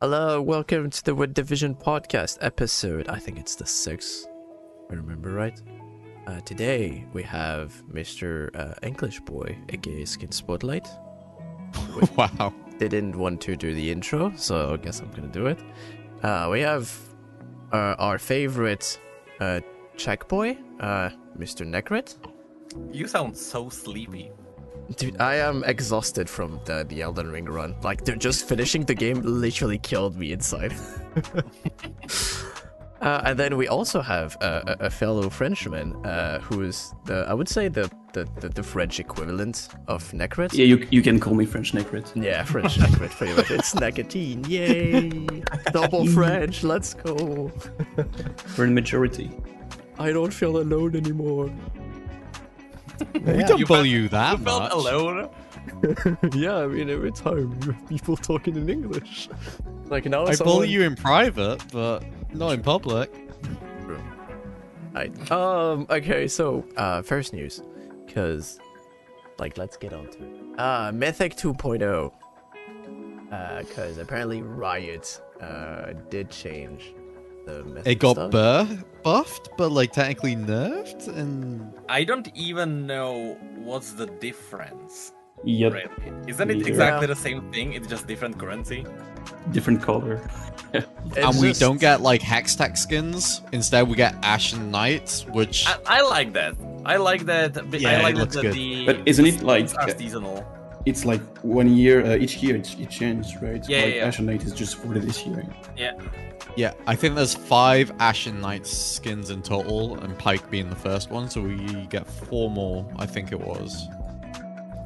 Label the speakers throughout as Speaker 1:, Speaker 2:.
Speaker 1: Hello, welcome to the Wood Division podcast episode. I think it's the sixth. if I remember right. Uh, today we have Mr. Uh, English Boy, aka Skin Spotlight.
Speaker 2: Wow.
Speaker 1: They didn't want to do the intro, so I guess I'm gonna do it. Uh, we have uh, our favorite uh, Czech boy, uh, Mr. Necrit.
Speaker 3: You sound so sleepy.
Speaker 1: Dude, I am exhausted from the, the Elden Ring run. Like, they're just finishing the game literally killed me inside. uh, and then we also have a, a a fellow Frenchman uh, who is the I would say the the, the, the French equivalent of Necrit.
Speaker 4: Yeah, you, you can call me French Necrit.
Speaker 1: Yeah, French Necrit, pretty much. It's Necatine, yay! Double French, let's go.
Speaker 4: We're in majority.
Speaker 1: I don't feel alone anymore.
Speaker 2: We don't
Speaker 3: You felt-
Speaker 2: value that
Speaker 3: You
Speaker 2: much.
Speaker 3: felt alone.
Speaker 1: yeah, I mean, every time you have people talking in English. Like, now
Speaker 2: I
Speaker 1: someone-
Speaker 2: bully you in private, but not in public.
Speaker 1: I, um. Okay. So, uh, first news, because, like, let's get on to it. Uh, Mythic 2.0. Uh, because apparently Riot, uh, did change the Mythic
Speaker 2: It got
Speaker 1: stuff.
Speaker 2: bur- buffed, but like technically nerfed, and
Speaker 3: I don't even know what's the difference.
Speaker 4: Yep,
Speaker 3: Really, isn't
Speaker 4: Me
Speaker 3: it
Speaker 4: too.
Speaker 3: exactly the same thing? It's just different currency.
Speaker 4: different color.
Speaker 1: It's
Speaker 2: and we
Speaker 1: just-
Speaker 2: don't get like hextech skins. Instead, we get Ashen Knights, which
Speaker 1: Ah.
Speaker 3: I, I like that. I like that. b-
Speaker 2: Yeah,
Speaker 3: I
Speaker 2: it
Speaker 3: like that
Speaker 2: looks
Speaker 3: the,
Speaker 2: good.
Speaker 3: the-
Speaker 4: But isn't it
Speaker 3: the
Speaker 4: like-
Speaker 3: skins are seasonal?
Speaker 4: It's like one year, uh, each year it, it changes, right?
Speaker 3: Yeah, yeah,
Speaker 4: like
Speaker 3: yeah.
Speaker 4: Ashen Knight is just for this year.
Speaker 3: Yeah.
Speaker 2: yeah, I think there's five Ashen Knights skins in total, and Pike being the first one, so we get four more. I think it was.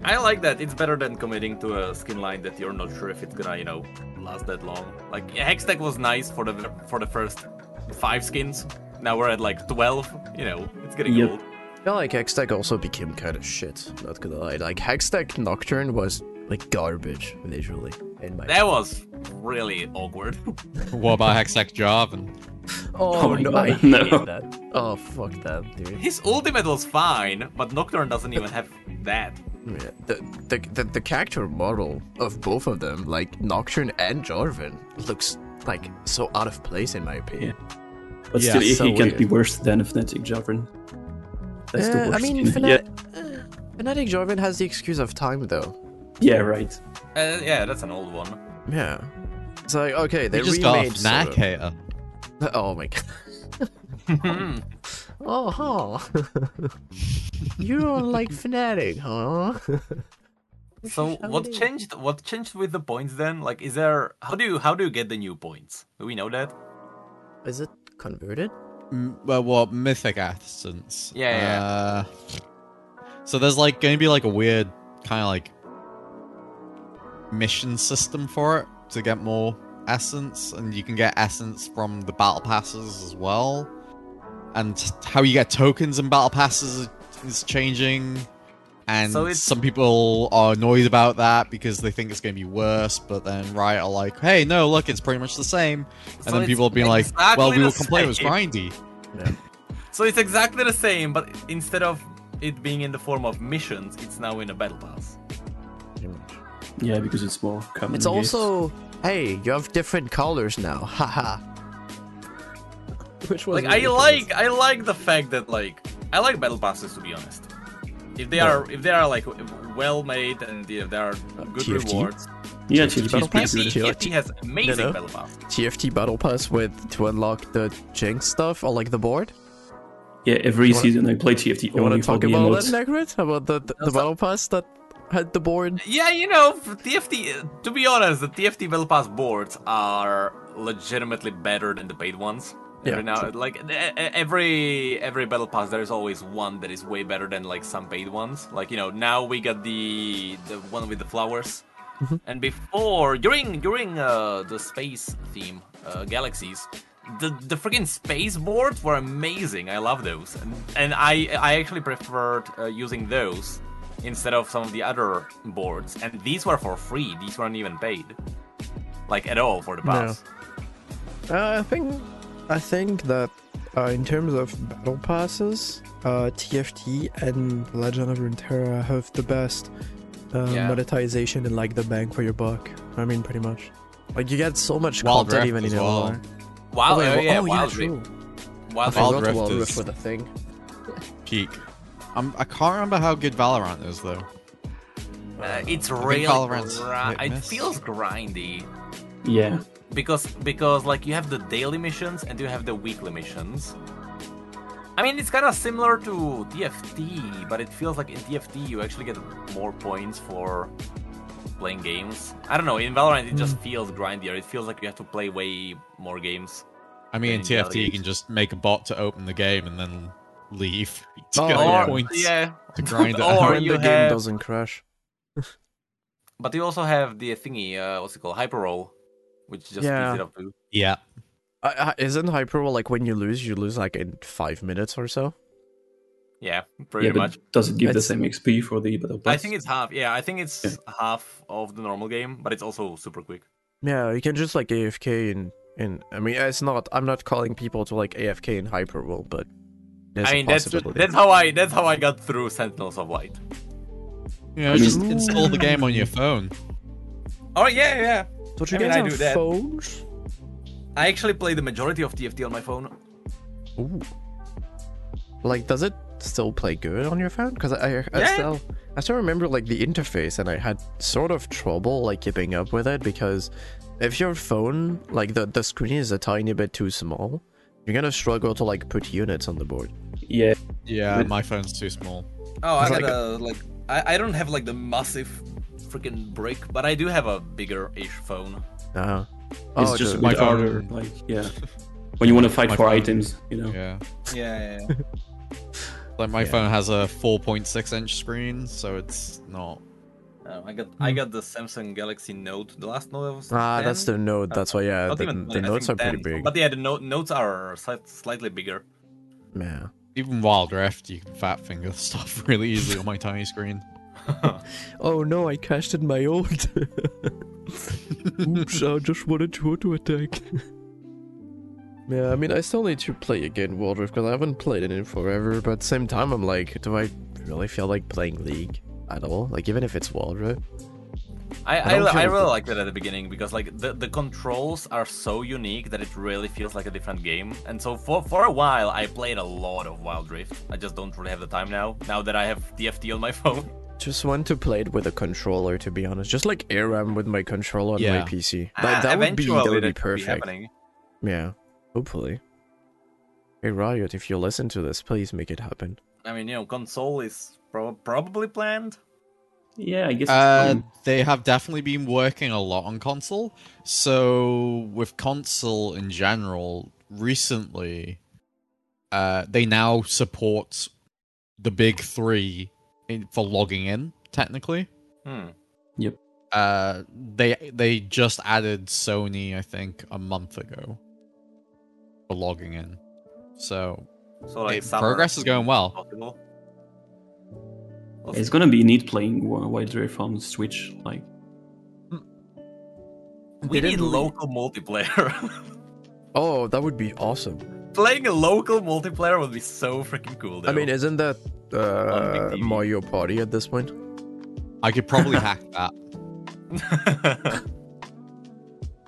Speaker 3: I like that. It's better than committing to a skin line that you're not sure if it's gonna, you know, last that long. Like Hextech was nice for the for the first five skins. Now we're at like twelve. You know, it's getting
Speaker 4: Yep.
Speaker 3: old.
Speaker 1: I feel like Hextech also became kind of shit. Not gonna lie. Like Hextech Nocturne was like garbage visually. In my.
Speaker 3: That was really awkward.
Speaker 2: what about Hextech Jarvan?
Speaker 1: oh,
Speaker 4: Oh my
Speaker 1: no!
Speaker 4: God,
Speaker 1: I hate
Speaker 4: no.
Speaker 1: that. Oh fuck that, dude.
Speaker 3: His ultimate was fine, but Nocturne doesn't even have that.
Speaker 1: Yeah, the, the the the character model of both of them, like Nocturne and Jarvan, looks like so out of place in my opinion.
Speaker 4: But
Speaker 2: Yeah,
Speaker 4: still, he,
Speaker 1: so
Speaker 4: he can't be
Speaker 1: weird.
Speaker 4: worse than a Fnatic Javern. That's the
Speaker 1: Uh,
Speaker 4: worst.
Speaker 1: I mean,
Speaker 4: yeah,
Speaker 1: Fnatic, uh, Fnatic Jarvan has the excuse of time though.
Speaker 4: yeah, right.
Speaker 3: Uh, yeah, that's an old one.
Speaker 1: Yeah, it's like okay, they
Speaker 2: They just got a
Speaker 1: remade.
Speaker 2: Fnac
Speaker 1: Sora.
Speaker 2: hater.
Speaker 1: Oh my god. Oh, huh. you don't like Fnatic, huh?
Speaker 3: so what changed? What changed with the points then? Like, is there? How do you how do you get the new points? Do we know that?
Speaker 1: Is it converted?
Speaker 2: M- well, what mythic essence?
Speaker 3: Yeah, yeah, yeah.
Speaker 2: Uh, so there's like going to be like a weird kind of like mission system for it to get more essence, and you can get essence from the battle passes as well. And how you get tokens and battle passes is changing. And
Speaker 3: So it's-
Speaker 2: some people are annoyed about that because they think it's going to be worse, but then Riot are like, hey, no, look, it's pretty much the same. And
Speaker 3: So
Speaker 2: then
Speaker 3: it's
Speaker 2: people have been like,
Speaker 3: exactly
Speaker 2: well, we
Speaker 3: the
Speaker 2: will complain it was
Speaker 3: same."
Speaker 2: grindy.
Speaker 3: So it's exactly the same, but instead of it being in the form of missions, it's now in a battle pass.
Speaker 4: Yeah, because it's more common.
Speaker 1: It's
Speaker 4: I guess.
Speaker 1: also hey, you have different colors now, haha. Which was
Speaker 3: Like, I
Speaker 1: ridiculous.
Speaker 3: like I like the fact that like I like battle passes to be honest. If they are if they are like well made and if there are good
Speaker 1: TFT?
Speaker 3: rewards,
Speaker 4: yeah, TFT
Speaker 1: Battle
Speaker 4: is pretty
Speaker 1: Pass?
Speaker 4: good.
Speaker 1: TFT.
Speaker 3: TFT has amazing
Speaker 1: No, no.
Speaker 3: battle pass.
Speaker 1: TFT Battle Pass with to unlock the Jinx stuff or like the board.
Speaker 4: Yeah, every season I play TFT
Speaker 1: Oh, You want
Speaker 4: only
Speaker 1: to talk
Speaker 4: for the
Speaker 1: about that,
Speaker 4: emotes.
Speaker 1: Negrid? About the, the, the Battle Pass that had the board?
Speaker 3: Yeah, you know, for TFT. uh, To be honest, the TFT Battle Pass boards are legitimately better than the paid ones.
Speaker 1: Yeah,
Speaker 3: Every now, like e- e- every every battle pass, there is always one that is way better than like some paid ones. Like you know, now we got the the one with the flowers, and before during during uh, the space theme uh, galaxies. The, the freaking space boards were amazing. I love those, and, and I I actually preferred uh, using those instead of some of the other boards. And these were for free. These weren't even paid, like at all for the pass.
Speaker 1: Uh, I think I think that uh, in terms of battle passes, uh, TFT and Legend of Runeterra have the best uh,
Speaker 3: Yeah.
Speaker 1: monetization and like the bang for your buck. I mean, pretty much. Like you get so much
Speaker 2: Wild
Speaker 1: content
Speaker 2: Rift
Speaker 1: even in
Speaker 2: as well.
Speaker 1: Another.
Speaker 3: Wild,
Speaker 1: wait,
Speaker 3: oh,
Speaker 1: well-
Speaker 3: yeah,
Speaker 1: oh,
Speaker 3: Wild
Speaker 1: yeah,
Speaker 3: Rift.
Speaker 1: true. I
Speaker 3: Wild
Speaker 1: forgot
Speaker 2: Wild
Speaker 3: Rift.
Speaker 1: Wild
Speaker 2: Rift
Speaker 1: Rift
Speaker 2: is-
Speaker 1: for the thing.
Speaker 2: peak. I'm, I can't remember how good Valorant is though.
Speaker 3: Uh, it's
Speaker 2: think
Speaker 3: really
Speaker 2: Valorant's
Speaker 3: gri- it
Speaker 2: witness.
Speaker 3: feels grindy
Speaker 4: Yeah.
Speaker 3: because because like you have the daily missions and you have the weekly missions. I mean, it's kind of similar to DFT, but it feels like in DFT you actually get more points for playing games. I don't know. In Valorant, it just feels grindier. It feels like you have to play way more games.
Speaker 2: I mean, in TFT,
Speaker 3: Getting
Speaker 2: you
Speaker 3: delegates.
Speaker 2: can just make a bot to open the game and then leave to
Speaker 1: Oh,
Speaker 2: get
Speaker 1: yeah.
Speaker 2: the points
Speaker 3: yeah,
Speaker 2: to grind it.
Speaker 3: Or
Speaker 2: out.
Speaker 1: when
Speaker 3: you
Speaker 1: the game
Speaker 3: have-
Speaker 1: doesn't crash.
Speaker 3: but you also have the thingy. Uh, what's it called? Hyper roll, which just
Speaker 1: Yeah.
Speaker 3: speeds it up too.
Speaker 2: Yeah,
Speaker 1: Uh, Uh, isn't Hyperwall like when you lose, you lose like in five minutes or so?
Speaker 3: Yeah, pretty
Speaker 4: yeah,
Speaker 3: much.
Speaker 4: but does it give
Speaker 1: That's-
Speaker 4: the same XP for the battle pass?
Speaker 3: I think it's half. Yeah, I think it's half of the normal game, but it's also super quick.
Speaker 1: Yeah, you can just like AFK and and I mean, it's not. I'm not calling people to like AFK in Hyperwall, but there's
Speaker 3: I
Speaker 1: a
Speaker 3: mean, that's
Speaker 1: possibility.
Speaker 3: that's how I that's how I got through Sentinels of Light.
Speaker 2: you know,
Speaker 4: I mean-
Speaker 2: just install the game on your phone.
Speaker 3: Oh yeah, yeah.
Speaker 1: Don't you
Speaker 3: I mean,
Speaker 1: guys
Speaker 3: I
Speaker 1: have
Speaker 3: do that.
Speaker 1: phones?
Speaker 3: I actually play the majority of TFT on my phone.
Speaker 1: Ooh. Like, does it still play good on your phone? Because I, I, I
Speaker 3: Yeah.
Speaker 1: still I still remember like the interface, and I had sort of trouble like keeping up with it because if your phone like the the screen is a tiny bit too small, you're gonna struggle to like put units on the board.
Speaker 4: yeah.
Speaker 2: Yeah,
Speaker 4: With-
Speaker 2: my phone's too small.
Speaker 3: Oh, I
Speaker 1: It's
Speaker 3: got
Speaker 1: like
Speaker 3: a like I, I don't have like the massive freaking brick, but I do have a bigger ish phone.
Speaker 1: Uh,
Speaker 4: It's
Speaker 1: oh,
Speaker 4: just
Speaker 1: the-
Speaker 2: my
Speaker 4: with
Speaker 2: phone.
Speaker 4: other, like yeah. When you want to fight
Speaker 2: My
Speaker 4: for
Speaker 2: phone.
Speaker 4: items, you know.
Speaker 2: Yeah,
Speaker 3: Yeah. yeah,
Speaker 2: like my
Speaker 1: Yeah.
Speaker 2: phone has a 4.6 inch screen, so it's not.
Speaker 3: yeah. Um, I got I got the Samsung Galaxy Note, the last Note. was
Speaker 1: Ah, that's
Speaker 3: 10?
Speaker 1: the note. That's why, yeah,
Speaker 3: Not
Speaker 1: the,
Speaker 3: even
Speaker 1: the
Speaker 3: 10, I
Speaker 1: notes are
Speaker 3: think
Speaker 1: pretty
Speaker 3: 10.
Speaker 1: big.
Speaker 3: But yeah, the note, notes are slight, slightly bigger.
Speaker 1: Yeah.
Speaker 2: Even Wild Rift, you can fat finger stuff really easily on my tiny screen.
Speaker 1: Oh no, I cashed in my old. Oops, I just wanted to auto attack. yeah, I mean, I still need to play again World Rift because I haven't played it in forever, but same time, I'm like, do I really feel like playing League at all? Like, even if it's World Rift?
Speaker 3: I,
Speaker 1: I
Speaker 3: I,
Speaker 1: don't
Speaker 3: I,
Speaker 1: feel it.
Speaker 3: really liked it at the beginning because like the, the controls are so unique that it really feels like a different game. And so for for a while I played a lot of Wild Rift. I just don't really have the time now. Now that I have DFT on my phone.
Speaker 1: Just want to play it with a controller, to be honest. Just like ARAM with my controller on
Speaker 2: Yeah.
Speaker 1: my PC.
Speaker 3: Ah,
Speaker 1: Like, that would be,
Speaker 3: eventually
Speaker 1: that would be
Speaker 3: that could
Speaker 1: perfect.
Speaker 3: happening.
Speaker 1: yeah, hopefully. Hey, Riot, if you listen to this, please make it happen.
Speaker 3: I mean, you know, console is prob probably planned.
Speaker 4: Yeah, I guess.
Speaker 2: Uh,
Speaker 4: it's fine.
Speaker 2: they have definitely been working a lot on console. So with console in general, recently, uh, they now support the big three in, for logging in. Technically,
Speaker 3: Hmm.
Speaker 2: uh, they they just added Sony, I think, a month ago for logging in. So
Speaker 3: So like
Speaker 2: it-
Speaker 3: summer
Speaker 2: progress is going well.
Speaker 3: possible.
Speaker 4: it's gonna be neat playing Wi- Wild Rift on Switch. Like,
Speaker 3: We
Speaker 1: They
Speaker 3: need
Speaker 1: didn't really-
Speaker 3: local multiplayer.
Speaker 1: Oh, that would be awesome.
Speaker 3: Playing a local multiplayer would be so freaking cool. Though.
Speaker 1: I mean, isn't that
Speaker 3: On
Speaker 1: uh,
Speaker 3: big TV.
Speaker 1: Mario Party at this point?
Speaker 2: I could probably hack that.
Speaker 3: that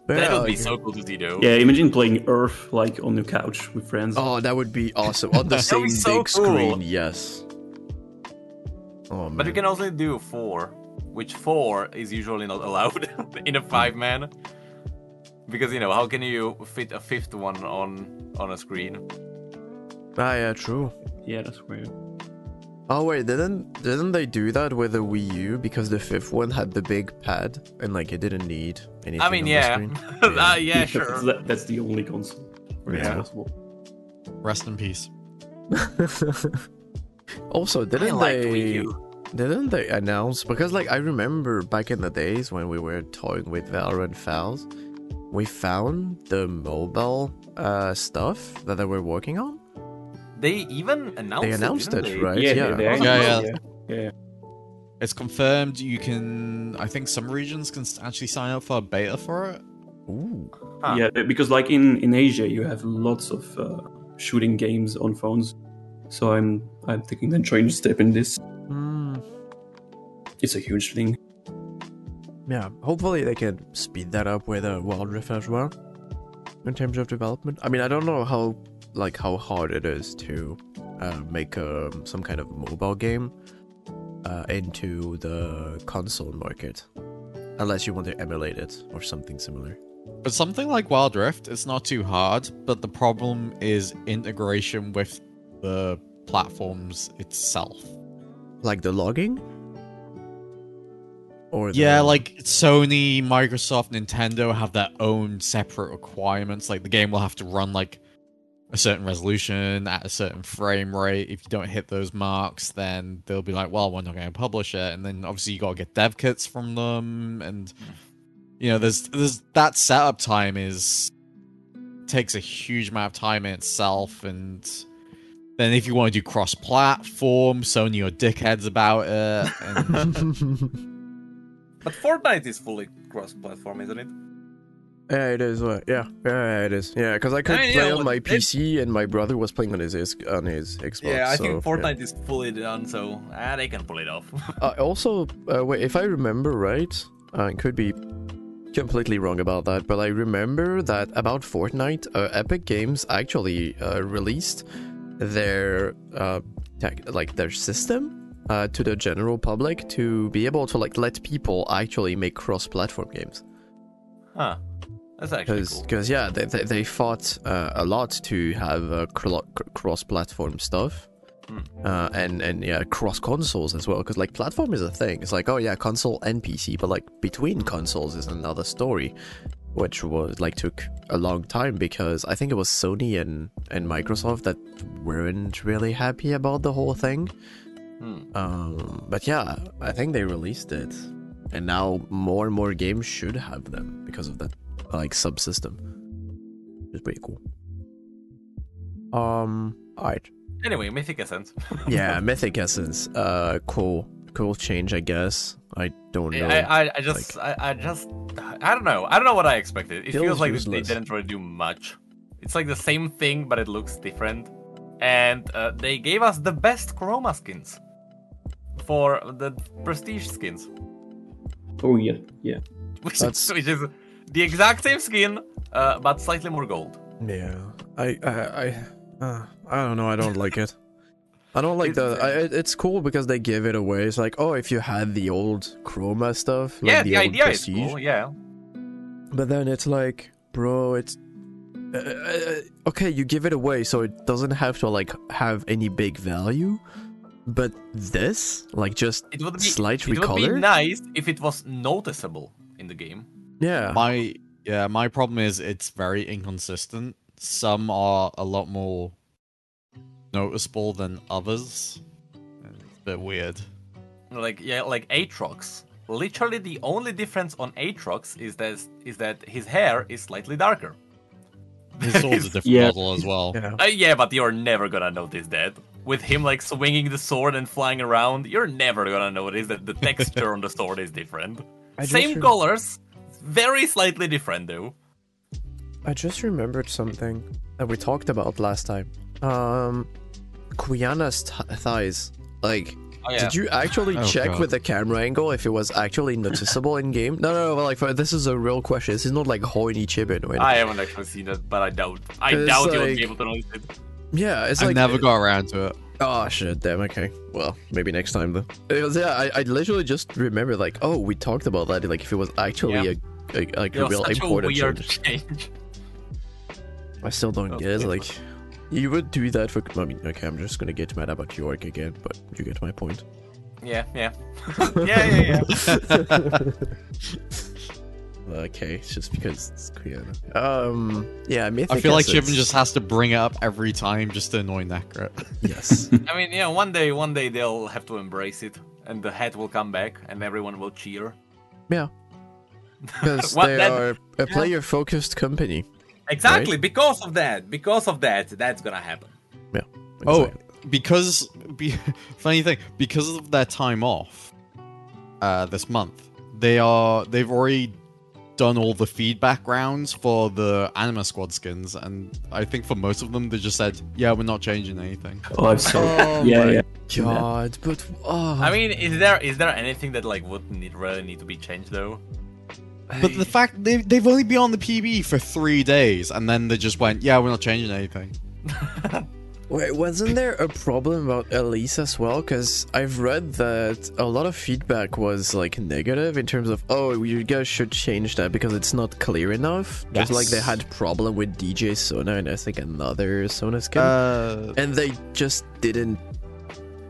Speaker 1: Yeah,
Speaker 3: would be
Speaker 1: like-
Speaker 3: so cool to see, though.
Speaker 4: yeah, imagine playing Earth like on your couch with friends.
Speaker 1: Oh, that would be awesome on the
Speaker 3: That
Speaker 1: same
Speaker 3: would be so
Speaker 1: big
Speaker 3: cool.
Speaker 1: screen. Yes. Oh man.
Speaker 3: But you can only do four, which four is usually not allowed in a five man. Because you know, how can you fit a fifth one on on a screen?
Speaker 1: Ah, yeah, true.
Speaker 4: Yeah, that's weird.
Speaker 1: Oh wait, didn't didn't they do that with the Wii U because the fifth one had the big pad and like it didn't need anything.
Speaker 3: I mean,
Speaker 1: on the
Speaker 3: yeah.
Speaker 1: screen?
Speaker 3: Ah, yeah,
Speaker 4: That's-
Speaker 3: sure.
Speaker 4: that- that's the only console where it's
Speaker 1: Yeah.
Speaker 4: possible.
Speaker 2: Rest in peace.
Speaker 1: also,
Speaker 3: I
Speaker 1: didn't
Speaker 3: liked
Speaker 1: they?
Speaker 3: Wii U.
Speaker 1: Didn't they announce? Because like I remember back in the days when we were toying with Valorant Files, we found the mobile uh, stuff that they were working on.
Speaker 3: They even announced
Speaker 1: they announced
Speaker 3: it,
Speaker 1: it,
Speaker 3: didn't they?
Speaker 1: right?
Speaker 2: Yeah,
Speaker 4: yeah.
Speaker 2: It's confirmed you can. I think some regions can s- actually sign up for a beta for it.
Speaker 1: Ooh.
Speaker 3: Huh.
Speaker 4: Yeah, be- because like in in Asia, you have lots of uh, shooting games on phones. So I'm I'm taking
Speaker 3: Hmm.
Speaker 4: the joint step in this.
Speaker 1: Mm.
Speaker 4: It's a huge thing.
Speaker 1: yeah, hopefully they can speed that up with a Wild Rift as well in terms of development. I mean, I don't know how like how hard it is to uh, make um, some kind of mobile game uh, into the console market, unless you want to emulate it or something similar.
Speaker 2: But something like Wild Rift, it's not too hard, but the problem is integration with the platforms itself.
Speaker 1: Like the logging? Or the-
Speaker 2: Yeah, like Sony, Microsoft, Nintendo have their own separate requirements. Like the game will have to run like a certain resolution at a certain frame rate. If you don't hit those marks, then they'll be like, "Well, we're not going to publish it." And then obviously you got to get dev kits from them, and you know, there's there's that setup time is takes a huge amount of time in itself, and then if you want to do cross-platform, Sony are dickheads about it. And
Speaker 3: But Fortnite is fully cross-platform, isn't it?
Speaker 1: yeah, it is. uh, yeah, yeah, it is. Yeah, because I could
Speaker 3: I mean, you
Speaker 1: play
Speaker 3: know,
Speaker 1: on my
Speaker 3: it-
Speaker 1: PC, and my brother was playing on his is- on his Xbox.
Speaker 3: yeah, I think
Speaker 1: so, yeah.
Speaker 3: Fortnite is fully done, so ah, they can pull it off.
Speaker 1: Uh, also, uh, wait, if I remember right, uh, I could be completely wrong about that, but I remember that about Fortnite, uh, Epic Games actually uh, released their uh, tech, like their system uh, to the general public to be able to like let people actually make cross-platform games
Speaker 3: huh. That's actually
Speaker 1: because
Speaker 3: cool.
Speaker 1: yeah they, they, they fought uh, a lot to have uh, cro- cr- cross-platform stuff
Speaker 3: Hmm.
Speaker 1: uh, and and yeah cross consoles as well because like platform is a thing it's like oh yeah console and pc but like between consoles is another story which was like took a long time because i think it was sony and and microsoft that weren't really happy about the whole thing
Speaker 3: Hmm.
Speaker 1: um, but yeah i think they released it and now more and more games should have them because of that like subsystem it's pretty cool um all right
Speaker 3: Anyway, Mythic Ascent.
Speaker 1: yeah, mythic essence. Uh, cool, cool change, I guess. I don't know.
Speaker 3: I, I, I just, I, I just, I don't know. I don't know what I expected. It
Speaker 1: Feels
Speaker 3: feels like they
Speaker 1: useless.
Speaker 3: didn't really do much. It's like the same thing, but it looks different. And uh, they gave us the best chroma skins for the prestige skins,
Speaker 4: Oh yeah, yeah.
Speaker 3: which,
Speaker 1: That's-
Speaker 3: is, which is the exact same skin, uh, but slightly more gold.
Speaker 1: yeah, I, I, I, uh, I don't know. I don't like it. I don't like
Speaker 3: It's
Speaker 1: the. I,
Speaker 3: very-
Speaker 1: it- it's cool because they give it away. It's like, oh, if you had the old chroma stuff, like
Speaker 3: yeah,
Speaker 1: the,
Speaker 3: the
Speaker 1: old
Speaker 3: idea
Speaker 1: prestige.
Speaker 3: is cool. Yeah,
Speaker 1: But then it's like, bro, it's. uh, Uh, okay, you give it away, so it doesn't have to like have any big value. But this, like, just
Speaker 3: it would be.
Speaker 1: slight
Speaker 3: it would be
Speaker 1: recolor.
Speaker 3: nice if it was noticeable in the game.
Speaker 1: yeah.
Speaker 2: my yeah my problem is it's very inconsistent some are a lot more noticeable than others it's a bit weird
Speaker 3: like yeah, like Aatrox. Literally, the only difference on Aatrox is that is that his hair is slightly darker.
Speaker 2: his sword's a different
Speaker 4: Yeah.
Speaker 2: model as well
Speaker 1: yeah.
Speaker 3: Uh, yeah, but you're never gonna notice that. With him like swinging the sword and flying around, you're never gonna notice that the texture on the sword is different.
Speaker 1: I just
Speaker 3: Same
Speaker 1: rem-
Speaker 3: colors, very slightly different though.
Speaker 1: I just remembered something that we talked about last time. Um, Kuyana's th- thighs. Like,
Speaker 3: Oh, yeah.
Speaker 1: did you actually
Speaker 2: Oh,
Speaker 1: check
Speaker 2: God.
Speaker 1: with the camera angle if it was actually noticeable in game? No, no, no. But like, for, this is a real question. This is not like horny chibbin. Right?
Speaker 3: I haven't actually seen that, but I doubt. I
Speaker 1: It's
Speaker 3: doubt you'll
Speaker 1: like-
Speaker 3: be able to notice it.
Speaker 1: yeah, it's
Speaker 2: i
Speaker 1: like
Speaker 2: never got around to it
Speaker 1: Oh shit! Damn. Okay. Well, maybe next time though. It was, yeah, I, I literally just remember like, oh, we talked about that. Like, if it was actually
Speaker 3: Yeah.
Speaker 1: a, a like
Speaker 3: It
Speaker 1: a
Speaker 3: was
Speaker 1: real
Speaker 3: such a
Speaker 1: important
Speaker 3: weird
Speaker 1: change.
Speaker 3: change.
Speaker 1: I still don't
Speaker 3: That's
Speaker 1: get it.
Speaker 3: different.
Speaker 1: Like, you would do that for. I mean, okay, I'm just gonna get mad about York again, but you get my point.
Speaker 3: Yeah, yeah, yeah, yeah, yeah.
Speaker 1: Okay, it's just because it's Kriana. Um, yeah, mythic.
Speaker 2: i feel like
Speaker 1: essence.
Speaker 2: Shivan just has to bring it up every time just to annoy Necrit.
Speaker 1: yes.
Speaker 3: I mean, yeah, one day, one day they'll have to embrace it, and the hat will come back, and everyone will cheer.
Speaker 1: yeah, because
Speaker 3: What
Speaker 1: they
Speaker 3: then?
Speaker 1: are a player-focused company.
Speaker 3: Exactly, because of that, because of that, that's gonna happen.
Speaker 1: Yeah.
Speaker 2: Oh,
Speaker 1: exactly.
Speaker 2: because be, funny thing, because of their time off uh, this month, they are they've already done all the feedback rounds for the Anima Squad skins, and I think for most of them they just said, "Yeah, we're not changing anything."
Speaker 4: Oh, I'm sorry.
Speaker 1: Oh
Speaker 4: yeah,
Speaker 1: my
Speaker 4: yeah.
Speaker 1: god! But oh,
Speaker 3: ah. I mean, is there is there anything that like would need, really need to be changed though?
Speaker 2: But the fact they they've only been on the PB for three days, and then they just went, yeah, we're not changing anything.
Speaker 1: Wait, wasn't there a problem about Elise as well? Because I've read that a lot of feedback was like negative in terms of, oh, you guys should change that because it's not clear enough. Just like they
Speaker 2: Yes.
Speaker 1: had problem with DJ Sona and I think another Sona skin,
Speaker 2: Uh,
Speaker 1: and they just didn't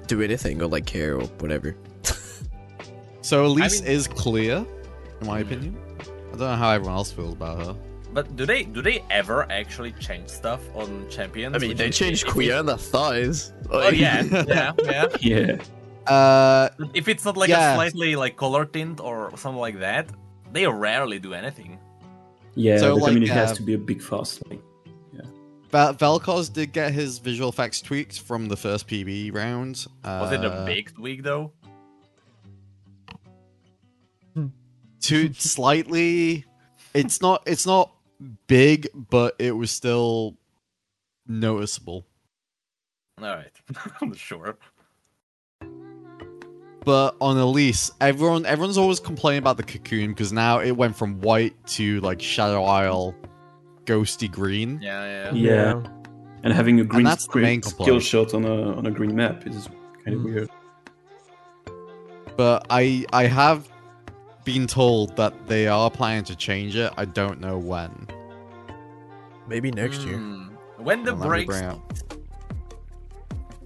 Speaker 1: do anything or like care or whatever.
Speaker 2: so Elise
Speaker 3: I
Speaker 2: is clear, in my opinion. I don't know how everyone else feels about her.
Speaker 3: But do they do they ever actually change stuff on champions?
Speaker 1: I mean,
Speaker 3: Which
Speaker 1: they
Speaker 3: is-
Speaker 1: changed
Speaker 3: if-
Speaker 1: Queer and the thighs.
Speaker 3: Oh yeah, yeah, yeah.
Speaker 4: Yeah.
Speaker 2: Uh,
Speaker 3: If it's not like
Speaker 2: Yeah.
Speaker 3: a slightly like color tint or something like that, they rarely do anything.
Speaker 4: Yeah,
Speaker 2: So,
Speaker 4: but I mean,
Speaker 2: like,
Speaker 4: it has
Speaker 2: uh,
Speaker 4: to be a big fast lane.
Speaker 2: Val- Vel'Koz did get his visual effects tweaked from the first PB round. Uh,
Speaker 3: Was it a baked week though?
Speaker 2: too slightly? It's not. It's not big, but it was still noticeable.
Speaker 3: All right, sure.
Speaker 2: But on Elise, everyone everyone's always complaining about the cocoon because now it went from white to like Shadow Isle, ghosty green.
Speaker 3: Yeah, yeah.
Speaker 4: Yeah. And having a green
Speaker 2: that's the
Speaker 4: screen
Speaker 2: main
Speaker 4: skill
Speaker 2: complaint.
Speaker 4: shot on a on a green map is kind of weird.
Speaker 2: But I I have been told that they are planning to change it. I don't know when.
Speaker 1: Maybe next year.
Speaker 3: Hmm. When the
Speaker 2: Let me
Speaker 3: breaks,
Speaker 2: bring up-
Speaker 3: probably.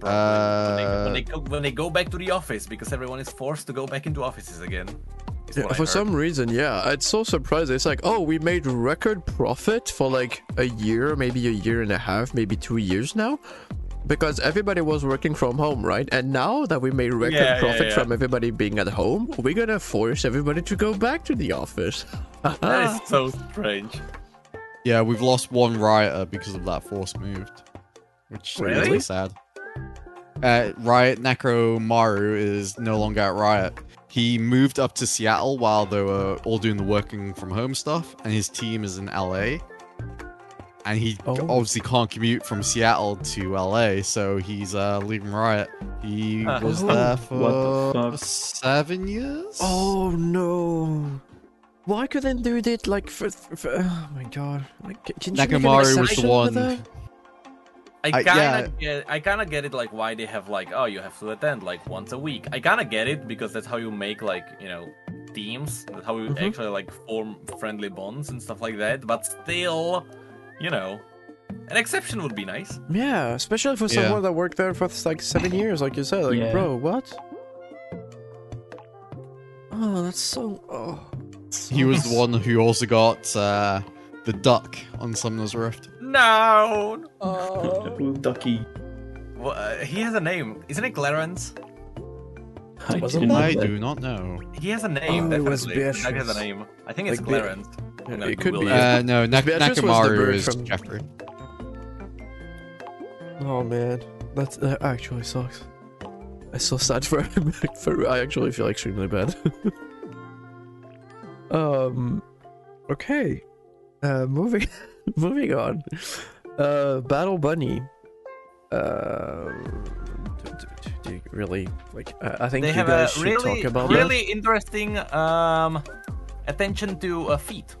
Speaker 2: Uh,
Speaker 3: when, they, when, they go, when they go back to the office because everyone is forced to go back into offices again. is
Speaker 1: Yeah,
Speaker 3: what I
Speaker 1: for
Speaker 3: heard.
Speaker 1: some reason, yeah, it's so surprising. It's like, oh, we made record profit for like a year, maybe a year and a half, maybe two years now, because everybody was working from home, right? And now that we made record
Speaker 3: Yeah, yeah,
Speaker 1: profit
Speaker 3: yeah.
Speaker 1: from everybody being at home, we're gonna force everybody to go back to the office.
Speaker 3: that
Speaker 1: uh,
Speaker 3: is so strange.
Speaker 2: Yeah, we've lost one rioter because of that force moved, which is
Speaker 3: Really?
Speaker 2: really sad. Uh, Riot Necro Maru is no longer at Riot. He moved up to Seattle while they were all doing the working from home stuff, and his team is in LA. And he
Speaker 1: Oh.
Speaker 2: obviously can't commute from Seattle to LA, so he's uh, leaving Riot. He
Speaker 3: Huh.
Speaker 2: was there
Speaker 4: What
Speaker 2: for
Speaker 4: the fuck?
Speaker 2: seven years.
Speaker 1: Oh no! Why couldn't do that? Like, for, for, for- oh my god! Like, c- can you make an
Speaker 2: Nakamaru was the
Speaker 1: exception for
Speaker 2: one.
Speaker 1: that?
Speaker 3: I
Speaker 2: I-
Speaker 3: kinda
Speaker 2: yeah.
Speaker 3: get, I kinda get it like why they have like oh you have to attend like once a week. I kinda get it because that's how you make like you know teams, that's how you
Speaker 1: Mhm.
Speaker 3: actually like form friendly bonds and stuff like that. But still, you know, an exception would be nice.
Speaker 1: Yeah, especially for
Speaker 2: Yeah.
Speaker 1: someone that worked there for like seven years, like you said. Like,
Speaker 4: Yeah.
Speaker 1: bro, what? Oh, that's so. Oh,
Speaker 2: He was the one who also got uh, the duck on Summoner's Rift.
Speaker 3: No,
Speaker 4: Little ducky.
Speaker 3: Wha- uh, he has a name, isn't it Clarence?
Speaker 4: I
Speaker 1: Wasn't
Speaker 4: didn't know
Speaker 2: I
Speaker 4: that.
Speaker 2: do not know.
Speaker 3: He has a name.
Speaker 1: Oh, it
Speaker 3: definitely.
Speaker 1: was
Speaker 3: The duck has
Speaker 1: Beatrice.
Speaker 3: a name. I think it's
Speaker 1: Like Bea-
Speaker 3: Clarence. I'm
Speaker 1: Yeah,
Speaker 3: gonna
Speaker 1: it could
Speaker 3: Google
Speaker 1: be.
Speaker 2: Uh, no, Nak-
Speaker 1: Beatrice was the
Speaker 2: Nakamaru
Speaker 1: bird
Speaker 2: is
Speaker 1: from-
Speaker 2: Jeffrey.
Speaker 1: Oh man, that's, that actually sucks. I so sad for him. for I actually feel extremely bad. um, okay. Uh, moving, moving on. Uh, Battle Bunny. Uh, do, do, do, do you really like? I I think
Speaker 3: they
Speaker 1: you
Speaker 3: have
Speaker 1: guys
Speaker 3: a
Speaker 1: should
Speaker 3: really,
Speaker 1: talk about that.
Speaker 3: really interesting um, attention to uh, feet.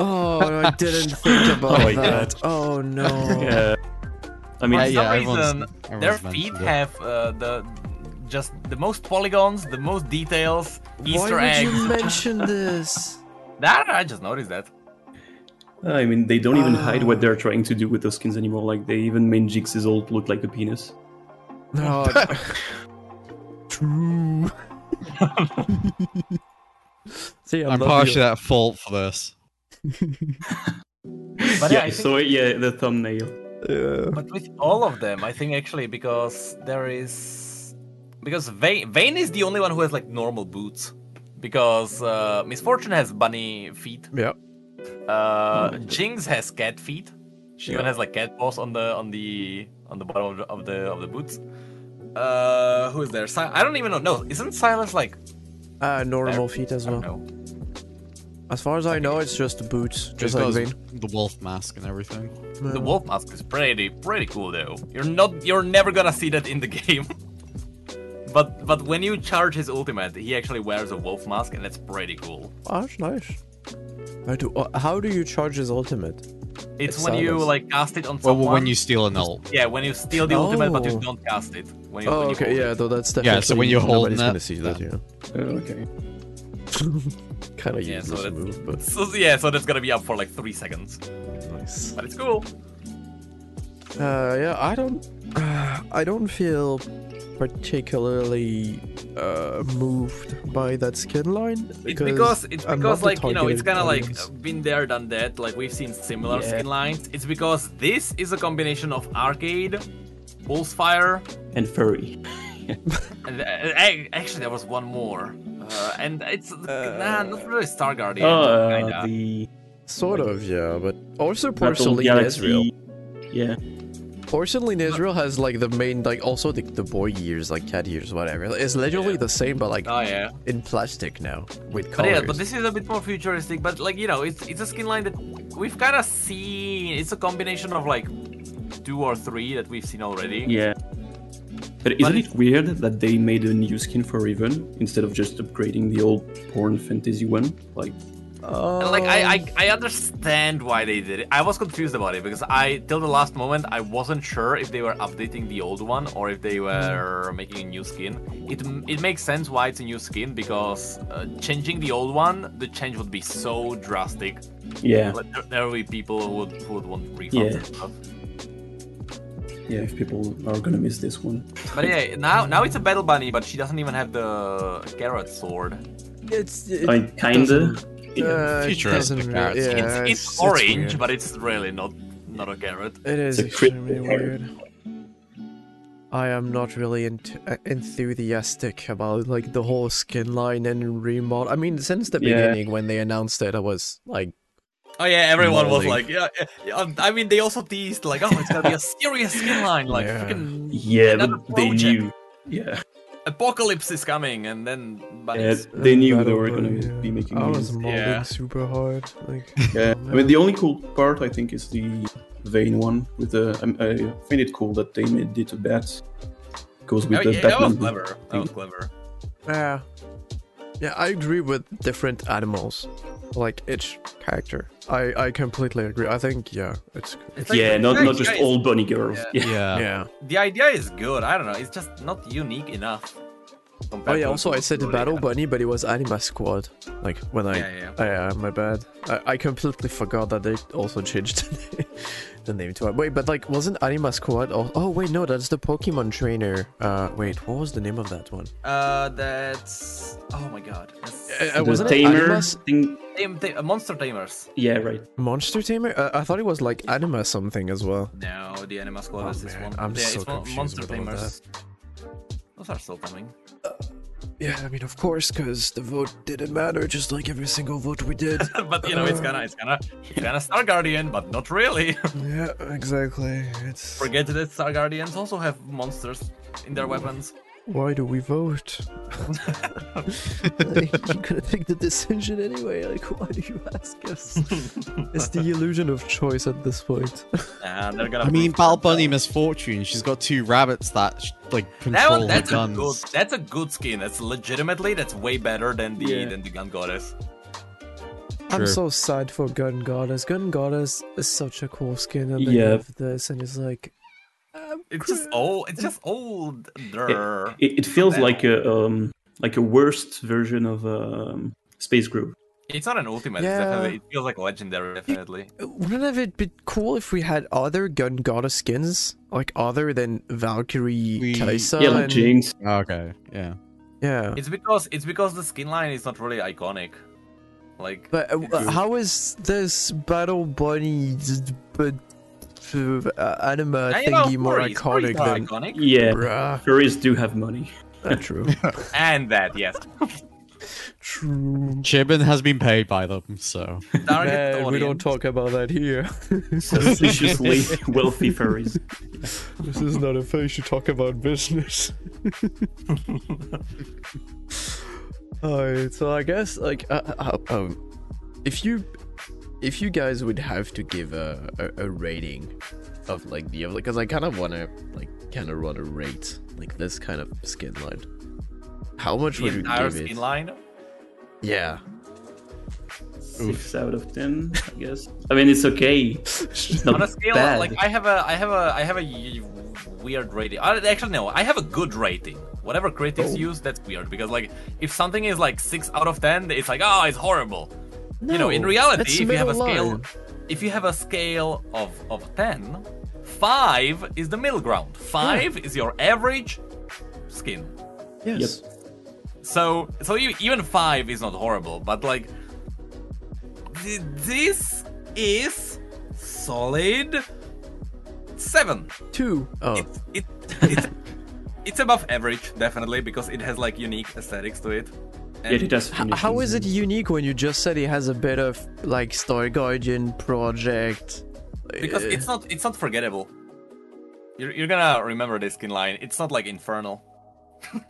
Speaker 1: Oh, I didn't think about
Speaker 4: my
Speaker 1: that. Oh no.
Speaker 4: Yeah. I mean,
Speaker 2: Uh,
Speaker 3: For some
Speaker 2: yeah, everyone's-
Speaker 3: reason,
Speaker 2: everyone's
Speaker 3: their feet
Speaker 2: mentioned it.
Speaker 3: have uh, the just the most polygons, the most details,
Speaker 1: Why
Speaker 3: Easter
Speaker 1: would
Speaker 3: eggs.
Speaker 1: you mention this?
Speaker 3: That I just noticed that.
Speaker 4: I mean, they don't even hide
Speaker 1: Ah.
Speaker 4: what they're trying to do with those skins anymore. Like they even made Jinx's old look like a penis.
Speaker 1: No. True. See, I'm,
Speaker 2: I'm
Speaker 1: not
Speaker 2: partially
Speaker 1: the-
Speaker 2: at fault for this.
Speaker 3: But yeah,
Speaker 4: yeah,
Speaker 3: I think,
Speaker 4: so yeah, the thumbnail.
Speaker 1: Yeah.
Speaker 3: but with all of them, I think actually because there is because Vayne, Vayne is the only one who has like normal boots. Because uh, Misfortune has bunny feet,
Speaker 1: yeah.
Speaker 3: uh, Jinx has cat feet. She
Speaker 1: Hmm.
Speaker 3: even
Speaker 1: Yeah.
Speaker 3: has like cat paws on the on the on the bottom of the of the, of the boots. Uh, who is there? Si- I don't even know. No, isn't Silas like
Speaker 1: Uh, normal feet as
Speaker 3: I don't
Speaker 1: well.
Speaker 3: know.
Speaker 1: As far as I know, it's just the boots,
Speaker 2: He's
Speaker 1: just
Speaker 2: got
Speaker 1: like
Speaker 2: his-
Speaker 1: Vayne.
Speaker 2: the wolf mask and everything.
Speaker 3: The wolf mask is pretty pretty cool though. You're not you're never gonna see that in the game. But but when you charge his ultimate, he actually wears a wolf mask, and it's pretty cool.
Speaker 1: Oh, that's nice. How do, uh, how do you charge his ultimate?
Speaker 3: It's
Speaker 1: It's
Speaker 3: when you
Speaker 1: silence.
Speaker 3: like cast it on
Speaker 2: Well,
Speaker 3: someone.
Speaker 2: well, when you steal an ult.
Speaker 3: yeah, when you steal the ultimate, but you
Speaker 1: Oh.
Speaker 3: don't cast it. When you,
Speaker 1: Oh,
Speaker 3: when you
Speaker 1: okay,
Speaker 3: hold
Speaker 1: yeah,
Speaker 3: it.
Speaker 1: though that's definitely.
Speaker 2: Yeah, so when you're holding
Speaker 1: nobody's
Speaker 2: that,
Speaker 1: gonna see that,
Speaker 2: then-
Speaker 1: you know.
Speaker 4: Uh, okay.
Speaker 1: Kind of
Speaker 3: Yeah, so
Speaker 1: useless
Speaker 3: that's-
Speaker 1: move, but
Speaker 3: So yeah, so that's gonna be up for like three seconds,
Speaker 1: nice.
Speaker 3: but it's cool.
Speaker 1: Uh, yeah, I don't, I don't feel particularly uh, moved by that skin line.
Speaker 3: It's because it's
Speaker 1: I'm
Speaker 3: because
Speaker 1: not
Speaker 3: like
Speaker 1: the
Speaker 3: you know it's
Speaker 1: targeted
Speaker 3: kind of like um,
Speaker 1: audience.
Speaker 3: been there, done that. Like we've seen similar
Speaker 4: Yeah.
Speaker 3: skin lines. It's because this is a combination of arcade, Pulsefire,
Speaker 4: And furry.
Speaker 3: and uh, a- actually there was one more. Uh, and it's nah, not really Star Guardian.
Speaker 4: Oh, uh,
Speaker 3: kinda.
Speaker 4: the
Speaker 1: sort of, yeah, but also
Speaker 4: Battle
Speaker 1: porcelain Israel.
Speaker 4: Galaxy. Yeah.
Speaker 1: Porcelain Israel has like the main, like also the, the boy ears, like cat ears, whatever. It's literally
Speaker 3: Yeah.
Speaker 1: the same, but like
Speaker 3: Oh yeah,
Speaker 1: in plastic now with
Speaker 3: but
Speaker 1: colors.
Speaker 3: yeah, but this is a bit more futuristic. But like you know, it's it's a skin line that we've kind of seen. It's a combination of like two or three that we've seen already.
Speaker 4: Yeah. But isn't
Speaker 3: it-
Speaker 4: it weird that they made a new skin for Riven instead of just upgrading the old porn fantasy one? Like,
Speaker 1: Uh,
Speaker 3: And, Like I,
Speaker 1: Um,
Speaker 3: I, I understand why they did it. I was confused about it because I, till the last moment, I wasn't sure if they were updating the old one or if they were making a new skin. It, m- it makes sense why it's a new skin because uh, changing the old one, the change would be so drastic.
Speaker 4: yeah,
Speaker 3: Like, there, there will be people who would, who would want refunds
Speaker 4: Yeah.
Speaker 3: and stuff.
Speaker 4: yeah. If people are gonna miss this one,
Speaker 3: But yeah, now, now it's a battle bunny, but she doesn't even have the carrot sword.
Speaker 1: it's it
Speaker 4: I kinda.
Speaker 1: doesn't-
Speaker 4: Yeah.
Speaker 1: uh, it
Speaker 2: Futuristic
Speaker 1: doesn't-
Speaker 2: carrots.
Speaker 1: yeah,
Speaker 2: It's-
Speaker 3: It's, it's orange, but it's really not not a carrot.
Speaker 1: It is
Speaker 4: a critical
Speaker 1: extremely
Speaker 4: part.
Speaker 1: weird. I am not really ent- uh, enthusiastic about like the whole skin line and remodel. I mean, since the
Speaker 4: Yeah.
Speaker 1: beginning when they announced it, I was like,
Speaker 3: Oh yeah, everyone was
Speaker 1: Molding.
Speaker 3: like, yeah, yeah, yeah. um, I mean, they also teased like, oh, it's gonna be a serious skin line, like
Speaker 1: Yeah.
Speaker 3: freaking
Speaker 4: yeah,
Speaker 3: Another
Speaker 4: but they
Speaker 3: project.
Speaker 4: knew. Yeah,
Speaker 3: apocalypse is coming, and then but
Speaker 4: yeah,
Speaker 3: it's- uh,
Speaker 4: they knew they
Speaker 1: "Battle
Speaker 4: were gonna
Speaker 1: Royale."
Speaker 4: be making.
Speaker 1: I was
Speaker 4: these.
Speaker 1: modding
Speaker 3: Yeah.
Speaker 1: super hard. Like,
Speaker 4: Yeah,
Speaker 1: oh,
Speaker 4: I mean the only cool part I think is the vein one with the. Um, I find it cool that they made it a bat. Goes with
Speaker 3: Oh,
Speaker 4: the
Speaker 3: yeah, that
Speaker 4: Batman.
Speaker 3: was clever. That was clever.
Speaker 1: yeah, yeah. I agree with different animals, like each character. I I completely agree. I think yeah, it's
Speaker 3: It's like-
Speaker 4: yeah, not not just
Speaker 3: guys,
Speaker 4: all bunny girls.
Speaker 3: Yeah.
Speaker 4: Yeah,
Speaker 2: Yeah.
Speaker 1: yeah.
Speaker 3: The idea is good. I don't know. It's just not unique enough.
Speaker 1: Oh
Speaker 3: compared
Speaker 1: yeah.
Speaker 3: to-
Speaker 1: Also, I said
Speaker 3: to-
Speaker 1: Battle Bunny, but it was Anima Squad. Like when I
Speaker 3: Yeah, yeah.
Speaker 1: Oh, yeah, my bad. I, I completely forgot that they also changed the name to it. Wait, but like, wasn't Anima Squad? Oh, oh wait, no, that's the Pokemon trainer. Uh, wait, what was the name of that one?
Speaker 3: Uh, that's oh my god. That's-
Speaker 1: Uh, uh,
Speaker 4: the
Speaker 1: wasn't it
Speaker 4: tamer
Speaker 1: Animus?
Speaker 4: thing.
Speaker 3: Tam- ta- monster tamers.
Speaker 4: Yeah, right.
Speaker 1: Monster Tamer? Uh, I thought it was like Anima something as well.
Speaker 3: No, the anima squad
Speaker 1: Oh,
Speaker 3: is this
Speaker 1: man,
Speaker 3: one.
Speaker 1: I'm
Speaker 3: yeah,
Speaker 1: so
Speaker 3: it's mon-
Speaker 1: confused
Speaker 3: monster
Speaker 1: with all of
Speaker 3: tamers. Those are still coming.
Speaker 1: Yeah, I mean, of course, because the vote didn't matter, just like every single vote we did.
Speaker 3: but you know, it's kind of, it's kind of, it's kind of Star Guardian, but not really.
Speaker 1: yeah, exactly. It's
Speaker 3: Forget that Star Guardians also have monsters in their weapons.
Speaker 1: why do we vote? like, you're gonna make the decision anyway. Like, why do you ask us? it's the illusion of choice at this point.
Speaker 3: And they're gonna.
Speaker 2: I mean,
Speaker 3: prove
Speaker 2: Battle
Speaker 3: that-
Speaker 2: Bunny Misfortune. She's got two rabbits that sh- like
Speaker 3: That
Speaker 2: control
Speaker 3: one, that's
Speaker 2: the
Speaker 3: a
Speaker 2: guns.
Speaker 3: good. That's a good skin. That's legitimately. That's way better than the
Speaker 4: Yeah.
Speaker 3: than the Gun Goddess.
Speaker 1: I'm
Speaker 2: True.
Speaker 1: so sad for Gun Goddess. Gun Goddess is such a cool skin, and they
Speaker 4: Yeah.
Speaker 1: have this, and it's like, um,
Speaker 3: It's just old. It's just old.
Speaker 4: It, it feels like a um like a worst version of um Space Group.
Speaker 3: It's not an ultimate.
Speaker 1: Yeah.
Speaker 3: It's definitely, it feels like legendary. Definitely.
Speaker 1: wouldn't have it been cool if we had other Gun Goddess skins, like other than Valkyrie,
Speaker 2: We-
Speaker 1: Kaisa,
Speaker 4: yeah, like
Speaker 1: and-
Speaker 4: Jinx.
Speaker 2: Okay. Yeah.
Speaker 1: yeah.
Speaker 3: It's because it's because the skin line is not really iconic. Like
Speaker 1: But uh,
Speaker 3: True.
Speaker 1: how is this Battle Bunny d- d- but uh, anima thingy
Speaker 3: I don't know,
Speaker 1: more
Speaker 3: furries-
Speaker 1: iconic
Speaker 3: furries are
Speaker 1: than
Speaker 3: iconic.
Speaker 4: Yeah,
Speaker 1: Bruh.
Speaker 4: furries do have money.
Speaker 1: Uh, true.
Speaker 3: And that yes.
Speaker 1: true.
Speaker 2: Chibin has been paid by them, so
Speaker 3: Target
Speaker 1: Man, we don't
Speaker 3: audience.
Speaker 1: talk about that here.
Speaker 4: Suspiciously wealthy furries.
Speaker 1: This is not a place you talk about business. Alright, so I guess like uh, uh, um, if you if you guys would have to give a, a, a rating of like the because I kind of want to like kind of want to rate like this kind of skin line. How much
Speaker 3: The
Speaker 1: would you
Speaker 3: entire
Speaker 1: give
Speaker 3: skin
Speaker 1: it?
Speaker 3: line.
Speaker 1: Yeah.
Speaker 4: Six out of ten, I guess. I mean, it's okay. It's not
Speaker 3: on a scale
Speaker 4: bad.
Speaker 3: like I have a I have a I have a y- weird rating. I, actually no, I have a good rating. Whatever critics
Speaker 1: Oh.
Speaker 3: use, that's weird because like if something is like six out of ten, it's like oh it's horrible. you know, in
Speaker 1: No, that's
Speaker 3: reality, if you have a
Speaker 1: middle
Speaker 3: scale,
Speaker 1: line.
Speaker 3: if you have a scale of of ten, five is the middle ground. Five is your average skin.
Speaker 4: Yep.
Speaker 1: Yes.
Speaker 3: So so e- even five is not horrible, but like th- this is solid seven.
Speaker 1: Two. Oh.
Speaker 3: It, it, it's, it's above average definitely because it has like unique aesthetics to it.
Speaker 4: Yeah, it does.
Speaker 1: H- How is it unique when you just said it has a bit of like story guardian project?
Speaker 3: Because
Speaker 1: Uh,
Speaker 3: it's not it's not forgettable. You're, you're gonna remember this skin line. It's not like infernal.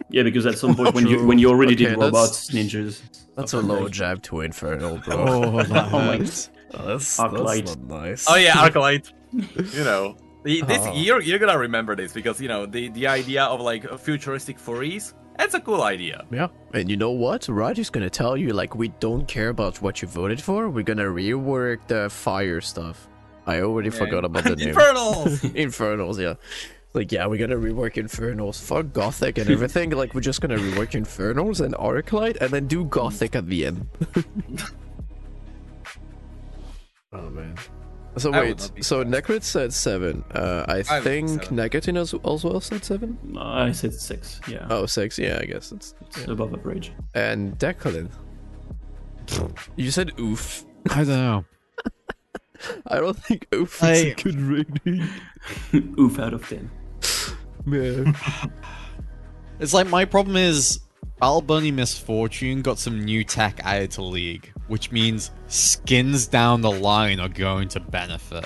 Speaker 4: Yeah, because at some point when you
Speaker 1: True.
Speaker 4: when you already did
Speaker 1: Okay,
Speaker 4: robots, ninjas,
Speaker 1: that's a low jab to infernal, bro.
Speaker 2: Oh, that
Speaker 4: Oh my-
Speaker 2: hurts.
Speaker 1: that's,
Speaker 4: Arclight.
Speaker 1: not nice.
Speaker 3: Oh yeah, Arcalite. you know, The- this
Speaker 1: Oh.
Speaker 3: you're you're gonna remember this because you know the the idea of like futuristic furries. That's a cool idea.
Speaker 1: Yeah, and you know what? Roger's gonna tell you like we don't care about what you voted for. We're gonna rework the fire stuff. I already forgot about the name.
Speaker 3: Infernals.
Speaker 1: Infernals, yeah. Like yeah, we're gonna rework Infernals. Fuck Gothic and everything. like we're just gonna rework Infernals and Arclight, and then do Gothic at the end. oh man. So
Speaker 3: I would
Speaker 1: wait,
Speaker 3: not be
Speaker 1: so Necrit said seven. Uh, I,
Speaker 3: I would think
Speaker 1: think
Speaker 3: seven.
Speaker 1: Negatin as also said seven.
Speaker 4: I said six. Yeah,
Speaker 1: Oh, six. Yeah, I guess it's
Speaker 4: it's above average.
Speaker 1: and Declan. You said oof.
Speaker 2: I don't know.
Speaker 1: I don't think oof is a
Speaker 2: I-
Speaker 1: good rating.
Speaker 4: Oof, out of ten.
Speaker 1: Man.
Speaker 2: It's like my problem is Battle Bunny Misfortune got some new tech added to League, which means skins down the line are going to benefit.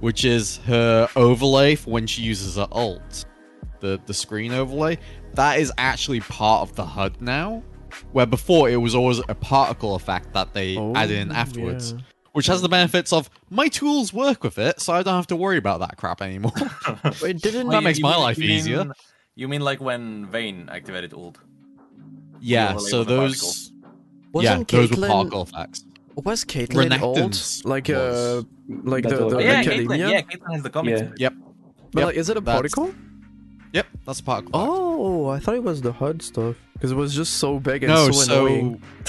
Speaker 2: Which is her overlay for when she uses her ult. The the screen overlay. That is actually part of the HUD now. Where before it was always a particle effect that they
Speaker 1: Oh,
Speaker 2: added in afterwards.
Speaker 1: yeah.
Speaker 2: Which has the benefits of my tools work with it, so I don't have to worry about that crap anymore.
Speaker 1: Wait, didn't
Speaker 2: That makes my life
Speaker 3: mean-
Speaker 2: easier.
Speaker 3: You mean like when Vayne activated ult?
Speaker 2: yeah,
Speaker 3: overlay
Speaker 2: so
Speaker 3: with the
Speaker 2: those
Speaker 3: particles.
Speaker 1: wasn't
Speaker 2: yeah, those were
Speaker 1: Caitlyn
Speaker 2: particle effects.
Speaker 1: was Caitlyn
Speaker 2: Renekton's
Speaker 1: old? Like uh
Speaker 2: was-
Speaker 1: like the,
Speaker 4: Battle
Speaker 1: the
Speaker 4: But
Speaker 3: yeah,
Speaker 1: Academia?
Speaker 3: Caitlyn, yeah, Caitlyn has the comics.
Speaker 4: Yeah.
Speaker 2: Yep.
Speaker 1: But
Speaker 2: Yep,
Speaker 1: like, is it a
Speaker 2: that's-
Speaker 1: particle?
Speaker 2: Yep, that's a particle. effect.
Speaker 1: Oh, I thought it was the HUD stuff because it was just so big and
Speaker 2: Oh. no,
Speaker 1: so, annoying.
Speaker 2: so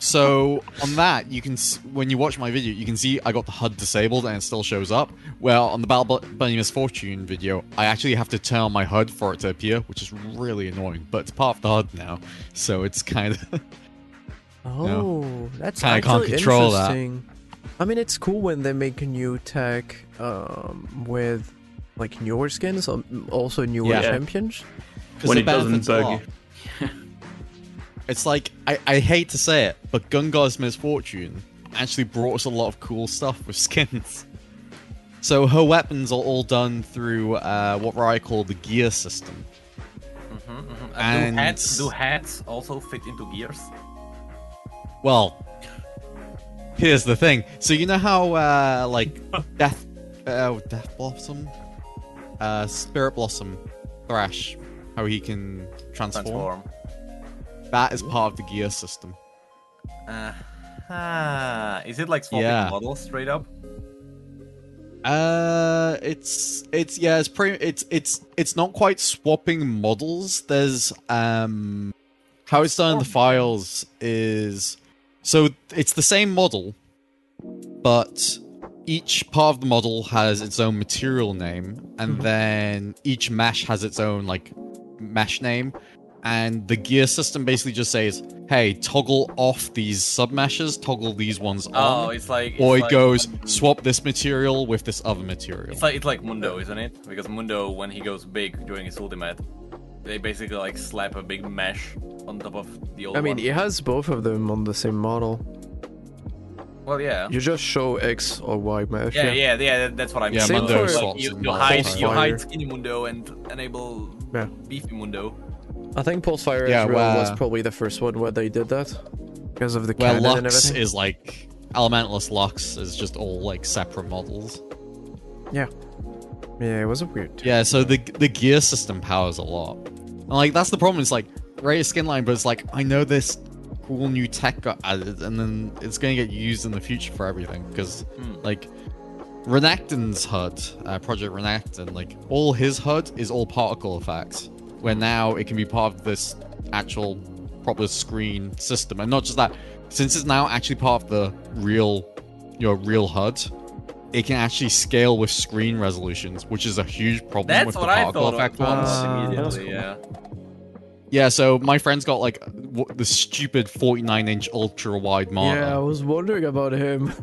Speaker 2: so on that you can s- when you watch my video, you can see I got the HUD disabled and it still shows up. Well, on the Battle Bu- Bunny Misfortune video, I actually have to turn on my HUD for it to appear, which is really annoying. But it's part of the HUD now, so it's kind of
Speaker 1: Oh, that's
Speaker 2: Kinda
Speaker 1: actually
Speaker 2: can't control that.
Speaker 1: interesting. I mean, it's cool when they make new tech um, with like newer skins, um, also newer
Speaker 2: Yeah.
Speaker 1: champions.
Speaker 2: because
Speaker 4: When it doesn't bug you.
Speaker 2: It's like I, I hate to say it, but Gungar's misfortune actually brought us a lot of cool stuff with skins. So her weapons are all done through uh, what I call the gear system. And-
Speaker 3: And... Do hats, do hats also fit into gears?
Speaker 2: Well, here's the thing. So you know how uh, like death, uh, death blossom, uh, spirit blossom, thrash, how he can transform.
Speaker 3: Transform.
Speaker 2: That is part of the gear system.
Speaker 3: Uh, ah, is it like swapping
Speaker 2: Yeah.
Speaker 3: models straight up?
Speaker 2: Uh, it's it's yeah, it's pretty. It's it's it's not quite swapping models. There's um, how it's done in the files is so it's the same model, but each part of the model has its own material name, and then each mesh has its own like mesh name, and the gear system basically just says, "Hey, toggle off these submeshes, toggle these ones on."
Speaker 3: Oh, it's like.
Speaker 2: Or
Speaker 3: it's
Speaker 2: it
Speaker 3: like-
Speaker 2: goes swap this material with this other material.
Speaker 3: It's like it's like Mundo, isn't it? Because Mundo, when he goes big during his ultimate, they basically like slap a big mesh on top of the old.
Speaker 1: I mean,
Speaker 3: one.
Speaker 1: it has both of them on the same model.
Speaker 3: well, yeah.
Speaker 1: You just show X or Y mesh.
Speaker 3: yeah, yeah, yeah, that- That's what I mean.
Speaker 2: Yeah,
Speaker 1: Same Mundo for-
Speaker 3: like,
Speaker 2: swaps
Speaker 3: you,
Speaker 2: and
Speaker 3: you
Speaker 2: all
Speaker 3: hide,
Speaker 2: that.
Speaker 3: you
Speaker 1: Fire.
Speaker 3: hide skinny Mundo and enable
Speaker 1: Yeah.
Speaker 3: beefy Mundo.
Speaker 1: I think Pulsefire as
Speaker 2: Yeah,
Speaker 1: well was
Speaker 2: well- uh,
Speaker 1: probably the first one where they did that because of the
Speaker 2: Where
Speaker 1: canon and
Speaker 2: Lux
Speaker 1: everything.
Speaker 2: is like Elementalist Lux is just all like separate models.
Speaker 1: Yeah, yeah, it was a weird.
Speaker 2: Yeah, so the the gear system powers a lot. And like that's the problem, it's like Ray skin line, but it's like I know this cool new tech got added, and then it's going to get used in the future for everything because like Renactin's HUD, uh, Project Renactin, like all his HUD is all particle effects, where now it can be part of this actual proper screen system, and not just that. Since it's now actually part of the real, your real HUD, it can actually scale with screen resolutions, which is a huge problem
Speaker 3: That's
Speaker 2: with
Speaker 3: what
Speaker 2: the
Speaker 3: I
Speaker 2: particle
Speaker 3: thought
Speaker 2: effect
Speaker 3: of
Speaker 2: ones.
Speaker 3: uh,
Speaker 1: that's
Speaker 3: immediately. Yeah.
Speaker 2: Yeah, so my friend's got like w- the stupid 49 inch ultra wide
Speaker 1: Yeah, I
Speaker 2: monitor.
Speaker 1: was wondering about him.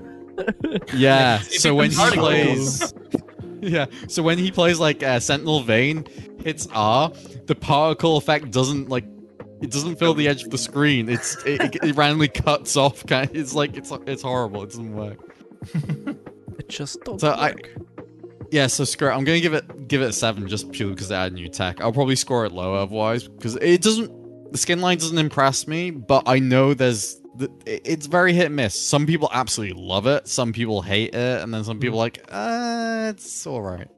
Speaker 2: Yeah. so
Speaker 3: it
Speaker 2: when he
Speaker 3: becomes
Speaker 2: plays, yeah, so when he plays like uh, Sentinel Vein, hits R, the particle effect doesn't like it doesn't fill the edge of the screen. It's it, it, it randomly cuts off. Kind it's like it's it's horrible. It doesn't work.
Speaker 1: It just don't
Speaker 2: So I-
Speaker 1: work.
Speaker 2: Yeah, so screw. it. I'm gonna give it give it a seven just purely because they add new tech. I'll probably score it low otherwise because it doesn't. The skin line doesn't impress me, but I know there's. th- it- It's very hit and miss. Some people absolutely love it. Some people hate it, and then some people like, uh, it's all right.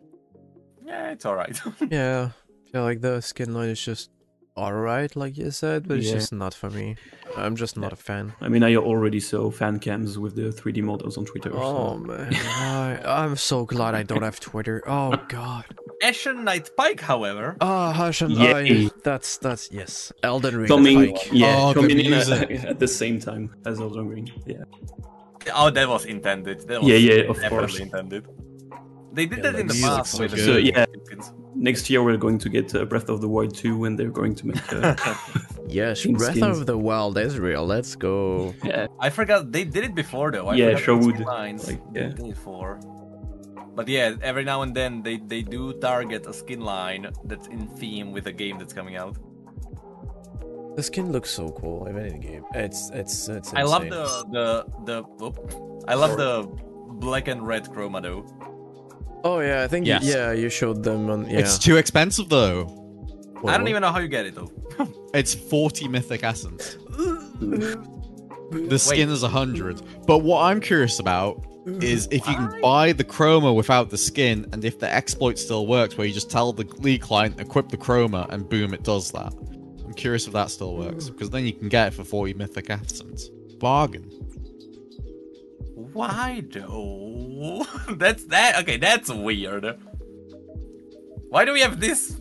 Speaker 3: Yeah, it's all right.
Speaker 1: yeah, yeah, like the skin line is just alright, like you said, but it's
Speaker 4: Yeah.
Speaker 1: just not for me. I'm just not a fan.
Speaker 4: I mean, I already saw fan cams with the 3D models on Twitter. so-
Speaker 1: Oh man, I, I'm so glad I don't have Twitter. Oh god.
Speaker 3: Ashen Knight Pike, however,
Speaker 1: Ah, Hush and
Speaker 4: Yeah.
Speaker 1: I. That's that's yes. Elden Ring.
Speaker 4: coming,
Speaker 1: Pike.
Speaker 4: yeah,
Speaker 2: Oh, the
Speaker 4: coming in at,
Speaker 2: music.
Speaker 4: at the same time as Elden Ring. Yeah,
Speaker 3: oh, that was intended. That was
Speaker 4: Yeah, yeah, of
Speaker 3: definitely
Speaker 4: course.
Speaker 3: intended. They did
Speaker 1: Yeah,
Speaker 3: that
Speaker 1: the
Speaker 3: in the
Speaker 2: music's
Speaker 3: past
Speaker 2: so
Speaker 3: with the
Speaker 2: good.
Speaker 4: So, yeah.
Speaker 3: Simpsons.
Speaker 4: next year we're going to get uh, Breath of the Wild 2, and they're going to make. Uh,
Speaker 1: Yes,
Speaker 4: Skin
Speaker 1: Breath
Speaker 4: skins.
Speaker 1: of the Wild is real. Let's go.
Speaker 4: yeah,
Speaker 3: I forgot they did it before though. I
Speaker 4: Yeah,
Speaker 3: forgot
Speaker 4: sure
Speaker 3: which
Speaker 4: would.
Speaker 3: Lines
Speaker 4: Like,
Speaker 3: they
Speaker 4: yeah.
Speaker 3: did it for. But yeah, every now and then they, they do target a skin line that's in theme with a game that's coming out.
Speaker 1: The skin looks so cool. I mean, in the game, it's it's it's.
Speaker 3: I love
Speaker 1: insane.
Speaker 3: the the the. oop. I love the black and red chroma though.
Speaker 1: Oh yeah, I think
Speaker 2: Yes.
Speaker 1: yeah you showed them on yeah.
Speaker 2: It's too expensive though.
Speaker 1: Wait,
Speaker 3: I don't
Speaker 1: what?
Speaker 3: even know how you get it though.
Speaker 2: It's 40 mythic essence. The skin
Speaker 3: Wait.
Speaker 2: is 100. But what I'm curious about is if you can buy the chroma without the skin, and if the exploit still works, where you just tell the lead client, equip the chroma, and boom, it does that. I'm curious if that still works, because then you can get it for 40 mythic essence. Bargain.
Speaker 3: Why though? that's that. Okay, that's weird. Why do we have this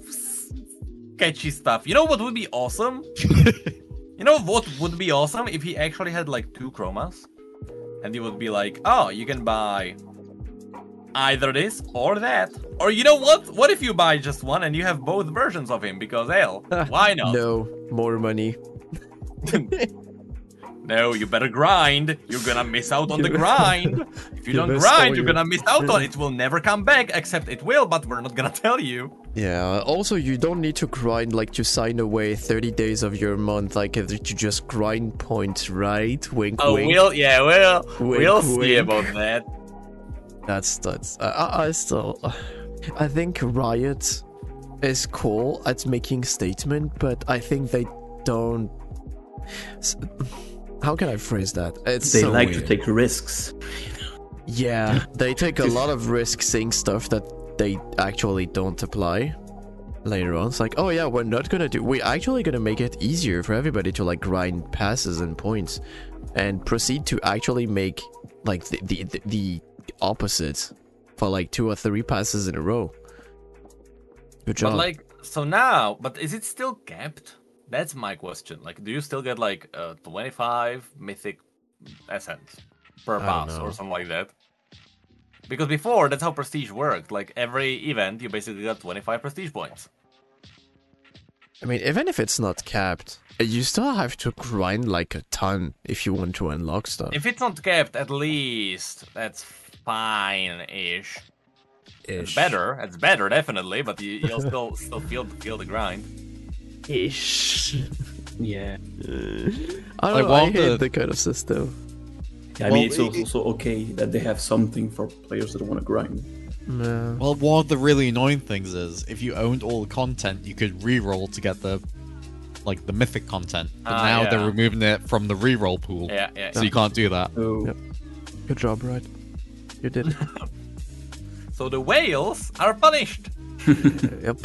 Speaker 3: sketchy stuff? You know what would be awesome? you know what would be awesome if he actually had like two chromas, and he would be like, "Oh, you can buy either this or that." Or you know what? What if you buy just one and you have both versions of him? Because hell, why not?
Speaker 1: No more money.
Speaker 3: No, you better grind. You're gonna miss out on the
Speaker 1: Give-
Speaker 3: grind. If you
Speaker 1: give
Speaker 3: don't
Speaker 1: us all
Speaker 3: grind, you're
Speaker 1: your-
Speaker 3: gonna miss out on it. It will never come back, except it will, but we're not gonna tell you.
Speaker 1: Yeah. Also, you don't need to grind like to sign away 30 days of your month. Like if you just grind points, right? Wink,
Speaker 3: Oh,
Speaker 1: wink.
Speaker 3: we'll, yeah, we'll,
Speaker 1: Wink,
Speaker 3: we'll see
Speaker 1: wink.
Speaker 3: about that.
Speaker 1: That's that's. I- I, I still, I think Riot is cool at making statement, but I think they don't. s- How can I phrase that? It's
Speaker 4: they
Speaker 1: so
Speaker 4: like
Speaker 1: weird.
Speaker 4: to take risks.
Speaker 1: Yeah, they take a lot of risk saying stuff that they actually don't apply later on. It's like, oh yeah, we're not gonna do. We're actually gonna make it easier for everybody to like grind passes and points, and proceed to actually make like the the the, the opposite for like two or three passes in a row. Good job.
Speaker 3: But like, so now, but is it still capped? That's my question. Like, do you still get like uh, 25 mythic essence per
Speaker 1: don't
Speaker 3: pass
Speaker 1: know.
Speaker 3: or something like that? Because before, that's how prestige worked. Like every event, you basically got 25 prestige points.
Speaker 1: I mean, even if it's not capped, you still have to grind like a ton if you want to unlock stuff.
Speaker 3: If it's not kept, at least that's fine-ish. It's better. It's better, definitely. But you, you'll still still feel feel the grind.
Speaker 1: ish.
Speaker 4: Yeah,
Speaker 1: I
Speaker 2: Like,
Speaker 1: don't know,
Speaker 2: while
Speaker 1: I hate
Speaker 2: the-
Speaker 1: the kind of system.
Speaker 4: I
Speaker 2: Well,
Speaker 4: mean it's
Speaker 2: it-
Speaker 4: also okay that they have something for players that want to grind.
Speaker 1: No.
Speaker 2: Well, one of the really annoying things is if you owned all the content, you could re-roll to get the like the mythic content. But
Speaker 3: Ah,
Speaker 2: now they're
Speaker 3: yeah.
Speaker 2: removing it from the re-roll pool.
Speaker 3: Yeah, yeah.
Speaker 2: So you can't do that.
Speaker 4: So
Speaker 1: Yep. Good job, Rod. You did it.
Speaker 3: So the whales are punished.
Speaker 1: yep.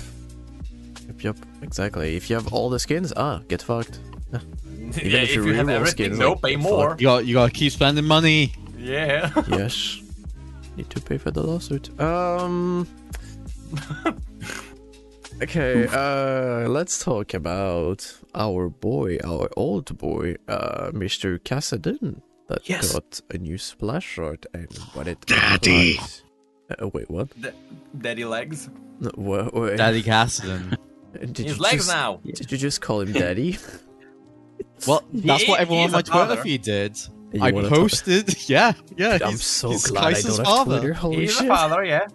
Speaker 1: Yep, yep, exactly. If you have all the skins, ah, get fucked.
Speaker 3: yeah,
Speaker 1: if
Speaker 3: if
Speaker 1: you
Speaker 3: you have
Speaker 1: reroll
Speaker 3: everything,
Speaker 1: skins,
Speaker 3: no,
Speaker 1: like,
Speaker 3: pay
Speaker 1: fuck.
Speaker 3: more.
Speaker 2: You got you gotta keep spending money.
Speaker 3: Yeah.
Speaker 1: yes. Need to pay for the lawsuit. Um. okay. Uh, let's talk about our boy, our old boy, uh, Mr. Cassadin, that
Speaker 3: Yes.
Speaker 1: got a new splash art and what it
Speaker 2: Daddy.
Speaker 1: implies. Uh, wait, what?
Speaker 3: D- daddy legs.
Speaker 1: No, wha- wait.
Speaker 2: Daddy Cassidy.
Speaker 1: Did
Speaker 3: His
Speaker 1: you
Speaker 3: legs
Speaker 1: just,
Speaker 3: now.
Speaker 1: Did you just call him daddy?
Speaker 2: well, that's what
Speaker 3: He
Speaker 2: everyone on
Speaker 3: is
Speaker 2: my
Speaker 3: a
Speaker 2: Twitter
Speaker 3: father.
Speaker 2: feed did.
Speaker 1: You
Speaker 2: I
Speaker 1: wanna talk-
Speaker 2: posted, yeah, yeah.
Speaker 1: I'm
Speaker 2: he's-
Speaker 1: so
Speaker 2: he's
Speaker 1: glad I
Speaker 2: Kaiser's
Speaker 1: don't have
Speaker 2: father.
Speaker 1: Twitter. Holy
Speaker 3: He's a
Speaker 1: shit!
Speaker 3: father, yeah.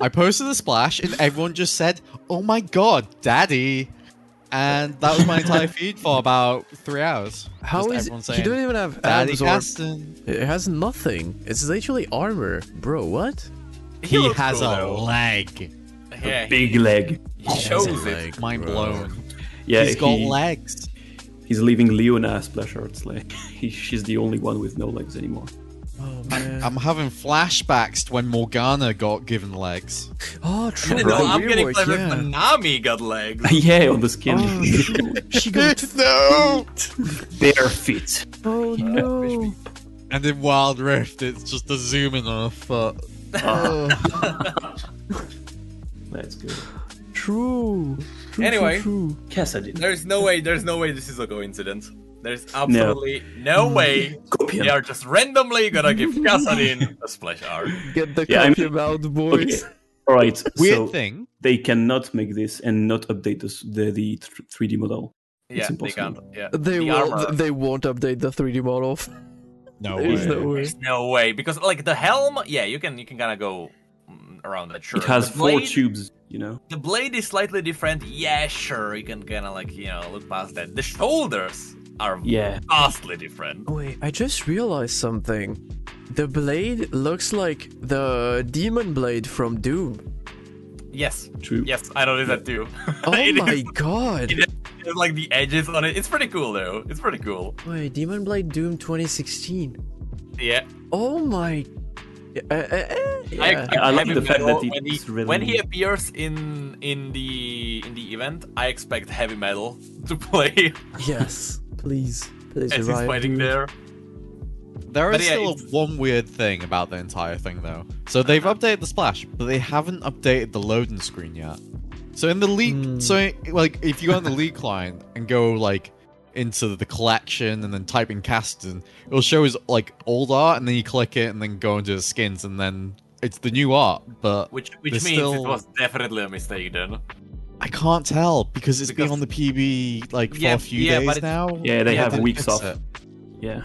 Speaker 2: I posted the splash, and everyone just said, "Oh my god, daddy!" And that was my entire feed for about three hours.
Speaker 1: How
Speaker 2: Just
Speaker 1: is
Speaker 2: everyone
Speaker 1: it?
Speaker 2: saying,
Speaker 1: He don't even have
Speaker 2: "Daddy
Speaker 1: abs or-
Speaker 2: Caston"?
Speaker 1: It has nothing. It's literally armor, bro. What?
Speaker 2: He,
Speaker 3: looks
Speaker 2: has
Speaker 3: cool,
Speaker 2: a
Speaker 3: though.
Speaker 2: leg.
Speaker 3: Yeah, he-
Speaker 4: Big leg.
Speaker 3: he shows it.
Speaker 2: Mind blown.
Speaker 4: Yeah,
Speaker 2: he's got
Speaker 4: he-
Speaker 2: legs.
Speaker 4: he's leaving Leona splash arts. Like he, she's the only one with no legs anymore.
Speaker 1: Oh man.
Speaker 2: I'm having flashbacks to when Morgana got given legs.
Speaker 1: oh, true.
Speaker 4: No,
Speaker 3: No,
Speaker 4: Right.
Speaker 3: I'm getting
Speaker 1: rework,
Speaker 3: flashbacks
Speaker 1: yeah.
Speaker 3: when Nami got legs.
Speaker 4: yeah, on the skin.
Speaker 1: Oh, shoot. she got.
Speaker 2: no.
Speaker 4: Bare feet.
Speaker 1: Oh no.
Speaker 2: And in Wild Rift, it's just a zoom in on a foot. Ugh.
Speaker 4: That's good.
Speaker 1: True. True,
Speaker 3: Anyway.
Speaker 1: True,
Speaker 4: Cassidy.
Speaker 3: There's no way. There's no way this is a coincidence. There's absolutely no, way.
Speaker 4: Scorpion.
Speaker 3: They are just randomly gonna give Kasadin a splash art.
Speaker 1: true. Get the
Speaker 4: Yeah, I
Speaker 1: copy out, boys.
Speaker 4: Okay. All right.
Speaker 2: Weird
Speaker 4: so
Speaker 2: thing.
Speaker 4: they cannot make this and not update this, the the th- 3D model.
Speaker 3: Yeah,
Speaker 4: It's
Speaker 3: they can't.
Speaker 4: impossible.
Speaker 3: Yeah,
Speaker 1: They
Speaker 3: the
Speaker 1: will.
Speaker 3: armor.
Speaker 1: They won't update the 3D model.
Speaker 2: No
Speaker 1: There's
Speaker 2: way.
Speaker 1: no way.
Speaker 3: There's no way because like the helm. Yeah, you can you can kind of go mm, around that. Sure,
Speaker 4: It has
Speaker 3: the
Speaker 4: four
Speaker 3: blade,
Speaker 4: tubes. You know.
Speaker 3: The blade is slightly different. Yeah, sure, you can kind of like you know look past that. The shoulders are
Speaker 4: Yeah.
Speaker 3: vastly different.
Speaker 1: Oh, Wait, I just realized something. The blade looks like the demon blade from Doom.
Speaker 3: Yes,
Speaker 4: True.
Speaker 3: yes, I noticed that too.
Speaker 1: Oh
Speaker 3: It is-
Speaker 1: my god.
Speaker 3: It's like the edges on it. It's pretty cool though. It's pretty cool.
Speaker 1: Wait, Demon Blade Doom 2016.
Speaker 3: Yeah.
Speaker 1: Oh my. Yeah, uh, uh, uh, yeah.
Speaker 4: I- I like
Speaker 3: him
Speaker 4: the fact
Speaker 3: metal
Speaker 4: that it
Speaker 3: when he,
Speaker 4: is really-
Speaker 3: when he appears in in the in the event, I expect heavy metal to play
Speaker 1: yes. Please. Please
Speaker 3: as he's
Speaker 1: arrive.
Speaker 3: fighting
Speaker 1: dude.
Speaker 3: there.
Speaker 2: There
Speaker 3: But
Speaker 2: is
Speaker 3: yeah,
Speaker 2: still
Speaker 3: it's-
Speaker 2: one weird thing about the entire thing, though. So they've updated the splash, but they haven't updated the loading screen yet. So in the leak,
Speaker 1: Hmm.
Speaker 2: so like if you go on the leak line and go like into the collection and then type in Caston, it'll show his like old art, and then you click it and then go into his skins, and then it's the new art. But
Speaker 3: Which which
Speaker 2: There's
Speaker 3: means
Speaker 2: still-
Speaker 3: it was definitely a mistake then.
Speaker 2: I can't tell because it's
Speaker 3: Because-
Speaker 2: been on the PB like for
Speaker 3: Yeah,
Speaker 2: a few
Speaker 3: yeah, but
Speaker 2: days
Speaker 3: it's-
Speaker 2: now.
Speaker 4: Yeah, they
Speaker 3: Yeah,
Speaker 4: have
Speaker 2: didn't
Speaker 4: weeks
Speaker 2: fix
Speaker 4: off.
Speaker 2: it.
Speaker 4: Yeah.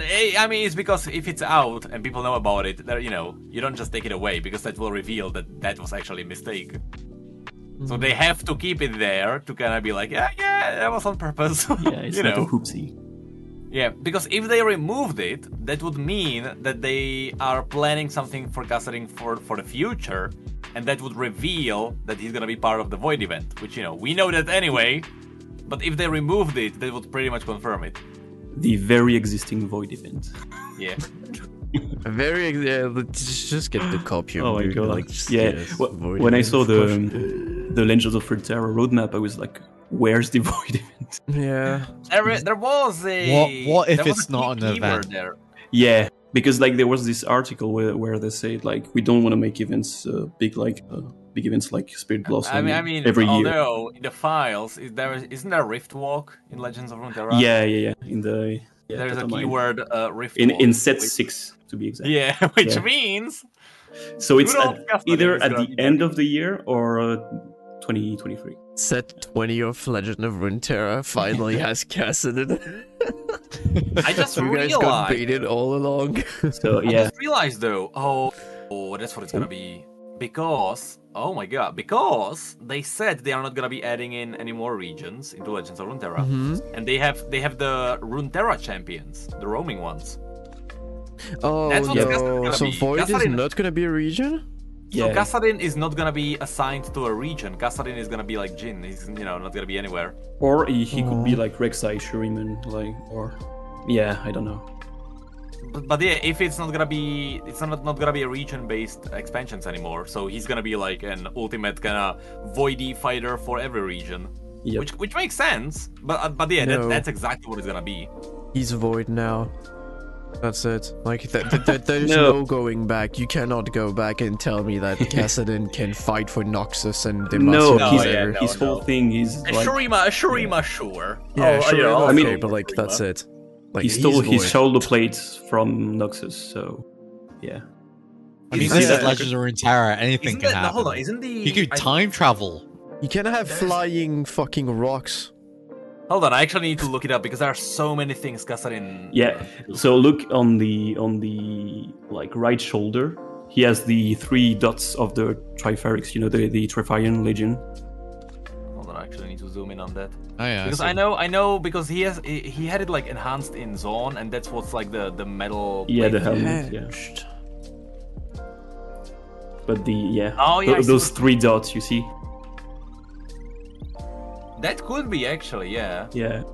Speaker 3: Eh, I mean, it's because if it's out and people know about it, there you know you don't just take it away because that will reveal that that was actually a mistake.
Speaker 4: Hmm.
Speaker 3: So they have to keep it there to kind of be like, yeah, yeah, that was on purpose.
Speaker 4: Yeah. It's
Speaker 3: you
Speaker 4: not
Speaker 3: know.
Speaker 4: a hoopsie.
Speaker 3: Yeah, because if they removed it, that would mean that they are planning something for Kassarin for for the future, and that would reveal that he's gonna be part of the Void event, which you know we know that anyway. But if they removed it, they would pretty much confirm it.
Speaker 4: The very existing void event.
Speaker 3: Yeah,
Speaker 1: Very. ex- Yeah, let's just get the copy. of
Speaker 4: Oh my
Speaker 1: Doom,
Speaker 4: god!
Speaker 1: Like, just,
Speaker 4: yeah,
Speaker 1: yes,
Speaker 4: wh-
Speaker 1: avoid
Speaker 4: when
Speaker 1: it,
Speaker 4: I
Speaker 1: of
Speaker 4: saw the
Speaker 1: course.
Speaker 4: um, the Legends of Runeterra roadmap, I was like, "Where's the void event?"
Speaker 1: Yeah.
Speaker 3: there, there was a
Speaker 2: What- what if
Speaker 3: there was
Speaker 2: it's
Speaker 3: a
Speaker 2: not
Speaker 3: key
Speaker 2: an
Speaker 3: keyword
Speaker 2: event?
Speaker 3: There.
Speaker 4: yeah, because like there was this article where, where they said like we don't want to make events uh, big like uh, big events like Spirit Blossom.
Speaker 3: I mean, I mean, oh,
Speaker 4: every year.
Speaker 3: although in the files, is there isn't there Rift Walk in Legends of Runeterra?
Speaker 4: Yeah, yeah, yeah. In the yeah,
Speaker 3: there's a
Speaker 4: Tatamine.
Speaker 3: keyword uh, Rift
Speaker 4: in
Speaker 3: Walk,
Speaker 4: in set
Speaker 3: which-
Speaker 4: six to be exact.
Speaker 3: Yeah, which
Speaker 4: Yeah.
Speaker 3: means
Speaker 4: So it's
Speaker 3: Good
Speaker 4: at-
Speaker 3: old Gaston
Speaker 4: either
Speaker 3: is
Speaker 4: at
Speaker 3: gonna
Speaker 4: the
Speaker 3: be
Speaker 4: end of the year or uh, 2023.
Speaker 1: Set 20 of Legend of Runeterra finally has cast in it.
Speaker 3: I just
Speaker 1: you guys got
Speaker 3: realized.
Speaker 1: baited all along.
Speaker 4: So
Speaker 3: I
Speaker 4: yeah,
Speaker 3: just realized though, oh, oh, that's what it's gonna be. Because, oh my god, because they said they are not gonna be adding in any more regions into Legends of Runeterra,
Speaker 4: Mm-hmm.
Speaker 1: Mhm.
Speaker 3: and they have they have the Runeterra champions, the roaming ones.
Speaker 1: Oh
Speaker 3: That's what Gaston
Speaker 1: no!
Speaker 3: gonna
Speaker 1: So
Speaker 3: be.
Speaker 1: Void is
Speaker 3: Gaston-
Speaker 1: not gonna be a region.
Speaker 4: yeah.
Speaker 3: So Kassadin is not gonna be assigned to a region. Kassadin is gonna be like Jin. He's you know not gonna be anywhere.
Speaker 4: or he, he could be like Rek'Sai, Shuriman, like or yeah, I don't know.
Speaker 3: but, but yeah, if it's not gonna be, it's not not gonna be a region-based expansions anymore. So he's gonna be like an ultimate kind of voidy fighter for every region,
Speaker 4: Yep.
Speaker 3: which which makes sense. But uh, but yeah,
Speaker 1: No.
Speaker 3: that, that's exactly what it's gonna be.
Speaker 1: He's void now. That's it. Like th- th- th- there's no.
Speaker 4: No.
Speaker 1: going back. You cannot go back and tell me that Cassadin can fight for Noxus and Demacia.
Speaker 4: No,
Speaker 3: No,
Speaker 4: his,
Speaker 3: yeah, no,
Speaker 4: his whole
Speaker 3: no.
Speaker 4: thing is
Speaker 3: A
Speaker 4: like
Speaker 3: Shurima, a Shurima, sure.
Speaker 1: Yeah,
Speaker 3: Oh,
Speaker 1: sure. okay,
Speaker 3: yeah, I'll
Speaker 4: I mean-
Speaker 3: take
Speaker 1: but like
Speaker 3: Shurima.
Speaker 1: that's it. Like
Speaker 4: he stole
Speaker 1: he's
Speaker 4: his
Speaker 1: void.
Speaker 4: shoulder plates from Noxus. So yeah,
Speaker 2: I mean,
Speaker 3: Isn't
Speaker 2: this
Speaker 1: that-
Speaker 2: is Legends of Runeterra. Anything
Speaker 3: Isn't
Speaker 2: can
Speaker 3: that, no,
Speaker 2: happen.
Speaker 3: hold on, isn't the
Speaker 2: you could
Speaker 3: I-
Speaker 2: time travel.
Speaker 1: You can have flying fucking rocks.
Speaker 3: Hold on, I actually need to look it up because there are so many things Kasarin.
Speaker 4: yeah. So look on the on the like right shoulder. He has the three dots of the Triferix. You know the the Trifarian Legion.
Speaker 3: Hold on, I actually need to zoom in on that
Speaker 2: Oh yeah.
Speaker 3: because
Speaker 2: see.
Speaker 3: I know, I know, because he has he he had it like enhanced in Zone, and that's what's like the the metal.
Speaker 4: Yeah,
Speaker 3: plate
Speaker 4: the
Speaker 3: thing.
Speaker 4: helmet. Yeah, but the yeah.
Speaker 3: Oh, yeah,
Speaker 4: tho-
Speaker 3: I see
Speaker 4: those
Speaker 3: what-
Speaker 4: three dots you see.
Speaker 3: That could be actually, yeah.
Speaker 4: Yeah,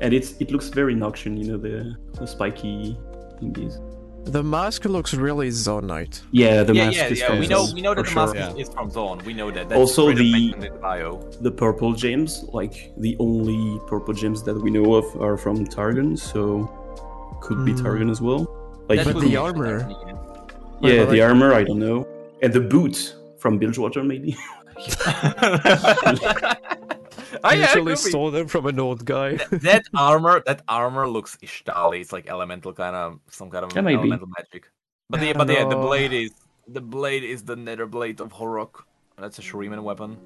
Speaker 4: and it's it looks very Noxian. You know the the spiky thingies.
Speaker 1: The mask looks really zonite.
Speaker 4: Yeah, the
Speaker 3: yeah,
Speaker 4: mask
Speaker 3: yeah,
Speaker 4: is
Speaker 3: yeah.
Speaker 4: from
Speaker 3: we know,
Speaker 4: Noxus,
Speaker 3: we know
Speaker 4: for
Speaker 3: that the
Speaker 4: sure.
Speaker 3: mask
Speaker 2: Yeah.
Speaker 3: is from Zone. We know that. That's
Speaker 4: Also
Speaker 3: straight up
Speaker 4: the-
Speaker 3: mentioned in the bio.
Speaker 4: the purple gems, like the only purple gems that we know of, are from Targon, so could be
Speaker 1: Hmm.
Speaker 4: Targon as well. Like
Speaker 3: That
Speaker 1: But
Speaker 3: could
Speaker 1: the
Speaker 3: be
Speaker 1: armor-
Speaker 3: actually, yeah.
Speaker 1: Wait,
Speaker 4: yeah,
Speaker 1: but
Speaker 4: the
Speaker 1: like-
Speaker 4: armor, I don't know, and the boot from Bilgewater maybe.
Speaker 3: Ah, Oh, yeah, it
Speaker 1: literally
Speaker 3: could be.
Speaker 1: stole them from an old guy.
Speaker 3: that armor that armor looks Ishtali. It's like elemental kind of some kind of
Speaker 4: That might be.
Speaker 3: elemental magic. But
Speaker 1: I
Speaker 3: yeah,
Speaker 1: don't
Speaker 3: but yeah, the
Speaker 1: know.
Speaker 3: blade is the blade is the nether blade of Horok. That's a Shuriman weapon.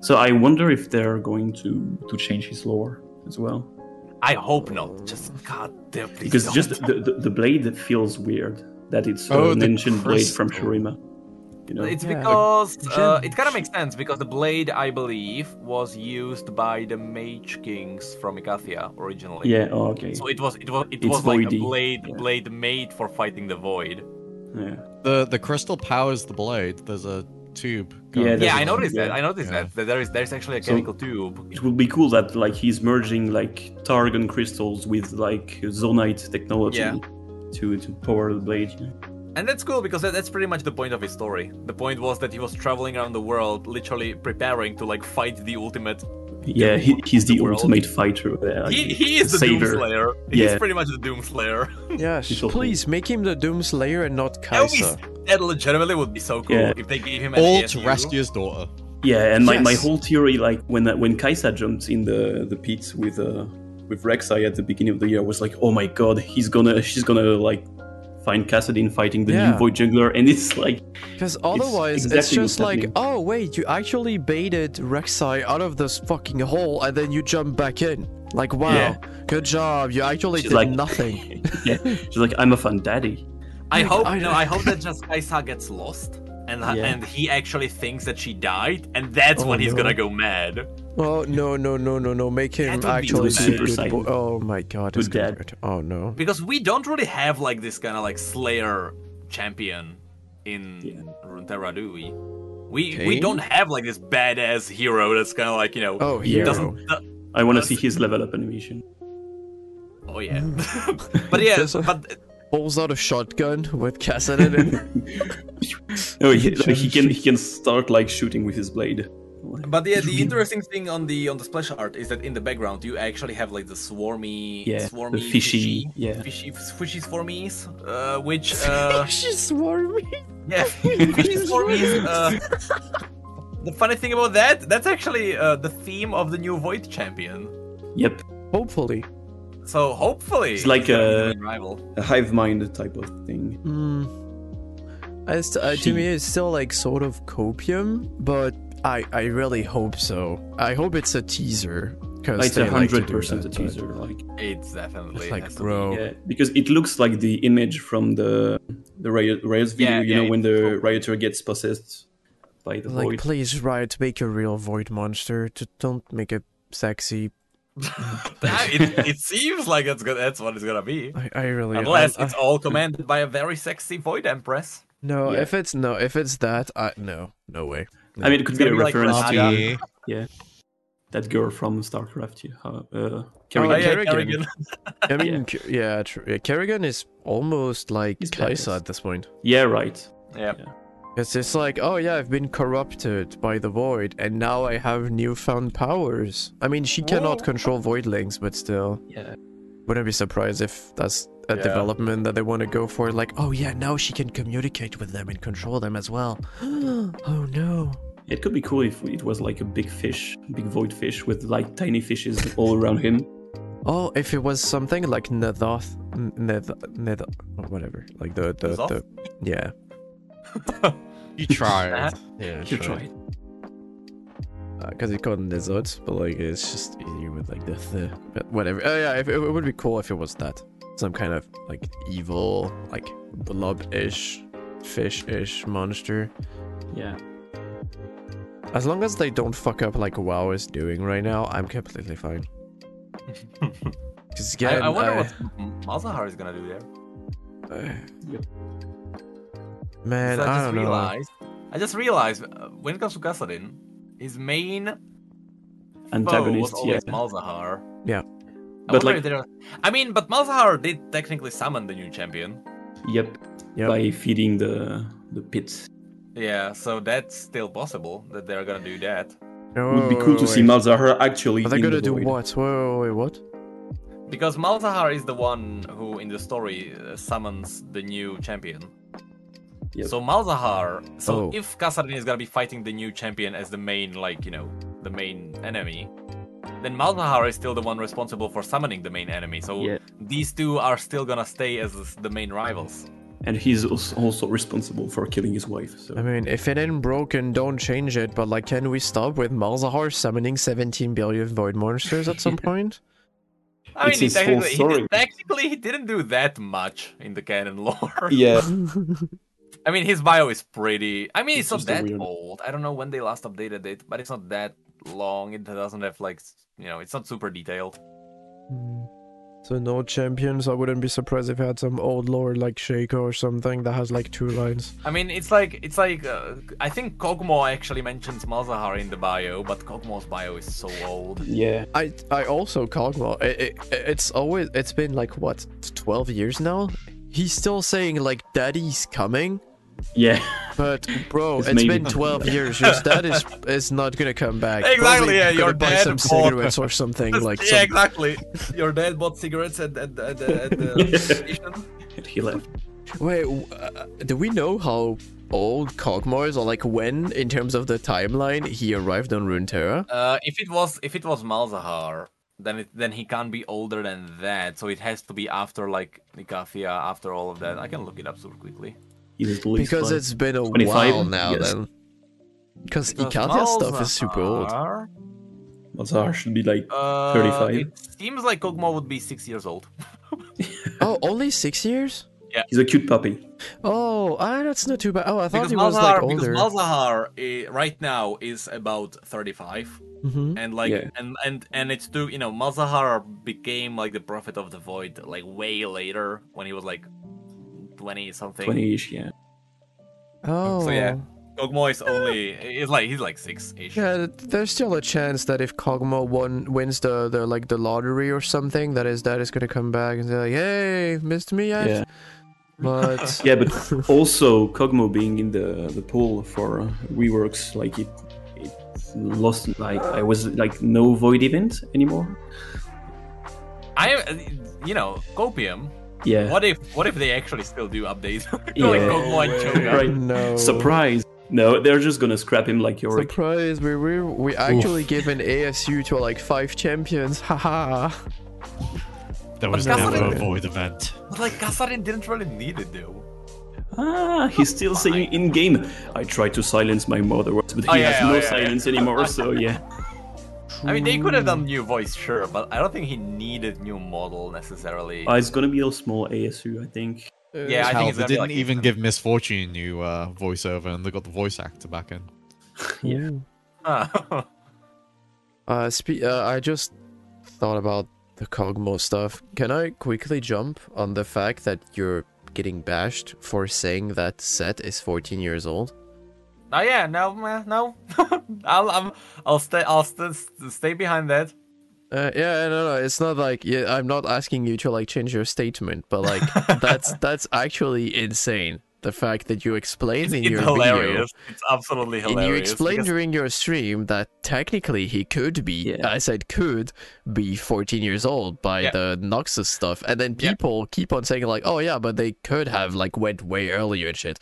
Speaker 4: so I wonder if they're going to to change his lore as well,
Speaker 3: I hope not. Just god damn please.
Speaker 4: because
Speaker 3: don't.
Speaker 4: just the, the, the blade feels weird that it's
Speaker 2: Oh,
Speaker 4: an
Speaker 2: the
Speaker 4: ancient blade from
Speaker 2: crystal.
Speaker 4: Shurima. You know,
Speaker 3: it's
Speaker 1: Yeah.
Speaker 3: because uh,
Speaker 1: Gem-
Speaker 3: it kind of makes sense because the blade, I believe, was used by the Mage Kings from Ikathia originally.
Speaker 4: yeah, oh, okay,
Speaker 3: So it was it was it
Speaker 4: It's
Speaker 3: was like a
Speaker 4: voidy.
Speaker 3: blade
Speaker 4: Yeah.
Speaker 3: blade made for fighting the void.
Speaker 4: yeah.
Speaker 2: The the crystal powers the blade. There's a tube.
Speaker 4: Yeah,
Speaker 2: going
Speaker 4: there's
Speaker 3: Yeah,
Speaker 4: a-
Speaker 3: I
Speaker 2: down.
Speaker 3: noticed that.
Speaker 4: yeah.
Speaker 3: I noticed
Speaker 2: Yeah.
Speaker 3: that, that there is there's actually a
Speaker 4: So-
Speaker 3: chemical tube.
Speaker 4: It would be cool that like he's merging like Targon crystals with like Zonite technology
Speaker 3: Yeah.
Speaker 4: to to power the blade. you know.
Speaker 3: And that's cool because that, that's pretty much the point of his story. The point was that he was traveling around the world, literally preparing to like fight the ultimate.
Speaker 4: Yeah, he, he's the,
Speaker 3: The world.
Speaker 4: ultimate fighter. There. like,
Speaker 3: He, he is the
Speaker 4: saver.
Speaker 3: Doomslayer. He's
Speaker 4: Uh, Yeah.
Speaker 3: pretty much the Doomslayer.
Speaker 1: yes,
Speaker 4: It's awful.
Speaker 1: please make him the Doomslayer and not
Speaker 3: That, would be,
Speaker 1: Kaiser.
Speaker 3: that legitimately would be so cool
Speaker 4: Yeah.
Speaker 3: if they gave him an
Speaker 2: All
Speaker 3: ASU.
Speaker 2: to rescue his daughter.
Speaker 4: Yeah, and my, my
Speaker 1: Yes.
Speaker 4: whole theory like when when Kaisa jumped in the the pit with uh with Rek'Sai at the beginning of the year was like, oh my god, he's gonna she's gonna like find Cassidy fighting the
Speaker 1: Yeah.
Speaker 4: new Void Jungler, and it's like
Speaker 1: Because otherwise, it's,
Speaker 4: exactly
Speaker 1: just
Speaker 4: what's
Speaker 1: like,
Speaker 4: happening.
Speaker 1: oh wait, you actually baited Rek'Sai out of this fucking hole, and then you jump back in. Like, wow,
Speaker 4: Yeah.
Speaker 1: good job. You actually
Speaker 4: She's
Speaker 1: did
Speaker 4: like-
Speaker 1: nothing.
Speaker 4: yeah, she's like I'm a fan daddy.
Speaker 3: I
Speaker 1: Like,
Speaker 3: hope
Speaker 1: I
Speaker 3: no,
Speaker 1: don't-
Speaker 3: I hope that just Kaisa gets lost and
Speaker 4: Yeah.
Speaker 3: and he actually thinks that she died, and that's
Speaker 1: Oh,
Speaker 3: when he's
Speaker 1: no.
Speaker 3: gonna go mad.
Speaker 1: Oh no, no, no, no, no! Make
Speaker 3: That would
Speaker 1: him
Speaker 3: be
Speaker 1: actually be
Speaker 4: too
Speaker 1: a
Speaker 4: bad.
Speaker 1: good
Speaker 4: Super
Speaker 1: boy.
Speaker 4: Saiyan.
Speaker 1: Oh my god, it's
Speaker 4: Good dad.
Speaker 1: good. Oh no.
Speaker 3: Because we don't really have like this kind of like Slayer champion in
Speaker 4: Yeah.
Speaker 3: Runeterra, do we? We
Speaker 1: Okay.
Speaker 3: we don't have like this badass hero that's kind of like you know
Speaker 1: Oh,
Speaker 4: Yeah.
Speaker 1: hero.
Speaker 3: doesn't. do-
Speaker 4: I want to
Speaker 3: That's-
Speaker 4: see his level up animation.
Speaker 3: oh yeah,
Speaker 4: Hmm.
Speaker 3: but yeah,
Speaker 1: Doesn't-
Speaker 3: but
Speaker 1: Pulls out a shotgun with Cassidy in it.
Speaker 4: No, he, Oh, like, he can he can start like shooting with his blade.
Speaker 3: but yeah, the interesting thing on the on the splash art is that in the background you actually have like the swarmy,
Speaker 4: Yeah, the
Speaker 3: swarmy,
Speaker 4: fishy- yeah.
Speaker 3: fishy, fishy swarmies, uh, which uh,
Speaker 1: She's swarming.
Speaker 3: Yeah, Fishing Stormies. Uh, the funny thing about that, that's actually uh, the theme of the new Void Champion.
Speaker 4: Yep,
Speaker 1: Hopefully.
Speaker 3: So hopefully,
Speaker 4: It's like,
Speaker 3: he's gonna be the
Speaker 4: uh,
Speaker 3: main rival.
Speaker 4: a hive mind type of thing.
Speaker 1: Hmm. I st- uh, to
Speaker 4: She-
Speaker 1: me, it's still like sort of copium, but I I really hope so. I hope it's a teaser because
Speaker 4: It's a hundred percent a teaser, like
Speaker 3: It's definitely
Speaker 1: It's like,
Speaker 3: has to be.
Speaker 1: bro.
Speaker 4: yeah, because it looks like the image from the the riot riots video.
Speaker 3: Yeah,
Speaker 4: you
Speaker 3: yeah,
Speaker 4: know when
Speaker 3: it's
Speaker 4: the rioter gets possessed by the
Speaker 1: Like,
Speaker 4: void.
Speaker 1: please, Riot, make a real void monster. Just don't make it sexy.
Speaker 3: Ah, it, it seems like it's gonna, that's what it's gonna be.
Speaker 1: I, I really
Speaker 3: Unless
Speaker 1: I'm-
Speaker 3: it's all commanded by a very sexy Void Empress.
Speaker 1: No,
Speaker 4: Yeah.
Speaker 1: if it's no, if it's that, I no, no way.
Speaker 4: I mean, it could
Speaker 3: It's
Speaker 4: be a
Speaker 3: gonna be like
Speaker 4: reference
Speaker 3: Renata.
Speaker 4: to
Speaker 2: Yeah.
Speaker 4: yeah. that girl from StarCraft. Yeah, uh, uh,
Speaker 1: Oh,
Speaker 4: Kerrigan.
Speaker 1: yeah. Kerrigan.
Speaker 3: Kerrigan.
Speaker 1: I mean, Ke- yeah, true. yeah, Kerrigan is almost like
Speaker 4: He's
Speaker 1: Kaiser
Speaker 4: badass.
Speaker 1: at this point.
Speaker 4: Yeah, right.
Speaker 3: Yeah.
Speaker 1: It's just like, oh yeah, I've been corrupted by the void, and now I have newfound powers. I mean, she cannot control voidlings, but still,
Speaker 4: Yeah.
Speaker 1: wouldn't be surprised if that's a
Speaker 3: Yeah.
Speaker 1: development that they want to go for. Like, oh yeah, now she can communicate with them and control them as well. oh no.
Speaker 4: It could be cool if it was like a big fish, big void fish with like tiny fishes all around him.
Speaker 1: Oh, if it was something like Nethoth, N- Neth, Neth, or whatever, like the the,
Speaker 3: Nethoth?
Speaker 1: the yeah.
Speaker 2: You try
Speaker 3: Uh-huh.
Speaker 2: it.
Speaker 1: Yeah,
Speaker 4: You try it.
Speaker 1: because it's called Nezot, but like it's just easier with like the th. But whatever. Oh yeah, if, it would be cool if it was that some kind of like evil, like blob-ish, fish-ish monster.
Speaker 4: Yeah.
Speaker 1: As long as they don't fuck up like WoW is doing right now, I'm completely fine. Because
Speaker 3: I,
Speaker 1: again,
Speaker 3: I wonder
Speaker 1: I-
Speaker 3: what Malzahar is gonna do there.
Speaker 1: man,
Speaker 3: So I,
Speaker 1: I,
Speaker 3: just
Speaker 1: don't know.
Speaker 3: realized. I just realized uh, when it comes to Kassadin, his main foe was
Speaker 4: Antagonist. Yeah.
Speaker 3: always oh, Malzahar.
Speaker 1: Yeah.
Speaker 3: I
Speaker 4: But,
Speaker 3: wonder
Speaker 4: like-
Speaker 3: if they're- I mean, but Malzahar did technically summon the new champion.
Speaker 4: Yep.
Speaker 1: Yep.
Speaker 4: By feeding the the pit.
Speaker 3: Yeah, so that's still possible that they're gonna do that
Speaker 1: Wait,
Speaker 4: Would be
Speaker 1: wait,
Speaker 4: cool to
Speaker 1: Oh, wait,
Speaker 4: see
Speaker 1: wait.
Speaker 4: Malzahar actually.
Speaker 1: Are they
Speaker 4: in
Speaker 1: gonna
Speaker 4: the
Speaker 1: do
Speaker 4: void.
Speaker 1: what? Wait, wait, wait, what?
Speaker 3: because Malzahar is the one who, in the story, uh, summons the new champion.
Speaker 4: Yep.
Speaker 3: So Malzahar. So
Speaker 1: Oh.
Speaker 3: if Kassadin is gonna be fighting the new champion as the main, like you know, the main enemy, then Malzahar is still the one responsible for summoning the main enemy. So
Speaker 4: Yeah.
Speaker 3: these two are still gonna stay as the main rivals.
Speaker 4: And he's als- also responsible for killing his wife. So.
Speaker 1: I mean, if it ain't broken, don't change it. But like, can we stop with Malzahar summoning 17 billion void monsters at some point?
Speaker 3: I mean,
Speaker 4: It's
Speaker 3: he
Speaker 4: his whole
Speaker 3: technically, he
Speaker 4: story.
Speaker 3: did, technically he didn't do that much in the canon lore.
Speaker 4: yeah.
Speaker 3: I mean, his bio is pretty. I mean, it's,
Speaker 4: It's
Speaker 3: not
Speaker 4: just a
Speaker 3: that
Speaker 4: weird-
Speaker 3: old. I don't know when they last updated it, but it's not that long. It doesn't have like s- you know, it's not super detailed.
Speaker 1: So no champions. I wouldn't be surprised if it had some old lord like Shaco or something that has like two lines.
Speaker 3: I mean, it's like it's like uh, I think Kogmo actually mentions Malzahar in the bio, but Kogmo's bio is so old.
Speaker 4: Yeah.
Speaker 1: I I also Cogmo. It, it, it's always it's been like what 12 years now. He's still saying like daddy's coming,
Speaker 4: Yeah.
Speaker 1: but bro,
Speaker 4: It's
Speaker 1: it's
Speaker 4: maybe-
Speaker 1: been 12 years. Your dad is is not gonna come back.
Speaker 3: Exactly,
Speaker 1: Probably
Speaker 3: yeah,
Speaker 1: gonna
Speaker 3: your
Speaker 1: buy
Speaker 3: dad
Speaker 1: some
Speaker 3: bought-
Speaker 1: cigarettes or something like
Speaker 3: yeah,
Speaker 1: some-
Speaker 3: exactly. Your dad bought cigarettes at at, at, at the station.
Speaker 4: And he left.
Speaker 1: Wait, w- uh, do we know how old Cogmore is, or like when, in terms of the timeline, he arrived on Runeterra?
Speaker 3: Uh, if it was if it was Malzahar, then it, then he can't be older than that. So it has to be after like Nikathia, after all of that. I can look it up super quickly.
Speaker 4: He's at least
Speaker 1: Because
Speaker 4: like-
Speaker 1: it's been a
Speaker 4: 25?
Speaker 1: while now,
Speaker 4: Yes.
Speaker 1: then. Because
Speaker 3: Because
Speaker 1: Ikatia stuff is super old.
Speaker 3: Malzahar,
Speaker 4: Malzahar should be like
Speaker 3: Uh,
Speaker 4: 35.
Speaker 3: It seems like Kogmo would be six years old.
Speaker 1: Oh, only six years?
Speaker 4: He's a cute puppy.
Speaker 1: Oh, ah, that's not too bad. Oh, I thought
Speaker 3: Because
Speaker 1: he was like
Speaker 3: Malzahar, because
Speaker 1: older.
Speaker 3: Malzahar uh, right now is about thirty-five,
Speaker 1: Mhm.
Speaker 3: and like
Speaker 4: Yeah.
Speaker 3: and and and it's too you know Malzahar became like the prophet of the void like way later when he was like twenty something.
Speaker 4: 20-ish, yeah.
Speaker 1: Oh,
Speaker 3: So
Speaker 1: yeah.
Speaker 3: yeah, Kogmo is only he's like he's like six ish.
Speaker 1: th- there's still a chance that if Kogmo won, wins the, the like the lottery or something, that his dad is gonna come back and say like, "Hey, missed me yet?"
Speaker 4: Yeah.
Speaker 1: But
Speaker 4: Yeah, but also Cogmo being in the the pool for reworks, like it, it lost like I was like no void event anymore.
Speaker 3: I you know copium.
Speaker 4: Yeah,
Speaker 3: What if what if they actually still do updates? like
Speaker 4: Yeah.
Speaker 3: Kogmo and Choga.
Speaker 4: Right.
Speaker 1: no.
Speaker 4: surprise? No, they're just gonna scrap him like Yorick.
Speaker 1: Surprise! We we we actually give an ASU to like five champions. Haha.
Speaker 2: There was
Speaker 3: But
Speaker 2: never a
Speaker 3: Kassadin-
Speaker 2: void event.
Speaker 3: But like Kassarin didn't really need it though.
Speaker 4: Ah, he's still saying in game. I tried to silence my mother words, but he
Speaker 3: Oh, yeah,
Speaker 4: has
Speaker 3: oh,
Speaker 4: no
Speaker 3: yeah, yeah.
Speaker 4: silence anymore. So yeah,
Speaker 3: I mean, they could have done new voice, sure, but I don't think he needed new model necessarily.
Speaker 4: uh, it's gonna be a small ASU, I think.
Speaker 3: yeah, I
Speaker 2: Hell,
Speaker 3: think it's
Speaker 2: they
Speaker 3: gonna be
Speaker 2: didn't
Speaker 3: like
Speaker 2: even give Misfortune a new uh, voiceover, and they got the voice actor back in.
Speaker 4: Yeah.
Speaker 3: Ah.
Speaker 1: Uh, spe- uh, I just thought about the Cogmo stuff. Can I quickly jump on the fact that you're getting bashed for saying that Set is 14 years old?
Speaker 3: Oh yeah, no, meh, no. I'll I'm, I'll stay I'll st- st- stay behind that.
Speaker 1: Uh, yeah, no, no, it's not like yeah, I'm not asking you to like change your statement, but like that's that's actually insane. The fact that you explained
Speaker 3: It's,
Speaker 1: in
Speaker 3: it's
Speaker 1: your
Speaker 3: hilarious. It's absolutely
Speaker 1: video, and
Speaker 3: hilarious.
Speaker 1: you explained
Speaker 3: because-
Speaker 1: during your stream that technically he could be,
Speaker 4: Yeah.
Speaker 1: I said could be 14 years old by
Speaker 3: Yeah.
Speaker 1: the Noxus stuff, and then
Speaker 2: Yeah.
Speaker 1: people keep on saying like, oh yeah, but they could have like went way earlier and shit.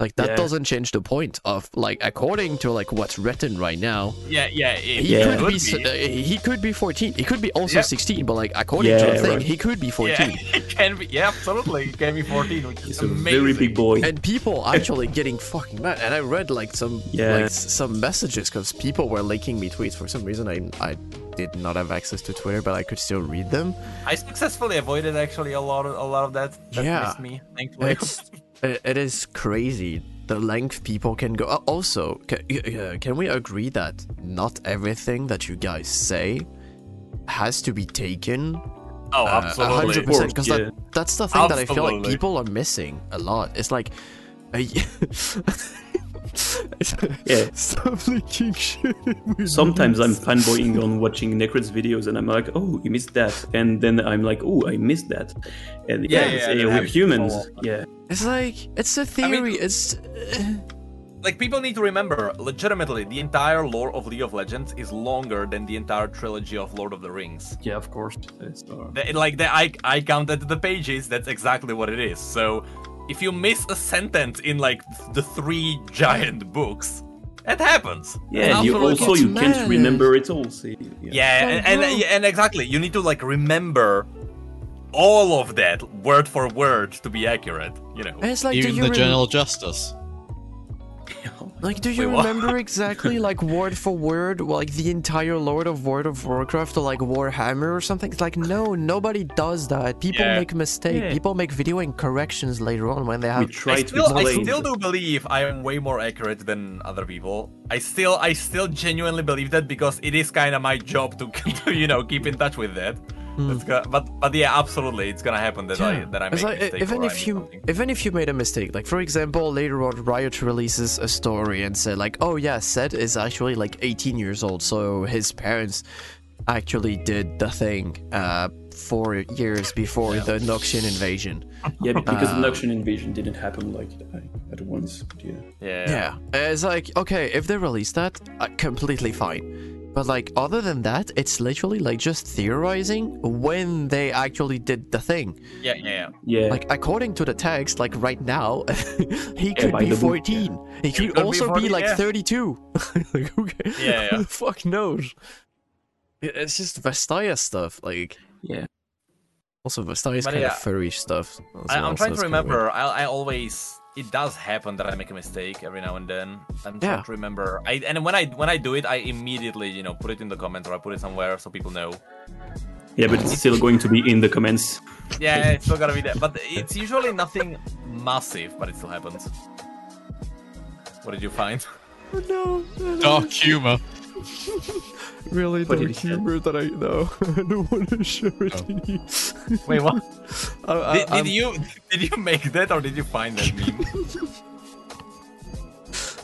Speaker 1: Like that
Speaker 4: Yeah.
Speaker 1: doesn't change the point of like according to like what's written right now,
Speaker 3: yeah, yeah, it,
Speaker 1: he
Speaker 4: Yeah.
Speaker 1: could
Speaker 3: would
Speaker 1: be, s- uh, he could be 14 he could be also
Speaker 3: Yeah.
Speaker 1: 16 but like according to
Speaker 4: Yeah,
Speaker 1: the thing
Speaker 4: right.
Speaker 1: he could be 14
Speaker 3: Yeah, it can be. Yeah, absolutely. It can be 14, which
Speaker 4: He's
Speaker 3: is
Speaker 4: a
Speaker 3: amazing.
Speaker 4: very big boy.
Speaker 1: and people actually getting fucking mad and i read like some
Speaker 4: Yeah.
Speaker 1: like s- some messages because people were linking me tweets for some reason i i did not have access to twitter but i could still read them
Speaker 3: I successfully avoided actually a lot of a lot of that. That
Speaker 1: Yeah.
Speaker 3: missed me, thankfully.
Speaker 1: it's it, it is crazy the length people can go Uh, also can, uh, can we agree that not everything that you guys say has to be taken
Speaker 3: oh,
Speaker 1: Uh,
Speaker 3: absolutely.
Speaker 1: 100%
Speaker 4: Of course,
Speaker 1: because
Speaker 4: yeah.
Speaker 1: that, that's the thing that I feel like
Speaker 3: Absolutely.
Speaker 1: people are missing a lot. It's like I
Speaker 4: Yeah.
Speaker 1: Stop leaking shit.
Speaker 4: Sometimes I'm fanboying on watching Necred's videos and I'm like, oh, you missed that. And then I'm like, oh, I missed that. And
Speaker 3: Yeah,
Speaker 4: yeah,
Speaker 3: yeah,
Speaker 4: it's,
Speaker 3: that
Speaker 4: uh, with
Speaker 3: happens
Speaker 4: humans,
Speaker 3: a lot.
Speaker 4: yeah.
Speaker 1: It's like it's a theory. it's
Speaker 3: Like people need to remember, legitimately, the entire lore of League of Legends is longer than the entire trilogy of Lord of uh, the Rings.
Speaker 4: Yeah, of course.
Speaker 3: The- like the, I I counted the pages. That's exactly what it is. So, if you miss a sentence in like the three giant books, it happens.
Speaker 4: yeah, and you
Speaker 1: Absolutely.
Speaker 4: also you
Speaker 1: It's
Speaker 4: can't
Speaker 1: mad.
Speaker 4: remember it all. See,
Speaker 3: Yeah,
Speaker 1: Like,
Speaker 3: and, and
Speaker 1: bro.
Speaker 3: and exactly, you need to like remember all of that word for word to be accurate. You know.
Speaker 1: it's like
Speaker 2: Even
Speaker 1: do you
Speaker 2: the
Speaker 1: rem-
Speaker 2: General Justice.
Speaker 1: like do you
Speaker 3: Wait, what?
Speaker 1: remember exactly like word for word like the entire Lord of World of Warcraft or like Warhammer or something? It's like no, nobody does that. People
Speaker 3: Yeah.
Speaker 1: make mistakes.
Speaker 4: Yeah.
Speaker 1: People make video and corrections later on when they
Speaker 4: we
Speaker 1: have
Speaker 4: try
Speaker 3: I still,
Speaker 4: to
Speaker 3: I
Speaker 4: explain.
Speaker 3: still do believe I am way more accurate than other people. I still, I still genuinely believe that because it is kind of my job to, to you know, keep in touch with that. That's go- but, but yeah, absolutely, it's gonna happen that I
Speaker 1: Hmm. Yeah.
Speaker 3: that I
Speaker 1: It's
Speaker 3: make
Speaker 1: like, e,
Speaker 3: a mistake
Speaker 1: even
Speaker 3: or I
Speaker 1: if
Speaker 3: miss
Speaker 1: you
Speaker 3: something.
Speaker 1: even if you made a mistake like for example later on riot releases a story and said like oh yeah Seth is actually like 18 years old so his parents actually did the thing uh four years before the noxian invasion
Speaker 4: Yeah, because the Noxian invasion didn't happen like at once. Yeah.
Speaker 3: yeah.
Speaker 1: yeah it's like okay if they release that uh, completely fine but like other than that it's literally like just theorizing when they actually did the thing
Speaker 3: yeah, yeah, yeah.
Speaker 4: Yeah.
Speaker 1: Like according to the text, like right now, he could
Speaker 4: by
Speaker 1: be
Speaker 4: the
Speaker 1: 14.
Speaker 4: book,
Speaker 1: He could,
Speaker 3: could be
Speaker 1: also be,
Speaker 3: 14,
Speaker 1: like
Speaker 3: yeah.
Speaker 1: 32. like who, ca-
Speaker 3: Yeah,
Speaker 1: who
Speaker 3: yeah.
Speaker 1: the fuck knows? It- It's just Vestaya stuff. Like
Speaker 4: yeah.
Speaker 1: also Vestaya's
Speaker 3: But
Speaker 1: kind
Speaker 3: yeah.
Speaker 1: of furry stuff.
Speaker 3: I, I'm trying to
Speaker 1: remember.
Speaker 3: remember. I, I always it does happen that I make a mistake every now and then. I'm trying
Speaker 1: Yeah.
Speaker 3: to remember. I and when I when I do it, I immediately you know put it in the comments or I put it somewhere so people know.
Speaker 4: Yeah, but it's still going to be in the comments.
Speaker 3: Yeah, it's still gonna be there. But it's usually nothing massive, but it still happens. What did you find?
Speaker 1: No,
Speaker 2: Dark humor.
Speaker 1: really
Speaker 4: What
Speaker 1: the
Speaker 4: did he say?
Speaker 1: humor that I know. I don't want to show it to you.
Speaker 3: Wait, what? Um,
Speaker 1: I, I,
Speaker 3: Oh. Did,
Speaker 1: I'm-
Speaker 3: did you did you make that or did you find that meme?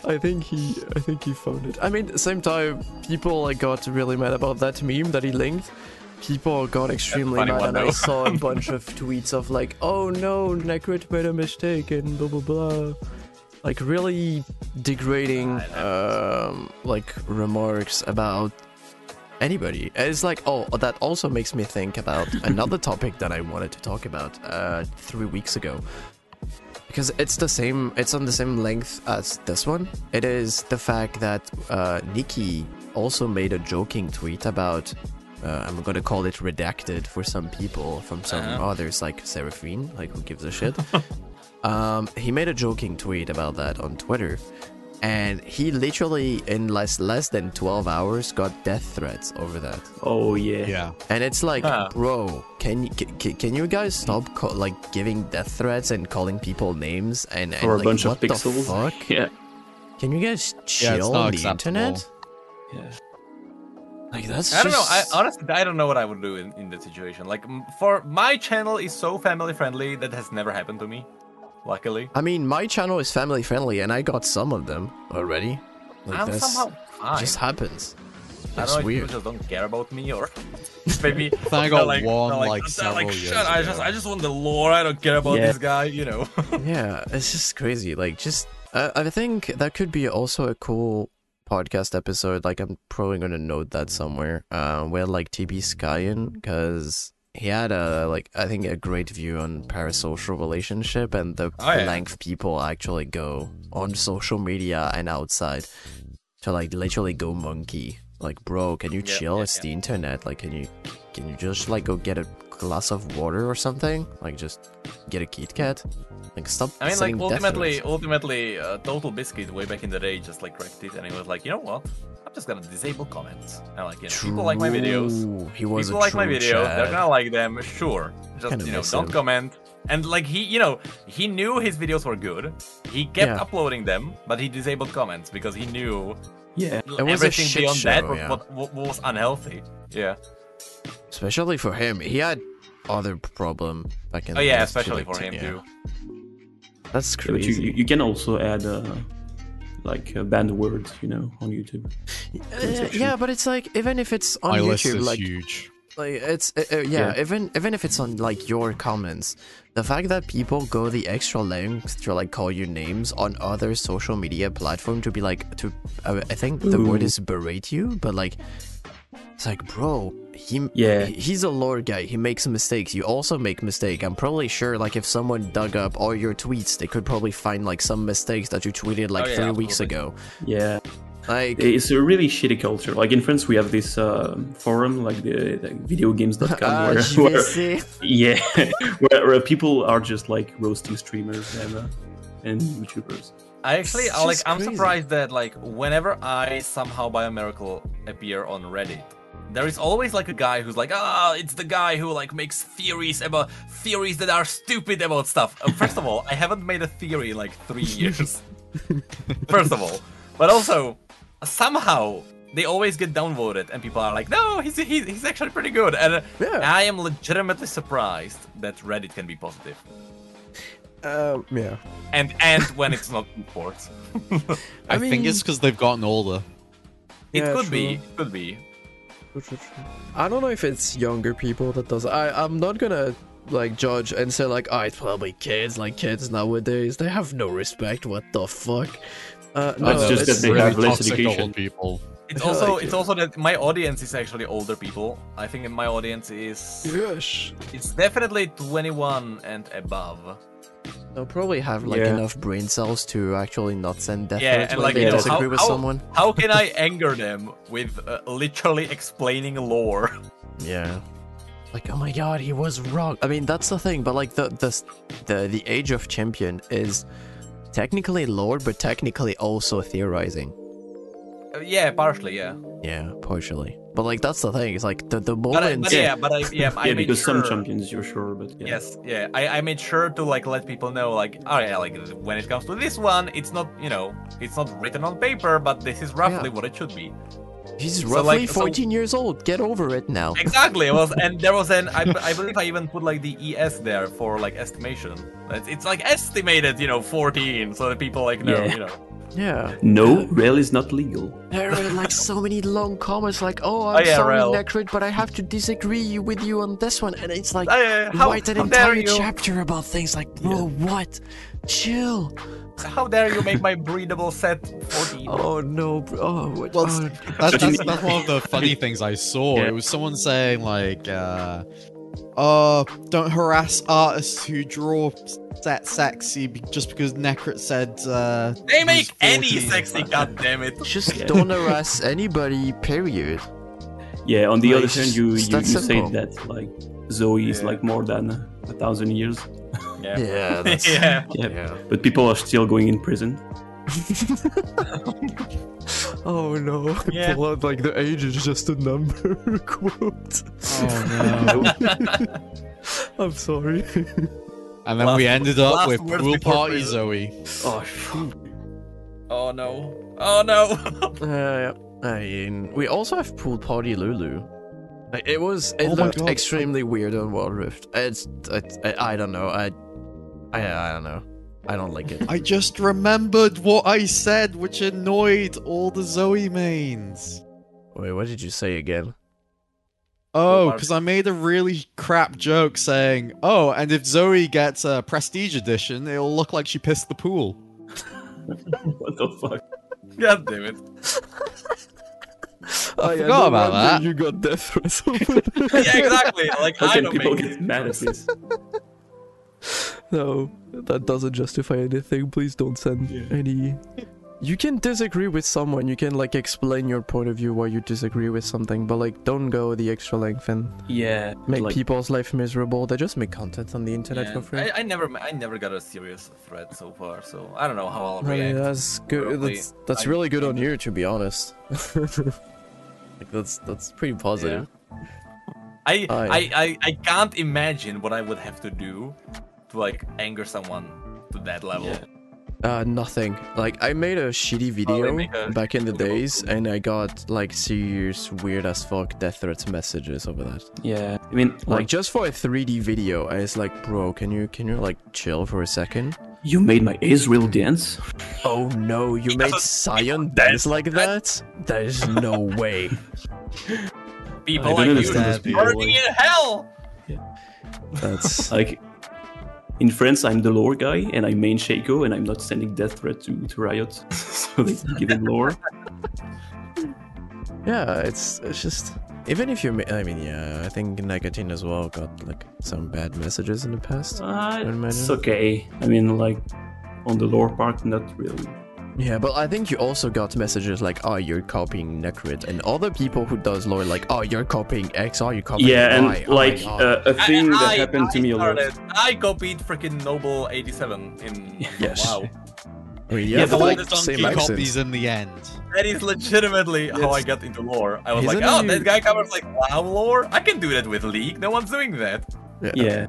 Speaker 1: I think he, I think he found it. I mean, same time, people like got really mad about that meme that he linked. People got extremely
Speaker 3: funny
Speaker 1: mad,
Speaker 3: one,
Speaker 1: and I
Speaker 3: though.
Speaker 1: saw a bunch of tweets of like, "Oh no, Necrit made a mistake," and blah blah blah. Like really degrading, um, like remarks about anybody. And it's like, oh, that also makes me think about another topic that I wanted to talk about uh, three weeks ago because it's the same it's on the same length as this one it is the fact that uh, nikki also made a joking tweet about uh, i'm gonna call it redacted for some people from some others like seraphine like who gives a shit um, he made a joking tweet about that on twitter and he literally in less less than 12 hours got death threats over that
Speaker 4: Oh yeah.
Speaker 2: Yeah.
Speaker 1: and it's like,
Speaker 3: Huh.
Speaker 1: bro, can you can, can you guys stop call, like giving death threats and calling people names and, and
Speaker 4: Or a
Speaker 1: like,
Speaker 4: bunch
Speaker 1: what
Speaker 4: of pixels.
Speaker 1: The fuck?
Speaker 4: Yeah.
Speaker 1: Can you guys
Speaker 2: Yeah,
Speaker 1: chill
Speaker 2: it's
Speaker 1: on
Speaker 2: not
Speaker 1: the
Speaker 2: acceptable.
Speaker 1: internet?
Speaker 4: Yeah.
Speaker 1: Like that's
Speaker 3: I don't know. I
Speaker 1: just-
Speaker 3: honestly I don't know what I would do in, in that situation. Like m- for my channel is so family friendly that has never happened to me. luckily.
Speaker 1: I mean, my channel is family friendly, and I got some of them already. Like
Speaker 3: I'm
Speaker 1: that's
Speaker 3: somehow fine.
Speaker 1: just happens.
Speaker 3: I
Speaker 1: That's
Speaker 3: don't know if
Speaker 1: weird.
Speaker 3: people just don't care about me or maybe
Speaker 2: I
Speaker 3: they're
Speaker 2: got one,
Speaker 3: they're
Speaker 2: like,
Speaker 3: they're
Speaker 2: several years
Speaker 3: "Shut, I just
Speaker 2: ago."
Speaker 3: I just want the lore. I don't care about
Speaker 4: Yeah.
Speaker 3: this guy. You know.
Speaker 1: yeah, it's just crazy. Like, just I I think that could be also a cool podcast episode. Like, I'm probably gonna note that somewhere. Uh, where like TB Skyen, because he had a like I think a great view on parasocial relationship and the
Speaker 3: Oh, yeah.
Speaker 1: length people actually go on social media and outside to like literally go monkey. Like, bro, can you
Speaker 3: Yeah,
Speaker 1: chill?
Speaker 3: yeah,
Speaker 1: it's
Speaker 3: yeah.
Speaker 1: the internet. Like, can you can you just like go get a glass of water or something? Like, just get a Kit Kat. Like, stop.
Speaker 3: I mean, like
Speaker 1: sending death
Speaker 3: ultimately,
Speaker 1: threats.
Speaker 3: ultimately, uh, Total Biscuit way back in the day just like wrecked it, and he was like, you know what? I'm just gonna disable comments. And like, you know, people like my videos.
Speaker 1: True. He was
Speaker 3: People
Speaker 1: a
Speaker 3: like my
Speaker 1: true
Speaker 3: videos.
Speaker 1: Chad.
Speaker 3: They're gonna like them, sure. Just
Speaker 1: Kinda
Speaker 3: you know,
Speaker 1: miss
Speaker 3: don't
Speaker 1: him.
Speaker 3: comment. And like he, you know, he knew his videos were good. He kept
Speaker 1: Yeah.
Speaker 3: uploading them, but he disabled comments because he knew
Speaker 4: Yeah.
Speaker 1: It was a
Speaker 3: everything
Speaker 1: shit
Speaker 3: beyond
Speaker 1: show,
Speaker 3: that was,
Speaker 1: yeah.
Speaker 3: what, what was unhealthy. Yeah.
Speaker 1: Especially for him, he had other problem back in.
Speaker 3: Oh
Speaker 1: the
Speaker 3: yeah,
Speaker 1: day,
Speaker 3: especially
Speaker 1: like,
Speaker 3: for him
Speaker 1: yeah.
Speaker 3: too.
Speaker 1: That's
Speaker 4: Yeah, but you,
Speaker 1: crazy.
Speaker 4: you, you can also add uh, like uh, banned words, you know, on YouTube.
Speaker 1: Uh, yeah, but it's like even if it's on
Speaker 2: My list
Speaker 1: YouTube,
Speaker 2: is
Speaker 1: like
Speaker 2: huge.
Speaker 1: like it's uh, uh, yeah,
Speaker 4: Yeah.
Speaker 1: even even if it's on like your comments the fact that people go the extra length to like call you names on other social media platform to be like to uh, i think the word
Speaker 4: Ooh.
Speaker 1: is berate you but like it's like bro he
Speaker 4: Yeah.
Speaker 1: he- he's a lore guy he makes mistakes you also make mistake i'm probably sure like if someone dug up all your tweets they could probably find like some mistakes that you tweeted like
Speaker 3: Oh, yeah,
Speaker 1: three weeks ago
Speaker 3: absolutely.
Speaker 4: Yeah.
Speaker 1: like
Speaker 4: It's a really shitty culture. Like in France, we have this uh, forum, like the like videogames.com,
Speaker 1: ah,
Speaker 4: where, where
Speaker 1: GVC.
Speaker 4: yeah, where, where people are just like roasting streamers and uh, and YouTubers.
Speaker 3: I actually
Speaker 1: It's
Speaker 3: I, like
Speaker 1: just
Speaker 3: I'm
Speaker 1: crazy.
Speaker 3: surprised that like whenever I somehow by a miracle appear on Reddit, there is always like a guy who's like, ah, it's the guy who like makes theories about theories that are stupid about stuff. Uh, First of all, I haven't made a theory in like three years. First of all, but also somehow they always get downvoted and people are like, no, he's he's, he's actually pretty good. And uh,
Speaker 1: Yeah.
Speaker 3: I am legitimately surprised that Reddit can be positive,
Speaker 1: um, yeah
Speaker 3: and and when it's not reports.
Speaker 2: I,
Speaker 1: I
Speaker 2: think it's
Speaker 1: mean-
Speaker 2: because they've gotten older.
Speaker 3: It
Speaker 1: Yeah,
Speaker 3: could be.
Speaker 1: true.
Speaker 3: It could be.
Speaker 1: I don't know if it's younger people that does. I I'm not gonna like judge and say like, oh, it's probably kids. Like kids nowadays, they have no respect. What the fuck? Uh, no,
Speaker 4: It's just
Speaker 1: it's-
Speaker 4: that they
Speaker 2: really
Speaker 4: have less
Speaker 2: toxic
Speaker 4: education.
Speaker 2: old people.
Speaker 3: It's
Speaker 1: I feel
Speaker 3: also
Speaker 1: like
Speaker 3: it's
Speaker 1: it.
Speaker 3: also that my audience is actually older people. I think my audience is
Speaker 1: Yes.
Speaker 3: it's definitely 21 and above.
Speaker 1: They'll probably have like
Speaker 4: Yeah.
Speaker 1: enough brain cells to actually not send death
Speaker 3: Yeah,
Speaker 1: threats
Speaker 3: and
Speaker 1: when
Speaker 3: like
Speaker 1: they
Speaker 3: you know,
Speaker 1: disagree
Speaker 3: how,
Speaker 1: with
Speaker 3: how,
Speaker 1: someone.
Speaker 3: how can I anger them with uh, literally explaining lore?
Speaker 1: Yeah. Like, oh my god, he was wrong. I mean, that's the thing, but like the the the, the age of champion is technically lore, but technically also theorizing.
Speaker 3: Uh, yeah, partially, yeah.
Speaker 1: Yeah, partially. But like that's the thing. It's like the the
Speaker 3: But,
Speaker 1: moment.
Speaker 3: I, but yeah, but I yeah, I
Speaker 4: yeah,
Speaker 3: made
Speaker 4: because
Speaker 3: sure.
Speaker 4: some champions, you're sure, but yeah.
Speaker 3: Yes, yeah. I, I made sure to like let people know like oh yeah, like when it comes to this one, it's not you know, it's not written on paper, but this is roughly what it should be.
Speaker 1: He's
Speaker 3: so,
Speaker 1: roughly
Speaker 3: like, so-
Speaker 1: 14 years old. Get over it now.
Speaker 3: Exactly. It was, and there was an. I, I believe I even put like the es there for like estimation. It's, it's like estimated, you know, fourteen, so that people like know,
Speaker 4: Yeah.
Speaker 3: you know.
Speaker 1: Yeah.
Speaker 4: No, rail is not legal.
Speaker 1: There are like so many long comments like, "Oh, I'm
Speaker 3: yeah,
Speaker 1: sorry,
Speaker 3: Rel.
Speaker 1: Necrid, but I have to disagree you- with you on this one." And it's like,
Speaker 3: Ah, yeah, how,
Speaker 1: write an
Speaker 3: how
Speaker 1: entire
Speaker 3: dare you?
Speaker 1: chapter about things like, "Bro, what? Chill."
Speaker 3: How dare you make my breedable set fourteen?
Speaker 1: Oh no, bro. Oh, what?
Speaker 2: Well,
Speaker 1: oh.
Speaker 2: That's,
Speaker 4: But you
Speaker 2: that's,
Speaker 4: mean-
Speaker 2: that's one of the funny things I saw.
Speaker 4: Yeah.
Speaker 2: It was someone saying like, uh, "Uh, don't harass artists who draw set sexy be- just because Necrit said uh,
Speaker 3: They
Speaker 2: he
Speaker 3: make
Speaker 2: was
Speaker 3: any
Speaker 2: 14."
Speaker 3: sexy, goddammit.
Speaker 1: Just
Speaker 4: Yeah.
Speaker 1: don't harass anybody. Period.
Speaker 4: Yeah. On the
Speaker 1: Like,
Speaker 4: other hand, you you,
Speaker 1: it's
Speaker 4: you
Speaker 1: that
Speaker 4: say
Speaker 1: simple.
Speaker 4: that like Zoe is
Speaker 3: Yeah.
Speaker 4: like more than a thousand years,
Speaker 1: Yeah. That's,
Speaker 3: yeah.
Speaker 4: Yeah.
Speaker 1: yeah.
Speaker 4: but people are still going in prison.
Speaker 1: Oh no.
Speaker 3: Yeah.
Speaker 1: Blood, like the age is just a number quote.
Speaker 2: Oh no.
Speaker 1: I'm sorry.
Speaker 2: And then
Speaker 3: Last-
Speaker 2: we ended up
Speaker 3: last
Speaker 2: with
Speaker 3: words
Speaker 2: pool
Speaker 3: before
Speaker 2: party
Speaker 3: prison.
Speaker 2: Zoe.
Speaker 4: Oh, fuck.
Speaker 3: Oh no. Oh no.
Speaker 1: Uh, I mean, we also have pool party Lulu. Like, It was it
Speaker 2: Oh my
Speaker 1: looked
Speaker 2: God.
Speaker 1: extremely weird on World Rift. It's, it's I, I don't know. I, I I don't know.
Speaker 5: I don't like it.
Speaker 2: I just remembered what I said, which annoyed all the Zoe mains.
Speaker 5: Wait, what did you say again?
Speaker 2: Oh,
Speaker 3: Barb-
Speaker 2: because I made a really crap joke saying, oh, and if Zoe gets a prestige edition, it'll look like she pissed the pool.
Speaker 4: What the fuck?
Speaker 3: God damn it.
Speaker 5: I
Speaker 2: forgot about that.
Speaker 5: You got death
Speaker 3: Yeah, exactly. Like,
Speaker 4: How
Speaker 3: I
Speaker 4: can
Speaker 3: don't
Speaker 4: people
Speaker 3: make
Speaker 4: get mad at this?
Speaker 5: no, that doesn't justify anything. Please don't send
Speaker 4: Yeah.
Speaker 5: any. You can disagree with someone. You can like explain your point of view why you disagree with something, but like don't go the extra length and
Speaker 4: Yeah.
Speaker 5: make
Speaker 4: like,
Speaker 5: people's life miserable. They just make content on the internet
Speaker 3: Yeah,
Speaker 5: for free.
Speaker 3: I, I never, I never got a serious threat so far, so I don't know how I'll
Speaker 5: I mean,
Speaker 3: react.
Speaker 5: that's good.
Speaker 3: Probably.
Speaker 5: That's that's
Speaker 3: I-
Speaker 5: really good on you, to be honest. like that's that's pretty positive.
Speaker 3: I,
Speaker 5: Oh, yeah.
Speaker 3: I, I, I can't imagine what I would have to do to like anger someone to that level.
Speaker 4: Yeah.
Speaker 5: Uh, nothing. Like I made a shitty video
Speaker 3: make a
Speaker 5: back in the
Speaker 3: video.
Speaker 5: days, and I got like serious weird as fuck death threats messages over that.
Speaker 4: Yeah. I mean,
Speaker 5: Like
Speaker 4: like,
Speaker 5: just for a 3D video, and it's like, bro, can you can you like chill for a second?
Speaker 4: you made my Israel dance.
Speaker 5: Oh no, you made
Speaker 3: doesn't-
Speaker 5: Sion dance like that? There is no way.
Speaker 3: People
Speaker 4: I
Speaker 3: like
Speaker 4: don't
Speaker 3: you
Speaker 4: understand
Speaker 3: is
Speaker 4: those people.
Speaker 3: burning in hell.
Speaker 5: That's
Speaker 4: Like, in France, I'm the lore guy, and I main Shaco, and I'm not sending death threat to, to Riot, so they can give him lore.
Speaker 5: yeah. It's it's just even if you, ma- I mean, yeah, I think Negatin as well got like some bad messages in the past.
Speaker 4: Uh,
Speaker 5: Don't matter.
Speaker 4: it's okay. I mean, like, on the lore part, not really.
Speaker 5: Yeah, but I think you also got messages like, "Oh, you're copying Necrit," and other people who does lore like, "Oh, you're copying X. Oh, you're copying
Speaker 4: Yeah, and
Speaker 5: Y." Oh my
Speaker 4: like
Speaker 5: God.
Speaker 4: uh, a thing
Speaker 3: I,
Speaker 4: that
Speaker 3: I-
Speaker 4: happened
Speaker 3: I
Speaker 4: to me a lot.
Speaker 3: started- I copied freaking Noble 87 in
Speaker 5: Yes.
Speaker 3: wow.
Speaker 5: I mean,
Speaker 4: yeah,
Speaker 5: yeah,
Speaker 4: but
Speaker 5: but
Speaker 2: all
Speaker 5: like
Speaker 2: the
Speaker 5: same
Speaker 2: donkey
Speaker 5: accent.
Speaker 2: copies in the end.
Speaker 3: That is legitimately how I
Speaker 5: It's-
Speaker 3: got into lore. I was
Speaker 5: Isn't
Speaker 3: like, oh,
Speaker 5: it-
Speaker 3: that guy covers like WoW lore. I can do that with League. No one's doing that.
Speaker 4: Yeah.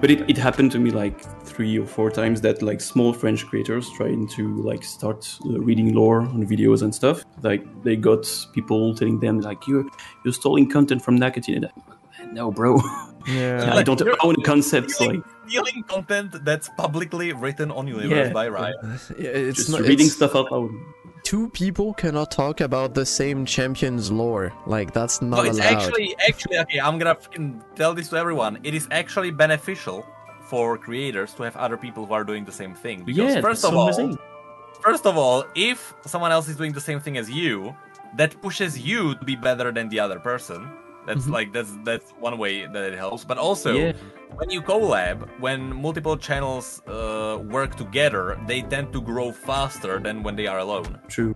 Speaker 4: But it, it happened to me like three or four times that like small French creators trying to like start uh, reading lore on videos and stuff. Like they got people telling them like you're you're stealing content from Nakatine. And I'm, No, bro,
Speaker 5: Yeah.
Speaker 4: I don't
Speaker 3: you're-
Speaker 4: own concepts. Like
Speaker 3: Stealing, stealing content that's publicly written on Universe
Speaker 4: Yeah.
Speaker 3: by Riot.
Speaker 5: Yeah, it's
Speaker 4: just
Speaker 5: not
Speaker 4: reading
Speaker 5: it's-
Speaker 4: stuff out loud.
Speaker 5: Two people cannot talk about the same champion's lore. Like that's not
Speaker 3: No, it's
Speaker 5: allowed.
Speaker 3: actually, actually, okay, I'm gonna fucking tell this to everyone. It is actually beneficial for creators to have other people who are doing the same thing. Because
Speaker 4: Yeah,
Speaker 3: first
Speaker 4: that's
Speaker 3: of
Speaker 4: what I'm
Speaker 3: all,
Speaker 4: saying.
Speaker 3: first of all, if someone else is doing the same thing as you, that pushes you to be better than the other person. That's like that's that's one way that it helps. But also,
Speaker 4: Mm-hmm. Yeah.
Speaker 3: when you collab, when multiple channels uh, work together, they tend to grow faster than when they are alone.
Speaker 4: True.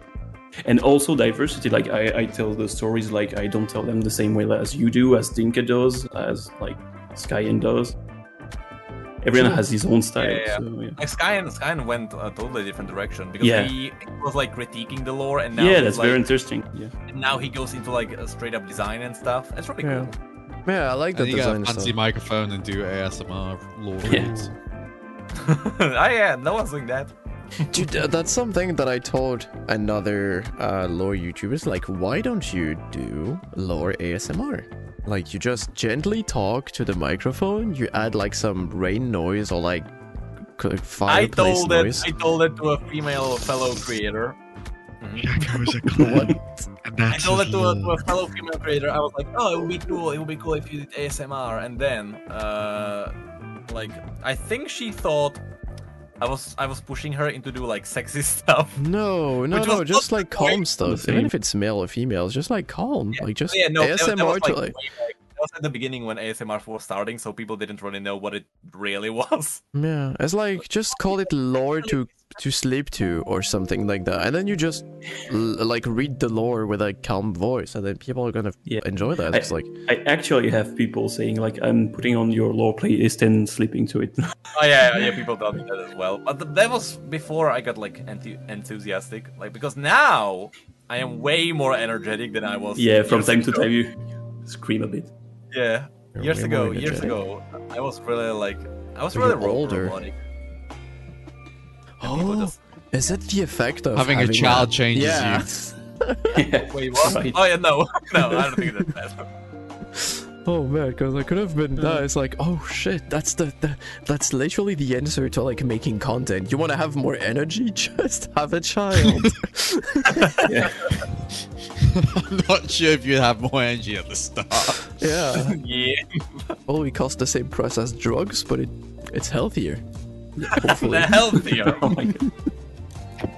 Speaker 4: And also diversity. Like I, I tell the stories like I don't tell them the same way as you do, as Dinka does, as like Skyen does. Everyone has his own style.
Speaker 3: Yeah, yeah,
Speaker 4: So, yeah.
Speaker 3: Like Skyen, Skyen went a totally different direction because
Speaker 4: Yeah.
Speaker 3: he was like critiquing the lore, and now
Speaker 4: yeah,
Speaker 3: he's,
Speaker 4: that's
Speaker 3: like,
Speaker 4: very interesting. Yeah.
Speaker 3: now he goes into like a straight up design and stuff. It's really
Speaker 5: Yeah.
Speaker 3: cool.
Speaker 5: Yeah, I like the
Speaker 2: And you get a
Speaker 5: design
Speaker 2: fancy
Speaker 5: stuff.
Speaker 2: microphone and do ASMR lore
Speaker 4: Yeah.
Speaker 2: reads.
Speaker 3: oh yeah, no one's doing that.
Speaker 5: Dude, uh, that's something that I told another uh, lore YouTuber. It's Like, why don't you do lore ASMR? Like, you just gently talk to the microphone. You add like some rain noise or like c-
Speaker 3: I
Speaker 5: fireplace
Speaker 3: told
Speaker 5: noise.
Speaker 3: it. I told it to a female fellow creator.
Speaker 6: Jacko is a clone,
Speaker 5: what?
Speaker 6: and
Speaker 3: I
Speaker 6: that's
Speaker 3: told it
Speaker 6: his
Speaker 3: to a, to
Speaker 6: law.
Speaker 3: a fellow female creator. I was like, oh, it would be cool. It would be cool if you did ASMR. And then, uh, like, I think she thought I was I was pushing her into do like sexy stuff.
Speaker 5: No, no,
Speaker 3: Which
Speaker 5: no.
Speaker 3: was
Speaker 5: Just
Speaker 3: not
Speaker 5: like
Speaker 3: the point.
Speaker 5: calm stuff. Even
Speaker 4: Same.
Speaker 5: if it's male or female, it's just like calm. Like just
Speaker 3: Oh, yeah, no, that-
Speaker 5: ASMR.
Speaker 3: that, was
Speaker 5: to,
Speaker 3: like,
Speaker 5: like-
Speaker 3: way back. That was at the beginning when ASMR was starting, so people didn't really know what it really was.
Speaker 5: Yeah, it's like just call it lore to to sleep to or something like that, and then you just l- like read the lore with a calm voice, and then people are gonna
Speaker 4: Yeah.
Speaker 5: enjoy that.
Speaker 4: I-
Speaker 5: It's like
Speaker 4: I actually have people saying like I'm putting on your lore playlist and sleeping to it.
Speaker 3: Oh yeah, yeah, yeah, people tell me that as well. But th- that was before I got like enthu- enthusiastic, like because now I am way more energetic than I was.
Speaker 4: yeah, from
Speaker 3: years
Speaker 4: time to
Speaker 3: ago.
Speaker 4: time you scream a bit.
Speaker 3: Yeah,
Speaker 5: You're
Speaker 3: years
Speaker 5: way
Speaker 3: ago,
Speaker 5: more
Speaker 3: years
Speaker 5: energetic.
Speaker 3: ago, I was really like, I was
Speaker 5: But
Speaker 3: really
Speaker 5: you're
Speaker 3: ro-
Speaker 5: older.
Speaker 3: robotic. And people
Speaker 5: oh,
Speaker 3: just-
Speaker 5: is it the effect of
Speaker 2: Having a child changes
Speaker 5: yeah.
Speaker 2: you.
Speaker 4: Yeah.
Speaker 3: Wait, what?
Speaker 4: Right.
Speaker 3: Oh yeah, no, no, I don't think that's that.
Speaker 5: oh man, because I could have been that. It's like, oh shit, that's the, the that's literally the answer to like making content. You want to have more energy? Just have a child.
Speaker 2: I'm not sure if you have more energy at the start.
Speaker 5: yeah.
Speaker 3: Yeah.
Speaker 5: Well, it costs the same price as drugs, but it it's healthier. Hopefully.
Speaker 3: The healthier.
Speaker 4: Oh my god.
Speaker 5: Oh,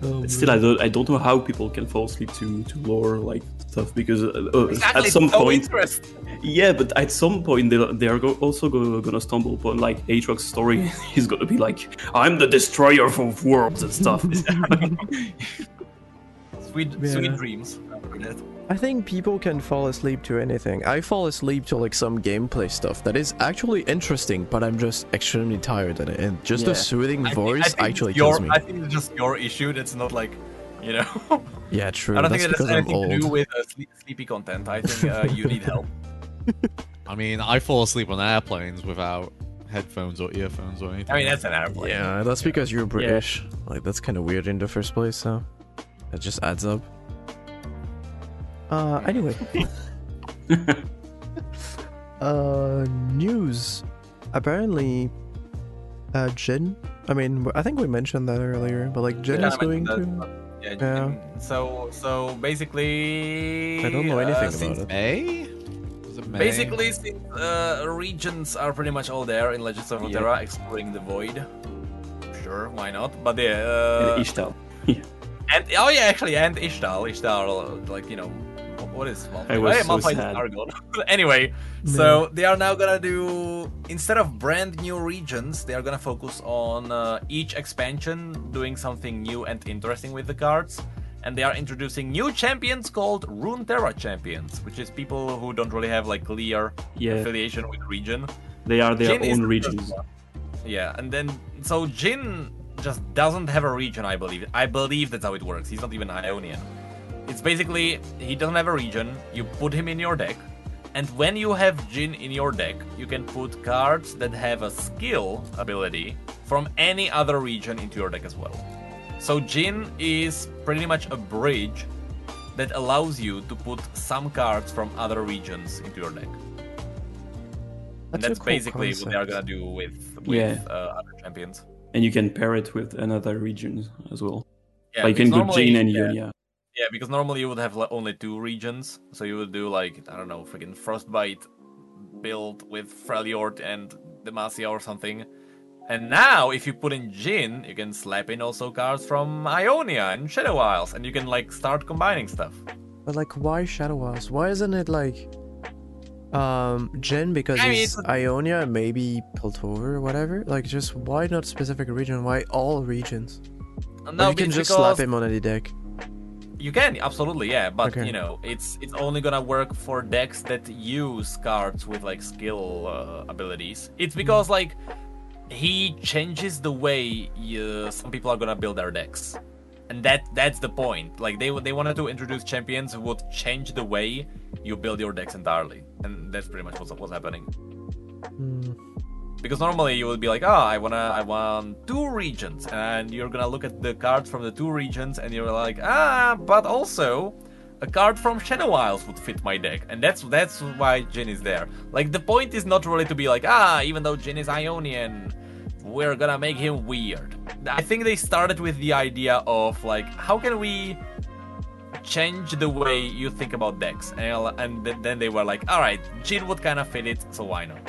Speaker 4: But
Speaker 5: man.
Speaker 4: Still, I don't, I don't know how people can fall asleep to, to lore like stuff because uh, uh,
Speaker 3: Exactly.
Speaker 4: at some
Speaker 3: no
Speaker 4: point,
Speaker 3: interest.
Speaker 4: yeah, but at some point they they are go- also go- gonna stumble upon like Aatrox's story. He's gonna be like, "I'm the destroyer of worlds and stuff."
Speaker 3: Sweet,
Speaker 5: Yeah.
Speaker 3: sweet dreams. Remember that.
Speaker 5: I think people can fall asleep to anything. I fall asleep to like some gameplay stuff that is actually interesting, but I'm just extremely tired at it, and just
Speaker 3: Yeah.
Speaker 5: the soothing
Speaker 3: I thi- I
Speaker 5: voice
Speaker 3: think
Speaker 5: actually
Speaker 3: your,
Speaker 5: kills me.
Speaker 3: I think it's just your issue. That's not like, you know.
Speaker 5: yeah, true.
Speaker 3: I don't
Speaker 5: That's
Speaker 3: think it has
Speaker 5: because I'm
Speaker 3: anything to do
Speaker 5: old.
Speaker 3: with uh, sleep, sleepy content. I think uh, you need help.
Speaker 2: I mean, I fall asleep on airplanes without headphones or earphones or anything.
Speaker 3: I mean, that's an airplane.
Speaker 5: Yeah, that's because you're British. Like that's kind of weird in the first place, so that just adds up. Uh, anyway. uh, news. Apparently, uh, Jin. I mean, I think we mentioned that earlier, but like Jin
Speaker 3: Yeah,
Speaker 5: is
Speaker 3: I mean,
Speaker 5: going
Speaker 3: that-
Speaker 5: to.
Speaker 3: Yeah.
Speaker 5: Yeah.
Speaker 3: mm, So, so basically,
Speaker 5: I don't know
Speaker 3: uh,
Speaker 5: anything
Speaker 3: since-
Speaker 5: about it.
Speaker 2: May? Was it May?
Speaker 3: Basically, since uh, regions are pretty much all there in Legends of
Speaker 4: Yeah.
Speaker 3: Runeterra, exploring the void. Sure, why not? But yeah, uh,
Speaker 4: And Ishtal.
Speaker 3: and oh yeah, actually, and Ishtal, Ishtal, like you know, wh- what is Malphite?
Speaker 4: I was
Speaker 3: Hey,
Speaker 4: so
Speaker 3: Malphite is
Speaker 4: sad.
Speaker 3: Argon. anyway, so they are now gonna do instead of brand new regions, they are gonna focus on uh, each expansion doing something new and interesting with the cards. And they are introducing new champions called Runeterra champions, which is people who don't really have like clear
Speaker 4: Yeah,
Speaker 3: affiliation with region.
Speaker 4: they are their
Speaker 3: Jin is the
Speaker 4: own
Speaker 3: first
Speaker 4: regions.
Speaker 3: one. Yeah, and then so Jin just doesn't have a region. I believe. I believe that's how it works. He's not even Ionian. It's basically he doesn't have a region. You put him in your deck, and when you have Jin in your deck, you can put cards that have a skill ability from any other region into your deck as well. So Jin is pretty much a bridge that allows you to put some cards from other regions into your deck. And
Speaker 5: a
Speaker 3: that's
Speaker 5: cool
Speaker 3: basically what they are gonna
Speaker 5: concept.
Speaker 3: do with with
Speaker 4: Yeah.
Speaker 3: uh, other champions.
Speaker 4: and you can pair it with another region as well.
Speaker 3: Yeah,
Speaker 4: like you
Speaker 3: because
Speaker 4: can go
Speaker 3: normally-
Speaker 4: Jane and
Speaker 3: yeah,
Speaker 4: Ionia.
Speaker 3: Yeah, because normally you would have like, only two regions, so you would do like I don't know, freaking frostbite build with Freljord and Demacia or something. And now, if you put in Jin, you can slap in also cards from Ionia and Shadow Isles, and you can like start combining stuff.
Speaker 5: But like, why Shadow Isles? Why isn't it like, um, Jin because
Speaker 3: I mean,
Speaker 5: it's
Speaker 3: it's-
Speaker 5: Ionia, maybe Piltover or whatever? Like, just why not specific region? Why all regions? Or
Speaker 3: No,
Speaker 5: you can
Speaker 3: it's
Speaker 5: just slap
Speaker 3: because-
Speaker 5: him on any deck.
Speaker 3: You can absolutely, yeah, but
Speaker 5: Okay.
Speaker 3: you know, it's it's only gonna work for decks that use cards with like skill uh, abilities. It's because like he changes the way uh, some people are gonna build their decks, and that that's the point. Like they they wanted to introduce champions who would change the way you build your decks entirely, and that's pretty much what's what's happening. Because normally you would be like, ah, I wanna, I want two regions, and you're gonna look at the cards from the two regions, and you're like, ah, but also, a card from Shadow Isles would fit my deck, and that's that's why Jin is there. Like the point is not really to be like, ah, even though Jin is Ionian, we're gonna make him weird. I think they started with the idea of like, how can we change the way you think about decks, and, and th- then they were like, all right, Jin would kind of fit it, so why not?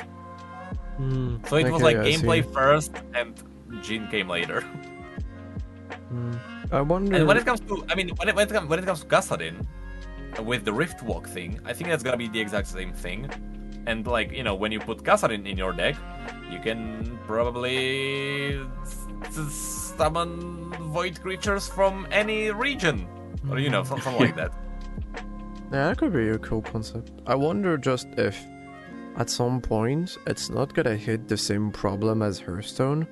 Speaker 3: So it was like gameplay first and Jin came later.
Speaker 5: I wonder.
Speaker 3: And when it comes to, I mean, when it, when it, comes, when it comes to Gassadin, with the Rift Walk thing, I think that's gonna be the exact same thing. And like, you know, when you put Gassadin in your deck, you can probably s- s- summon void creatures from any region. Or, you know, some- something like that.
Speaker 5: Yeah, that could be a cool concept. I wonder just if, at some point, it's not gonna hit the same problem as Hearthstone,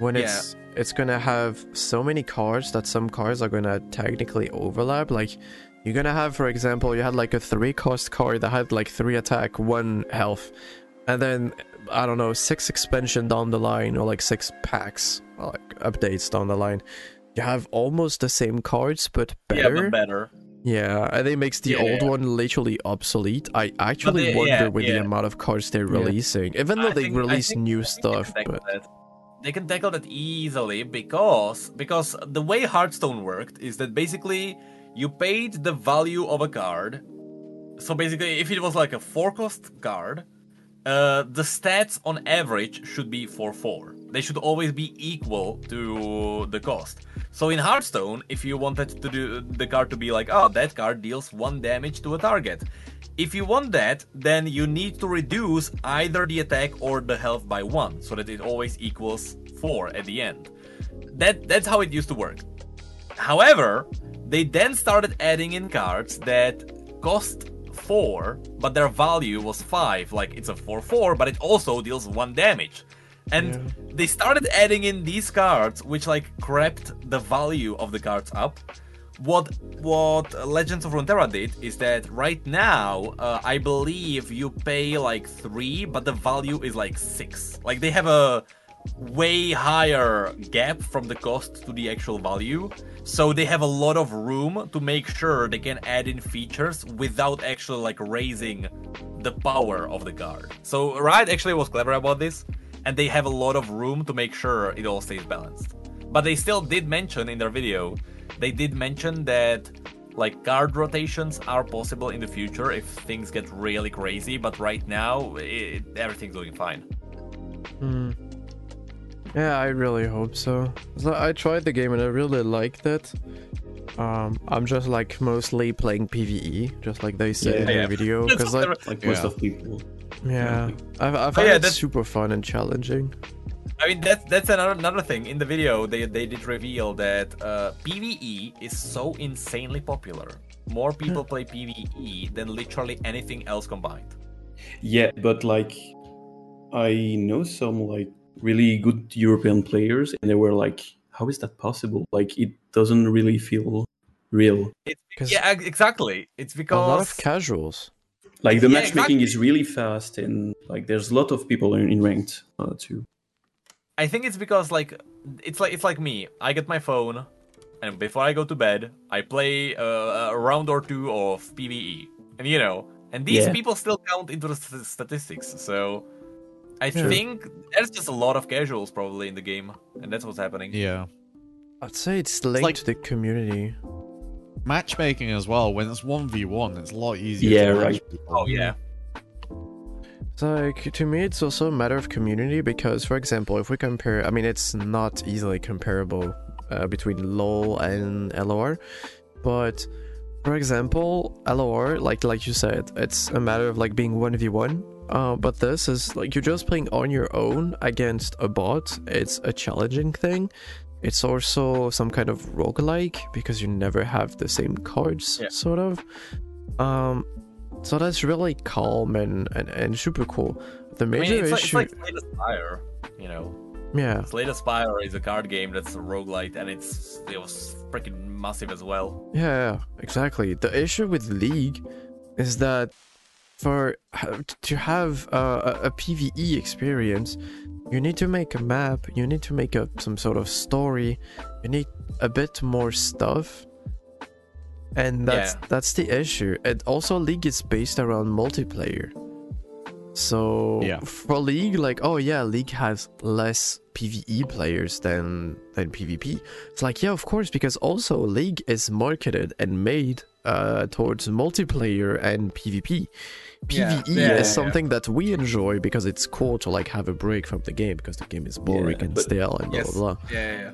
Speaker 5: when
Speaker 3: Yeah.
Speaker 5: it's it's gonna have so many cards that some cards are gonna technically overlap. Like, you're gonna have, for example, you had like a three cost card that had like three attack, one health, and then I don't know six expansion down the line or like six packs like updates down the line. You have almost the same cards but better.
Speaker 3: Yeah, but better.
Speaker 5: Yeah, I think it makes the
Speaker 3: Yeah,
Speaker 5: old
Speaker 3: yeah.
Speaker 5: one literally obsolete. I actually
Speaker 3: they-
Speaker 5: wonder
Speaker 3: yeah,
Speaker 5: with the
Speaker 3: yeah.
Speaker 5: amount of cards they're
Speaker 4: Yeah.
Speaker 5: releasing, even though
Speaker 3: I
Speaker 5: they
Speaker 3: think- I
Speaker 5: release
Speaker 3: think-
Speaker 5: new
Speaker 3: I think they can
Speaker 5: stuff.
Speaker 3: tackle
Speaker 5: But
Speaker 3: that. they can tackle that easily because because the way Hearthstone worked is that basically you paid the value of a card. So basically, if it was like a four cost card, uh, the stats on average should be four four. They should always be equal to the cost. So in Hearthstone, if you wanted to do the card to be like, oh, that card deals one damage to a target. If you want that, then you need to reduce either the attack or the health by one, so that it always equals four at the end. That that's how it used to work. However, they then started adding in cards that cost four, but their value was five. Like it's a four-four, but it also deals one damage. And they started adding in these cards, which like crept the value of the cards up. What what Legends of Runeterra did is that right now, uh, I believe you pay like three, but the value is like six. Like they have a way higher gap from the cost to the actual value. So they have a lot of room to make sure they can add in features without actually like raising the power of the card. So Riot actually was clever about this, and they have a lot of room to make sure it all stays balanced. But they still did mention in their video, they did mention that like card rotations are possible in the future if things get really crazy. But right now, it, everything's looking fine.
Speaker 5: Hmm. yeah, I really hope so. So I tried the game and I really liked it. Um, I'm just like mostly playing PVE, just like they said
Speaker 4: Yeah.
Speaker 5: in the
Speaker 3: Yeah.
Speaker 5: video, because like
Speaker 4: Like
Speaker 2: Yeah.
Speaker 4: most of people.
Speaker 5: yeah,
Speaker 4: Yeah.
Speaker 5: I've, I've found
Speaker 3: Oh, yeah,
Speaker 5: it
Speaker 3: that's-
Speaker 5: super fun and challenging.
Speaker 3: I mean that's that's another another thing in the video they they did reveal that uh, PVE is so insanely popular. More
Speaker 5: Hmm.
Speaker 3: people play PVE than literally anything else combined.
Speaker 4: Yeah, but like I know some like really good European players, and they were like, "How is that possible? Like it doesn't really feel real."
Speaker 3: It's
Speaker 5: 'Cause
Speaker 3: yeah, ex- exactly. It's
Speaker 5: A
Speaker 3: because
Speaker 5: lot of casuals.
Speaker 4: Like the
Speaker 3: Yeah,
Speaker 4: matchmaking is really fast, and like there's a lot of people in, in ranked uh, too.
Speaker 3: I think it's because like it's like it's like me. I get my phone, and before I go to bed, I play uh, a round or two of PVE, and you know, and these
Speaker 4: Yeah.
Speaker 3: people still count into the st- statistics. So I
Speaker 5: Sure.
Speaker 3: think there's just a lot of casuals probably in the game, and that's what's happening.
Speaker 2: Yeah.
Speaker 5: I'd say it's linked
Speaker 2: like-
Speaker 5: to the community.
Speaker 2: Matchmaking as well. When it's one v one, it's a lot easier.
Speaker 4: Yeah,
Speaker 2: to match
Speaker 4: right.
Speaker 2: people.
Speaker 3: Oh yeah,
Speaker 5: It's like to me it's also a matter of community because for example if we compare i mean it's not easily comparable uh, between lol and lor but for example lor like like you said it's a matter of like being 1v1 uh, but this is like you're just playing on your own against a bot it's a challenging thing it's also some kind of roguelike because you never have the same cards
Speaker 3: Yeah.
Speaker 5: sort of um so that's really calm and, and, and super cool. The
Speaker 3: I mean
Speaker 5: major
Speaker 3: it's like, it's
Speaker 5: issue,
Speaker 3: like Slay the Spire, you know.
Speaker 5: yeah,
Speaker 3: Slay the Spire is a card game that's a roguelite, and it's it was freaking massive as well.
Speaker 5: yeah, yeah, exactly. The issue with League is that for to have a, a, a PVE experience, you need to make a map, you need to make up some sort of story, you need a bit more stuff, and that's that's the issue. And also, League is based around multiplayer. So
Speaker 2: Yeah.
Speaker 5: for League, like oh yeah, League has less PVE players than than PvP. It's like yeah, of course, because also League is marketed and made uh, towards multiplayer and PvP.
Speaker 3: Yeah.
Speaker 5: PvE
Speaker 3: Yeah, yeah,
Speaker 5: E is something that we enjoy because it's cool to like have a break from the game because the game is boring
Speaker 4: Yeah,
Speaker 5: and
Speaker 4: but-
Speaker 5: stale and blah blah
Speaker 3: Yeah,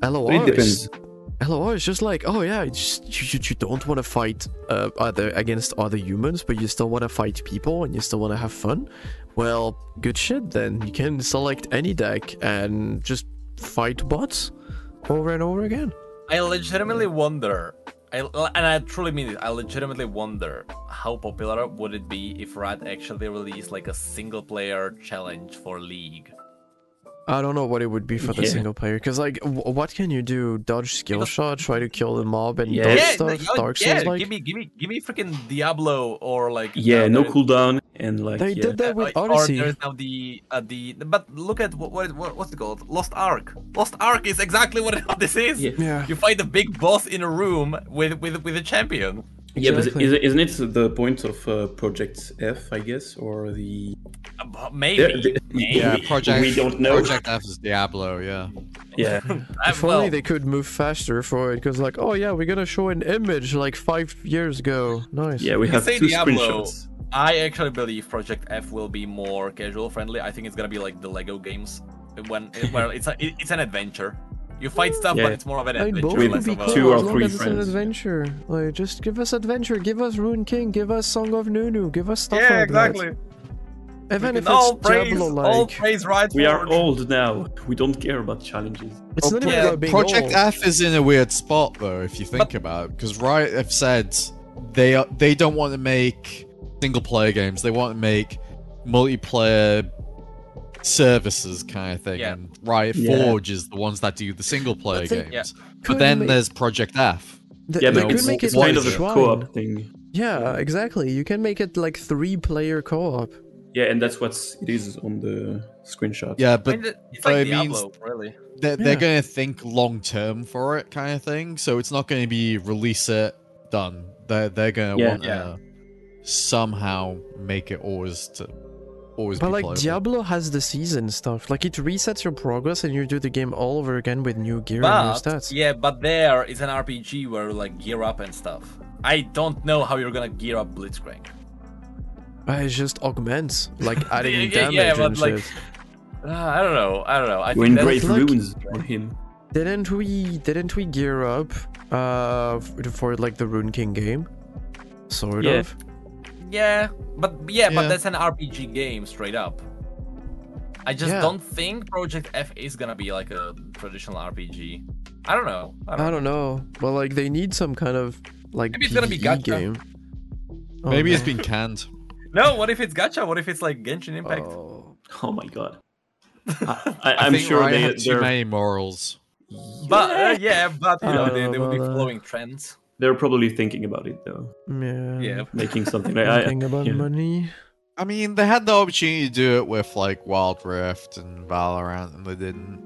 Speaker 5: blah. LOR
Speaker 4: But it
Speaker 5: is,
Speaker 4: depends.
Speaker 5: LOR is just like oh yeah, it's just, you, you, you don't want to fight uh, other against other humans, but you still want to fight people and you still want to have fun. Well, good shit then. You can select any deck and just fight bots over and over again.
Speaker 3: I legitimately wonder, I, and I truly mean it. I legitimately wonder how popular would it be if Riot actually released like a single player challenge for League.
Speaker 5: I don't know what it would be for the
Speaker 4: Yeah.
Speaker 5: single player. Because, like, w- what can you do? Dodge skill
Speaker 3: Because-
Speaker 5: shot, try to kill the mob, and
Speaker 4: Yeah.
Speaker 5: dodge
Speaker 3: yeah,
Speaker 5: stuff?
Speaker 3: yo,
Speaker 5: Dark
Speaker 3: yeah,
Speaker 5: Souls like?
Speaker 3: give me, give me, give me freaking Diablo or like
Speaker 4: Yeah,
Speaker 3: uh,
Speaker 4: no
Speaker 3: there-
Speaker 4: cooldown and like
Speaker 5: They
Speaker 4: yeah.
Speaker 5: did that
Speaker 3: uh,
Speaker 5: with
Speaker 3: or-
Speaker 5: Odyssey.
Speaker 3: Or there's now the uh, the but look at what, what what what's it called? Lost Ark. Lost Ark is exactly what this is.
Speaker 4: Yeah.
Speaker 5: Yeah.
Speaker 3: You fight the big boss in a room with with with a champion.
Speaker 4: Yeah,
Speaker 5: Exactly.
Speaker 4: but is, isn't it the point of uh, Project F, I guess, or the?
Speaker 3: Uh, but Maybe.
Speaker 4: the-
Speaker 3: maybe.
Speaker 2: Yeah, Project
Speaker 4: We don't know.
Speaker 2: Project F is Diablo, yeah.
Speaker 4: Yeah,
Speaker 3: Uh,
Speaker 5: If
Speaker 3: well,
Speaker 5: only they could move faster for it, because like, oh yeah, we're gonna show an image like five years ago. Nice.
Speaker 4: yeah, we
Speaker 3: You
Speaker 4: have
Speaker 3: say
Speaker 4: two
Speaker 3: Diablo.
Speaker 4: screenshots.
Speaker 3: I actually believe Project F will be more casual friendly. I think it's gonna be like the Lego games, when where it's a, it- it's an adventure. You fight stuff,
Speaker 4: Yeah.
Speaker 3: but it's more of an
Speaker 5: I mean,
Speaker 3: adventure.
Speaker 5: both
Speaker 4: With
Speaker 5: would
Speaker 3: less
Speaker 5: be
Speaker 3: of a-
Speaker 5: cool
Speaker 4: two or
Speaker 5: as long
Speaker 4: three
Speaker 5: as it's an
Speaker 4: friends, yeah.
Speaker 5: adventure. Like, just give us adventure, give us Rune King, give us Song of Nunu, give us stuff
Speaker 3: Yeah,
Speaker 5: like that.
Speaker 3: exactly.
Speaker 5: Even if
Speaker 3: And all
Speaker 5: it's
Speaker 3: praise, all
Speaker 5: Diablo-like,
Speaker 3: praise, right?
Speaker 4: We are old now. We don't care about challenges.
Speaker 5: it's not even
Speaker 3: Yeah,
Speaker 5: about being
Speaker 2: Project
Speaker 5: old.
Speaker 2: F is in a weird spot though, if you think about it, because Riot have said they are, they don't want to make single player games. They want to make multiplayer services kind of thing.
Speaker 3: Yeah.
Speaker 2: And Riot
Speaker 4: Yeah.
Speaker 2: Forge is the ones that do the single player
Speaker 5: But they
Speaker 2: games. But
Speaker 5: Could
Speaker 2: then
Speaker 5: make-
Speaker 2: there's Project F.
Speaker 5: th-
Speaker 4: Yeah,
Speaker 5: they
Speaker 4: but
Speaker 5: could
Speaker 4: it's,
Speaker 5: make
Speaker 4: it's
Speaker 5: it
Speaker 4: kind of
Speaker 5: like
Speaker 4: a
Speaker 5: Shrine.
Speaker 4: co-op thing.
Speaker 5: Yeah, exactly. You can make it like three-player co-op.
Speaker 4: Yeah, and that's what it is on the screenshot.
Speaker 2: Yeah,
Speaker 3: I
Speaker 2: but
Speaker 3: mean, it's
Speaker 2: but
Speaker 3: like
Speaker 2: it means-
Speaker 3: Diablo, really.
Speaker 2: they're, they're
Speaker 5: Yeah.
Speaker 2: going to think long term for it kind of thing so it's not going to be release it done they're, they're going to
Speaker 4: Yeah.
Speaker 2: want to somehow make it always to always
Speaker 5: But
Speaker 2: be
Speaker 5: like
Speaker 2: playable.
Speaker 5: Diablo has the season stuff. Like it resets your progress and you do the game all over again with new gear and new
Speaker 3: But
Speaker 5: stats.
Speaker 3: yeah, but there is an RPG where you like gear up and stuff. I don't know how you're gonna gear up Blitzcrank.
Speaker 5: But it just augments, like
Speaker 3: Yeah,
Speaker 5: adding
Speaker 3: yeah,
Speaker 5: damage
Speaker 3: yeah, but
Speaker 5: and
Speaker 3: like-
Speaker 5: shit.
Speaker 3: Uh, I don't know. I don't know. I
Speaker 4: We're
Speaker 3: think
Speaker 4: in
Speaker 3: that's-
Speaker 4: great
Speaker 5: like-
Speaker 4: ruins for him.
Speaker 5: Didn't we didn't we gear up uh f- for like the Rune King game? Sort
Speaker 4: Yeah.
Speaker 5: of.
Speaker 3: Yeah, but yeah,
Speaker 2: Yeah.
Speaker 3: but that's an RPG game straight up. I just
Speaker 5: Yeah.
Speaker 3: don't think Project F is gonna be like a traditional RPG. I don't know. I don't,
Speaker 5: I don't know. But like they need some kind of like
Speaker 3: Maybe it's gonna be
Speaker 5: PvE
Speaker 3: gacha.
Speaker 5: game. Oh,
Speaker 2: maybe
Speaker 5: no.
Speaker 2: it's been canned
Speaker 3: know. No, what if it's Gacha? What if it's like Genshin Impact?
Speaker 5: Oh.
Speaker 4: Oh my god. I, I, I'm
Speaker 2: think
Speaker 4: sure
Speaker 2: Riot
Speaker 4: they,
Speaker 2: have too
Speaker 4: they're,
Speaker 2: many morals
Speaker 5: Oh.
Speaker 3: But uh, yeah, but you
Speaker 5: I
Speaker 3: know
Speaker 5: don't
Speaker 3: they,
Speaker 5: know
Speaker 3: they will be
Speaker 5: about that.
Speaker 3: following trends.
Speaker 4: they're probably thinking about it though,
Speaker 5: Yeah.
Speaker 3: Yeah.
Speaker 4: making something. like, I,
Speaker 5: Thinking about
Speaker 4: yeah.
Speaker 5: money.
Speaker 2: i mean they had the opportunity to do it with like wild rift and valorant and they didn't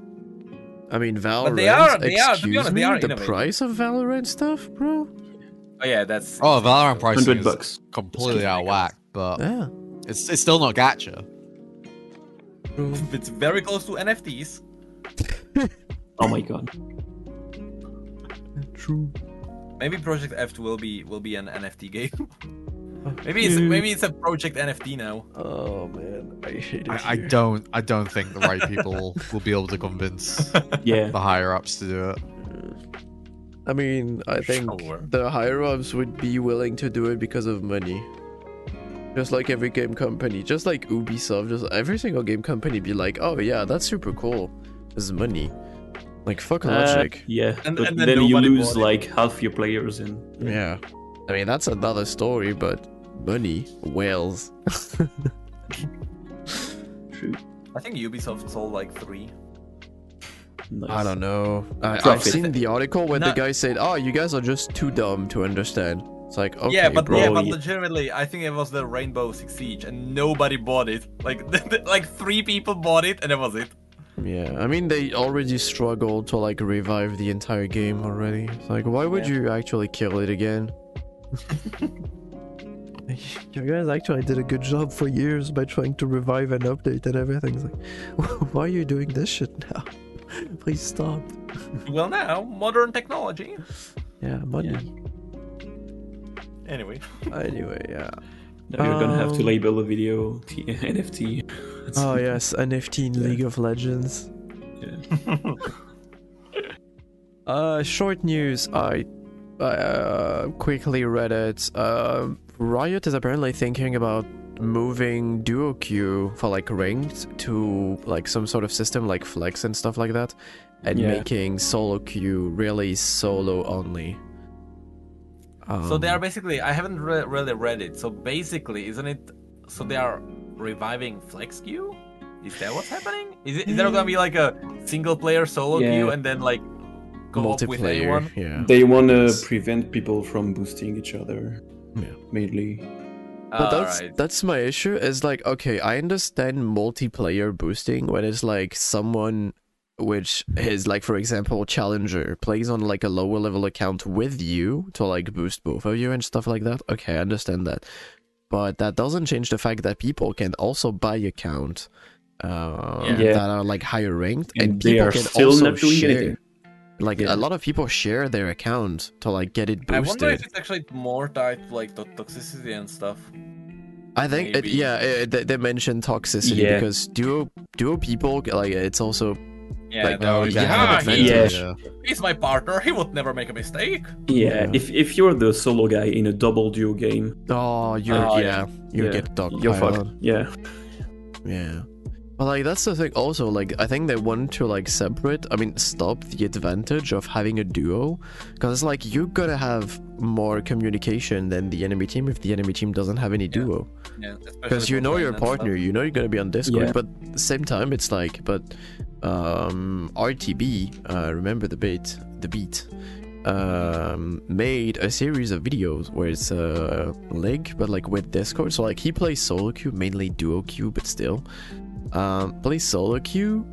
Speaker 5: I mean, Valorant.
Speaker 3: they are- they
Speaker 5: excuse
Speaker 3: are- to be honest,
Speaker 5: me,
Speaker 3: they are
Speaker 5: the
Speaker 3: innovative.
Speaker 5: price of Valorant stuff, bro.
Speaker 3: Oh yeah, that's
Speaker 2: oh valorant pricing
Speaker 4: hundred
Speaker 2: is
Speaker 4: bucks.
Speaker 2: completely out of whack but
Speaker 5: Yeah.
Speaker 2: it's, it's still not gacha
Speaker 5: True.
Speaker 3: it's very close to NFTs.
Speaker 4: Oh my god.
Speaker 5: True.
Speaker 3: Maybe Project F will be will be an NFT game. maybe it's
Speaker 5: Yeah.
Speaker 3: maybe it's a Project NFT now.
Speaker 5: Oh man, I hate it.
Speaker 2: I, I
Speaker 5: here.
Speaker 2: don't i don't think the right people will be able to convince
Speaker 4: Yeah.
Speaker 2: the higher ups to do it
Speaker 5: I mean, I think
Speaker 3: Sure.
Speaker 5: the higher ups would be willing to do it because of money. Just like every game company, just like Ubisoft, just every single game company be like, oh yeah, that's super cool. This is money. Like, fuck logic.
Speaker 4: Uh, yeah.
Speaker 3: And-
Speaker 4: but
Speaker 3: and
Speaker 4: then,
Speaker 3: then
Speaker 4: you
Speaker 3: nobody
Speaker 4: lose
Speaker 3: bought it.
Speaker 4: like half your players and
Speaker 5: yeah. I mean, that's another story, but money, whales.
Speaker 4: shoot.
Speaker 3: I think Ubisoft sold like three.
Speaker 4: Nice.
Speaker 5: I don't know. I, I've
Speaker 4: Profit.
Speaker 5: seen the article when the
Speaker 3: Not-
Speaker 5: guy said, "Oh, you guys are just too dumb to understand." It's like, okay,
Speaker 3: yeah, but
Speaker 5: bro.
Speaker 3: yeah, but
Speaker 4: yeah.
Speaker 3: legitimately, I think it was the Rainbow Six Siege, and nobody bought it. Like, like three people bought it, and that was it.
Speaker 5: Yeah, I mean they already struggled to like revive the entire game already. It's like, why would you actually kill it again? you guys actually did a good job for years by trying to revive and update and everything. It's like, why are you doing this shit now? Please stop.
Speaker 3: Well, now modern technology.
Speaker 5: Yeah, money.
Speaker 3: Anyway,
Speaker 5: Anyway, yeah.
Speaker 4: Now you're gonna have to
Speaker 5: Um,
Speaker 4: label the video T- NFT.
Speaker 5: Oh yes, NFT in League of Legends.
Speaker 4: Yeah.
Speaker 5: Uh, short news. I uh, quickly read it. Um Riot is apparently thinking about moving duo queue for like ranked to like some sort of system like flex and stuff like that, and
Speaker 4: Yeah.
Speaker 5: making solo queue really solo only.
Speaker 3: so they
Speaker 5: Um,
Speaker 3: are basically. I haven't re- really read it. So basically, isn't it? So they are reviving Flex queue. Is that what's happening? Is, it, is there gonna be
Speaker 5: Mm.
Speaker 3: like a single player solo
Speaker 4: Yeah.
Speaker 3: queue and then like go up with anyone?
Speaker 5: Multiplayer. Yeah.
Speaker 4: They want to prevent people from boosting each other.
Speaker 5: Yeah.
Speaker 4: Mainly.
Speaker 5: But that's
Speaker 3: Alright.
Speaker 5: that's my issue. Is like okay, I understand multiplayer boosting when it's like someone which is like for example challenger plays on like a lower level account with you to like boost both of you and stuff like that. Okay, I understand that, but that doesn't change the fact that people can also buy account uh,
Speaker 3: Yeah.
Speaker 4: Yeah.
Speaker 5: that are like higher ranked and,
Speaker 4: And they
Speaker 5: people
Speaker 4: are
Speaker 5: can
Speaker 4: still
Speaker 5: also
Speaker 4: not doing
Speaker 5: share.
Speaker 4: anything.
Speaker 5: Like
Speaker 4: Yeah.
Speaker 5: a lot of people share their account to like get it
Speaker 3: I wonder if
Speaker 5: boosted.
Speaker 3: it's actually more tied to like to toxicity and stuff.
Speaker 5: I think it,
Speaker 3: Maybe.
Speaker 5: yeah, eh, they, they mentioned toxicity
Speaker 4: Yeah.
Speaker 5: because duo duo people like it's also
Speaker 3: Yeah,
Speaker 5: like
Speaker 3: no,
Speaker 5: they
Speaker 3: yeah,
Speaker 5: have an
Speaker 3: he-
Speaker 5: advantage.
Speaker 4: yeah.
Speaker 3: he's my partner. He would never make a mistake.
Speaker 4: Yeah,
Speaker 5: Yeah.
Speaker 4: If, if you're the solo guy in a double duo game,
Speaker 5: Oh, you're
Speaker 3: Oh,
Speaker 5: yeah, you
Speaker 4: yeah,
Speaker 5: get dog
Speaker 4: you're fucked. Yeah.
Speaker 5: Yeah. But like that's the thing also, like I think they want to like separate I mean stop the advantage of having a duo. Cause it's like you gotta have more communication than the enemy team if the enemy team doesn't have any duo.
Speaker 3: Yeah, especially
Speaker 5: Because you
Speaker 3: for
Speaker 5: know
Speaker 3: playing
Speaker 5: your
Speaker 3: and stuff.
Speaker 5: partner, you know you're gonna be on Discord,
Speaker 4: Yeah.
Speaker 5: but at the same time it's like but um RTB, uh remember the beat the beat um made a series of videos where it's a uh, leg but like with Discord. So like he plays solo queue, mainly duo queue, but still. Um plays solo queue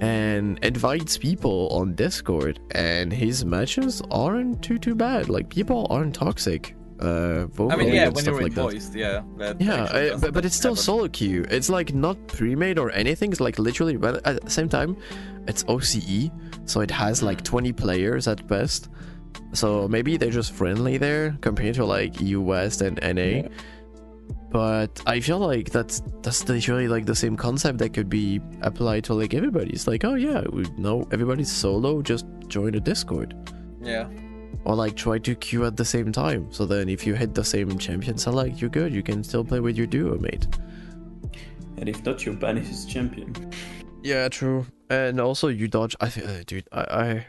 Speaker 5: and invites people on Discord and his matches aren't too too bad. Like people aren't toxic. Uh
Speaker 3: I mean,
Speaker 5: vocally
Speaker 3: yeah,
Speaker 5: and
Speaker 3: when
Speaker 5: stuff
Speaker 3: you're
Speaker 5: like that.
Speaker 3: voiced, yeah. that
Speaker 5: Yeah,
Speaker 3: actually
Speaker 5: I,
Speaker 3: does-
Speaker 5: but, but it's still
Speaker 3: happen.
Speaker 5: solo queue. It's like not pre-made or anything. It's like literally, but at the same time, it's OCE, so it has like 20 players at best. So maybe they're just friendly there compared to like US and NA. But I feel like that's that's literally like the same concept that could be applied to like everybody. It's like, oh yeah, we know everybody's solo, just join a Discord
Speaker 3: Yeah.
Speaker 5: or like try to queue at the same time. So then, if you hit the same champion select, you're good. You can still play with your duo mate.
Speaker 4: And if not, your ban is champion.
Speaker 5: Yeah, true. And also, you dodge. I thi- uh, dude, I, I,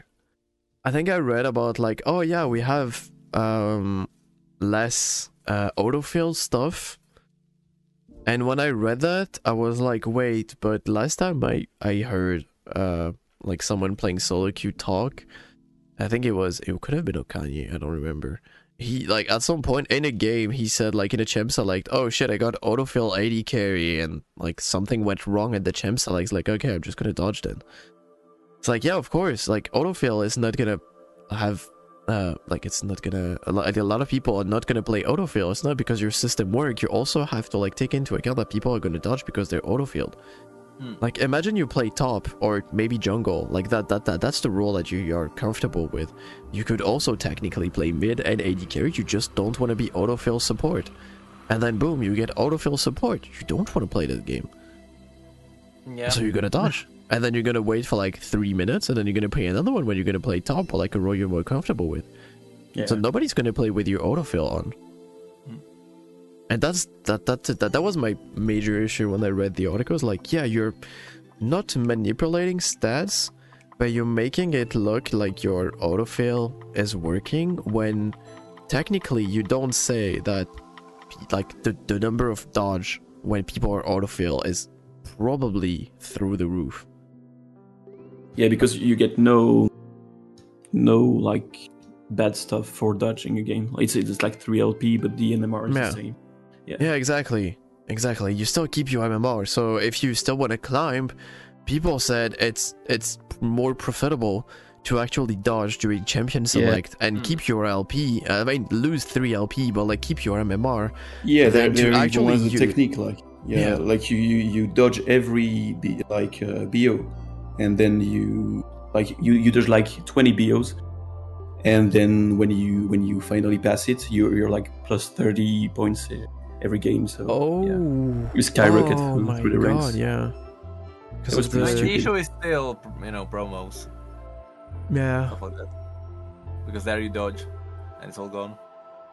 Speaker 5: I think I read about like, oh yeah, we have um less uh autofill stuff. And when I read that, I was like, wait, but last time I I heard uh like someone playing solo queue talk. I think it was it could have been Okanye. I don't remember. He like at some point in a game he said like in a champ select, oh shit, I got autofill 80 carry and like something went wrong at the champ select. He's Like okay, I'm just gonna dodge then. It's like yeah, of course. Like autofill is not gonna have uh like it's not gonna a lot, a lot of people are not gonna play autofill. It's not because your system work. You also have to like take into account that people are gonna dodge because they're autofilled. Like imagine you play top or maybe jungle like that that, that that's the role that you, you are comfortable with. You could also technically play mid and AD carry. You just don't want to be autofill support, and then boom, you get autofill support. You don't want to play that game,
Speaker 3: Yeah.
Speaker 5: so you're gonna dodge, and then you're gonna wait for like three minutes, and then you're gonna play another one when you're gonna play top or like a role you're more comfortable with.
Speaker 4: Yeah.
Speaker 5: So nobody's gonna play with your autofill on. And that's that that that that was my major issue when I read the articles. Like, yeah, you're not manipulating stats, but you're making it look like your autofill is working when technically you don't say that like the, the number of dodge when people are autofill is probably through the roof.
Speaker 4: Yeah, because you get no, no like bad stuff for dodging a game. It's it's like three LP, but the NMR is
Speaker 5: Yeah.
Speaker 4: the same.
Speaker 5: Yeah, exactly. Exactly. You still keep your MMR. So if you still want to climb, people said it's it's more profitable to actually dodge during champion select and keep your LP. I mean, lose three LP, but like keep your MMR.
Speaker 4: Yeah, there,
Speaker 5: there- Then there to
Speaker 4: there
Speaker 5: is
Speaker 4: is
Speaker 5: actually
Speaker 4: one
Speaker 5: one
Speaker 4: other
Speaker 5: you-
Speaker 4: technique, like yeah,
Speaker 5: Yeah.
Speaker 4: like you, you you dodge every B, like uh, bo, and then you like you you dodge like twenty bo's, and then when you when you finally pass it, you you're like plus thirty points uh, every game. So
Speaker 5: Oh,
Speaker 4: yeah. you skyrocket
Speaker 5: oh
Speaker 4: through,
Speaker 5: my
Speaker 4: through the ranks.
Speaker 5: god, yeah. Because
Speaker 4: That was
Speaker 5: of
Speaker 4: pretty
Speaker 3: My
Speaker 4: stupid.
Speaker 5: the,
Speaker 3: issue is still, you know, promos
Speaker 5: yeah,
Speaker 3: stuff like that, because there you dodge, and it's all gone.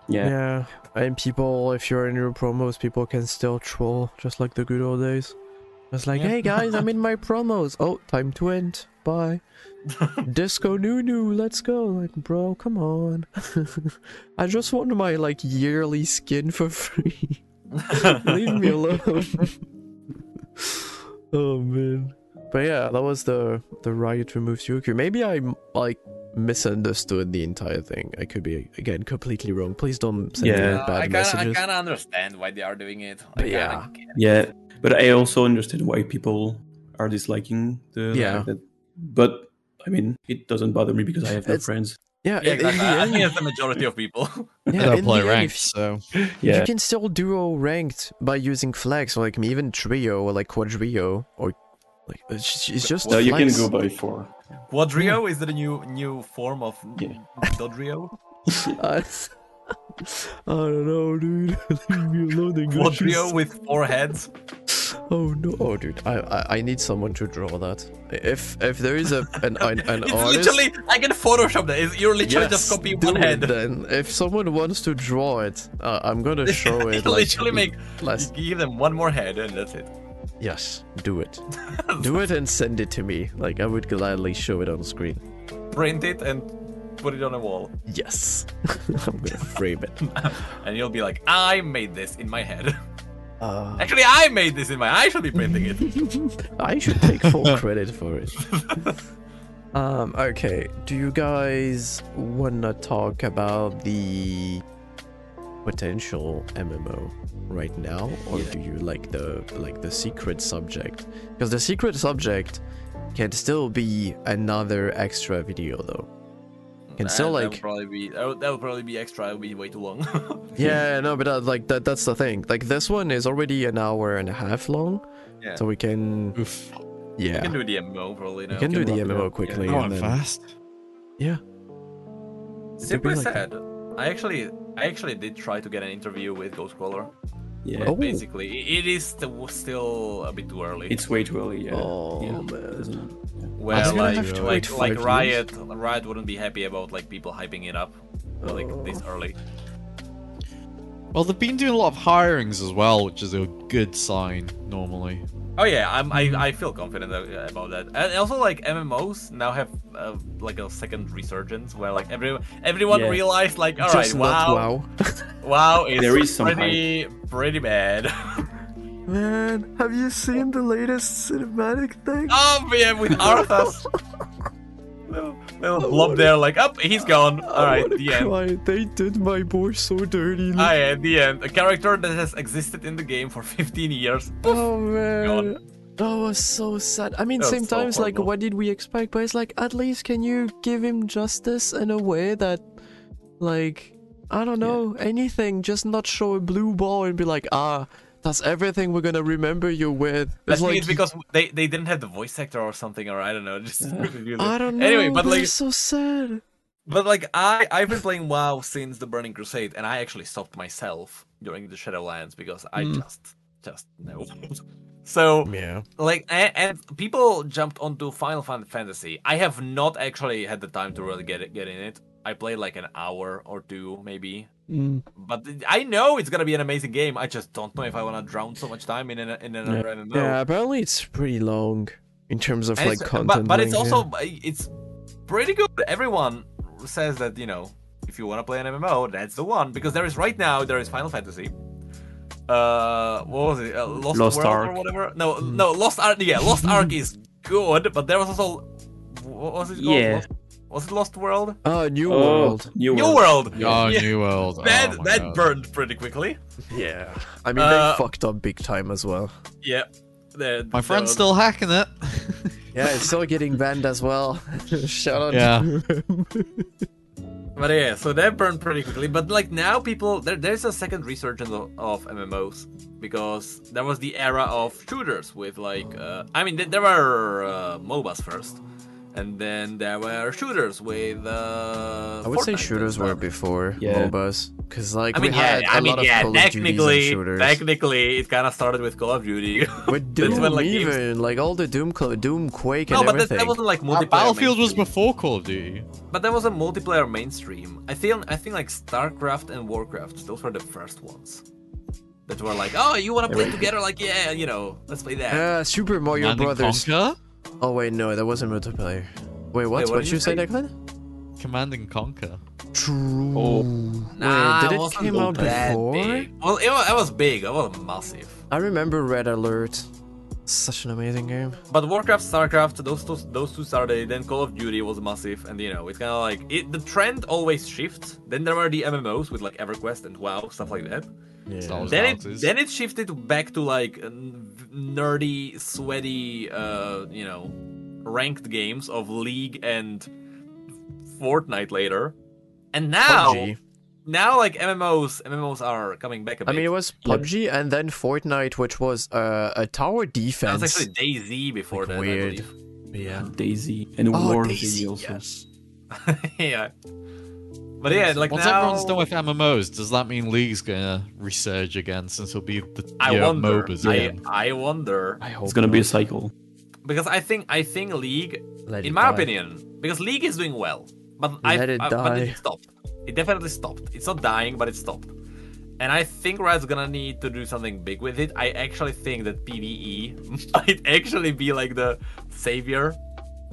Speaker 5: yeah,
Speaker 4: Yeah.
Speaker 5: And people, if you're in your promos, people can still troll just like the good old days. It's like,
Speaker 3: Yeah.
Speaker 5: hey guys, I'm in my promos. Oh, time to end. Bye. Disco Nunu, let's go. Like, bro, come on. I just want my like yearly skin for free. Leave me alone. Oh man. But yeah, that was the the riot removes Yuku. Maybe I like misunderstood the entire thing. I could be again completely wrong. Please don't send me
Speaker 4: Yeah.
Speaker 5: bad
Speaker 3: I kinda, I
Speaker 5: messages.
Speaker 3: kinda understand why they are doing it. I
Speaker 5: But
Speaker 3: kinda
Speaker 5: yeah.
Speaker 3: get-
Speaker 4: Yeah, but I also understand why people are disliking the.
Speaker 5: Yeah.
Speaker 4: that- but I mean, it doesn't bother me because I have no
Speaker 5: It's-
Speaker 4: friends.
Speaker 5: Yeah,
Speaker 3: Yeah,
Speaker 5: in- in,
Speaker 3: exactly.
Speaker 5: the
Speaker 3: I
Speaker 5: end,
Speaker 3: think it's the majority of people.
Speaker 5: yeah,
Speaker 2: I
Speaker 5: in
Speaker 2: play
Speaker 5: the end,
Speaker 2: ranked,
Speaker 5: if
Speaker 2: so
Speaker 4: Yeah,
Speaker 5: You can still duo ranked by using flex, or like even trio, or like quadrio, or like it's ju- it's just.
Speaker 4: no, you can
Speaker 5: flex.
Speaker 4: go by four.
Speaker 3: Quadrio is that a new new form of
Speaker 4: Yeah.
Speaker 3: Dodrio?
Speaker 5: I don't know, dude. Leave me alone. and go choose-
Speaker 3: Quadrio with four heads.
Speaker 5: Oh no, oh dude, I, I I need someone to draw that. If if there is a an an, an
Speaker 3: It's
Speaker 5: artist,
Speaker 3: literally I can Photoshop that. It's- You're literally just
Speaker 5: yes,
Speaker 3: copy
Speaker 5: do
Speaker 3: one
Speaker 5: it
Speaker 3: head.
Speaker 5: Then if someone wants to draw it, uh, I'm gonna show
Speaker 3: You
Speaker 5: it. like,
Speaker 3: literally make
Speaker 5: less.
Speaker 3: you give them one more head and that's it.
Speaker 5: Yes, do it, do it, and send it to me. Like I would gladly show it on screen.
Speaker 3: Print it and put it on a wall,
Speaker 5: Yes, I'm gonna frame it.
Speaker 3: and you'll be like, I made this in my head.
Speaker 5: Uh,
Speaker 3: Actually, I made this in my. I should be printing it.
Speaker 5: I should take full credit for it. Um, okay. Do you guys wanna talk about the potential MMO right now, or do you like the like the secret subject? Because the secret subject can still be another extra video, though. Can still
Speaker 3: Nah, that
Speaker 5: like
Speaker 3: would probably be that would, that would probably be extra. It would be way too long.
Speaker 5: yeah, no, but that, like that that's the thing. Like this one is already an hour and a half long,
Speaker 3: Yeah.
Speaker 5: so we can
Speaker 2: oof.
Speaker 5: yeah.
Speaker 3: You can do the MMO probably now.
Speaker 5: You can do the
Speaker 4: wrap it
Speaker 5: MMO
Speaker 4: up, yeah.
Speaker 5: quickly.
Speaker 2: I
Speaker 5: and
Speaker 2: went
Speaker 5: then-
Speaker 2: fast.
Speaker 3: Simply
Speaker 5: like
Speaker 3: said, I actually I actually did try to get an interview with Ghostcrawler.
Speaker 4: Yeah,
Speaker 3: But
Speaker 5: Oh.
Speaker 3: basically, i- it is st- still a bit too early.
Speaker 4: it's way too early. Yeah.
Speaker 5: Oh,
Speaker 4: yeah.
Speaker 5: man.
Speaker 4: doesn't-
Speaker 5: I
Speaker 3: Well,
Speaker 5: was gonna
Speaker 3: like,
Speaker 5: have to
Speaker 3: like,
Speaker 5: wait
Speaker 3: like
Speaker 5: five years.
Speaker 3: Riot, Riot wouldn't be happy about like people hyping it up, like this early.
Speaker 2: Well, they've been doing a lot of hirings as well, which is a good sign normally.
Speaker 3: Oh yeah, I'm,
Speaker 5: Hmm.
Speaker 3: I I feel confident a- about that. And also like MMOs now have uh, like a second resurgence where like every everyone
Speaker 4: Yeah.
Speaker 3: realized like all right,
Speaker 5: Just
Speaker 3: wow, wow,
Speaker 5: not
Speaker 3: is
Speaker 4: There is some
Speaker 3: pretty pretty bad.
Speaker 5: wow. Man, have you seen the latest cinematic thing?
Speaker 3: oh yeah, with Arthas. Little, little blob there, like up, he's gone. All right, the end.
Speaker 5: They did my boy so dirty.
Speaker 3: Ah, yeah, the end. A character that has existed in the game for 15 years.
Speaker 5: oh man. That was so sad. I mean,
Speaker 3: That was
Speaker 5: same
Speaker 3: so
Speaker 5: time, it's like,
Speaker 3: horrible.
Speaker 5: what did we expect? But it's like, at least can you give him justice in a way that, like, I don't know, anything. Just not show a blue ball and be like, ah, that's everything we're gonna remember you with.
Speaker 3: I
Speaker 5: It's
Speaker 3: think
Speaker 5: like,
Speaker 3: it's because they, they didn't have the voice actor or something, or I don't know. Just confusing.
Speaker 5: I don't know.
Speaker 3: Anyway, but like,
Speaker 5: it's so sad.
Speaker 3: but like, I I've been playing WoW since the Burning Crusade, and I actually stopped myself during the Shadowlands because I just just no. so
Speaker 5: Yeah.
Speaker 3: like and, and people jumped onto Final Fan- Fantasy. I have not actually had the time to really get it, get in it. I played like an hour or two maybe. But th- I know it's gonna be an amazing game. I just don't know if I want to drown so much time in an, in another MMO.
Speaker 5: Yeah, apparently it's pretty long in terms of
Speaker 3: And
Speaker 5: like
Speaker 3: it's- but,
Speaker 5: content.
Speaker 3: but it's
Speaker 5: length, yeah.
Speaker 3: also eh, it's pretty good. Everyone says that you know if you want to play an MMO, that's the one because there is right now there is Final Fantasy. Uh, what was it? Uh, Lost,
Speaker 4: Lost
Speaker 3: World or
Speaker 4: Ark.
Speaker 3: whatever? No, no, Lost Ark. Yeah, Lost Ark is good, but there was also what was it called?
Speaker 4: Yeah.
Speaker 3: Lost, was it Lost World?
Speaker 5: Uh, New
Speaker 4: Oh,
Speaker 5: World.
Speaker 4: New
Speaker 3: New World.
Speaker 2: Oh,
Speaker 3: Yeah,
Speaker 2: New World.
Speaker 3: That
Speaker 2: oh my
Speaker 3: that
Speaker 2: God.
Speaker 3: burned pretty quickly.
Speaker 5: Yeah. I mean, they
Speaker 3: Uh,
Speaker 5: fucked up big time as well.
Speaker 3: Yeah. The-
Speaker 2: My friend's
Speaker 3: the-
Speaker 2: still hacking it.
Speaker 5: Yeah, it's still getting banned as well. Shout out
Speaker 2: Yeah.
Speaker 5: to him.
Speaker 3: But yeah, so that burned pretty quickly. But like now, people there, there's a second resurgence of, of MMOs because there was the era of shooters with like uh, I mean th- there were uh, MOBAs first, and then there were shooters with. Uh,
Speaker 5: I would say
Speaker 3: Fortnite and
Speaker 5: shooters were
Speaker 3: stuff.
Speaker 5: before
Speaker 4: Yeah.
Speaker 5: MOBAs. Because, like,
Speaker 3: I mean,
Speaker 5: we had
Speaker 3: yeah, I
Speaker 5: a
Speaker 3: mean,
Speaker 5: lot
Speaker 3: yeah.
Speaker 5: of Call of Duties and
Speaker 3: Technically,
Speaker 5: shooters.
Speaker 3: technically, it kind of started with Call of Duty.
Speaker 5: With
Speaker 3: That's
Speaker 5: Doom,
Speaker 3: when, like, games-
Speaker 5: even. Like, all the Doom, Call- Doom Quake,
Speaker 3: no,
Speaker 5: and
Speaker 3: but that,
Speaker 5: everything.
Speaker 3: that wasn't like
Speaker 2: Uh,
Speaker 3: multiplayer.
Speaker 2: Battlefield was
Speaker 3: mainstream.
Speaker 2: before Call of Duty.
Speaker 3: but that was a multiplayer mainstream. I think I think like StarCraft and WarCraft, those were the first ones that were like, oh, you want to play together? Like, yeah, you know, let's play that.
Speaker 5: Uh, Super Mario
Speaker 2: Command and
Speaker 5: Brothers.
Speaker 2: Conquer?
Speaker 5: Oh, wait, no, that wasn't multiplayer. Wait, what?
Speaker 3: what
Speaker 5: what
Speaker 3: did
Speaker 5: did
Speaker 3: you
Speaker 5: you say,
Speaker 3: say?
Speaker 5: Declan?
Speaker 2: Command and Conquer.
Speaker 5: True.
Speaker 4: Oh.
Speaker 3: Nah,
Speaker 5: Wait, did it
Speaker 3: wasn't
Speaker 5: came out
Speaker 3: that
Speaker 5: before?
Speaker 3: big. Well, it was, it was big. It was massive.
Speaker 5: I remember Red Alert. Such an amazing game.
Speaker 3: But Warcraft, Starcraft, those two, those two started. Then Call of Duty was massive, and you know it's kind of like it, the trend always shifts. Then there are the MMOs with like EverQuest and WoW stuff like that.
Speaker 2: Solid.
Speaker 3: Then it
Speaker 2: Houses.
Speaker 3: then it shifted back to like n- nerdy, sweaty, uh, you know, ranked games of League and Fortnite later, and now
Speaker 5: PUBG.
Speaker 3: now like MMOs MMOs are coming back a
Speaker 5: I
Speaker 3: bit.
Speaker 5: mean, it was PUBG and then Fortnite, which was uh, a tower
Speaker 3: that was
Speaker 5: defense.
Speaker 3: actually DayZ before
Speaker 5: Like,
Speaker 3: that.
Speaker 5: weird.
Speaker 3: I believe.
Speaker 5: yeah.
Speaker 4: Daisy and
Speaker 5: Oh,
Speaker 4: War
Speaker 5: Daisy,
Speaker 4: Daisy also.
Speaker 5: yes.
Speaker 3: yeah. But yeah, like
Speaker 2: Once
Speaker 3: now.
Speaker 2: everyone's done with MMOs, does that mean League's gonna resurge again since it'll be the
Speaker 3: I
Speaker 2: year of
Speaker 3: wonder.
Speaker 2: MOBAs
Speaker 3: I,
Speaker 2: again?
Speaker 3: I wonder
Speaker 5: I hope
Speaker 4: It's gonna be a cycle.
Speaker 3: because I think I think League,
Speaker 5: Let
Speaker 3: in
Speaker 5: it
Speaker 3: my
Speaker 5: die.
Speaker 3: opinion, because League is doing well, but I,
Speaker 5: Let it
Speaker 3: I- but
Speaker 5: die.
Speaker 3: it stopped. It definitely stopped. It's not dying, but it stopped. And I think Riot's gonna need to do something big with it. I actually think that PVE might actually be like the savior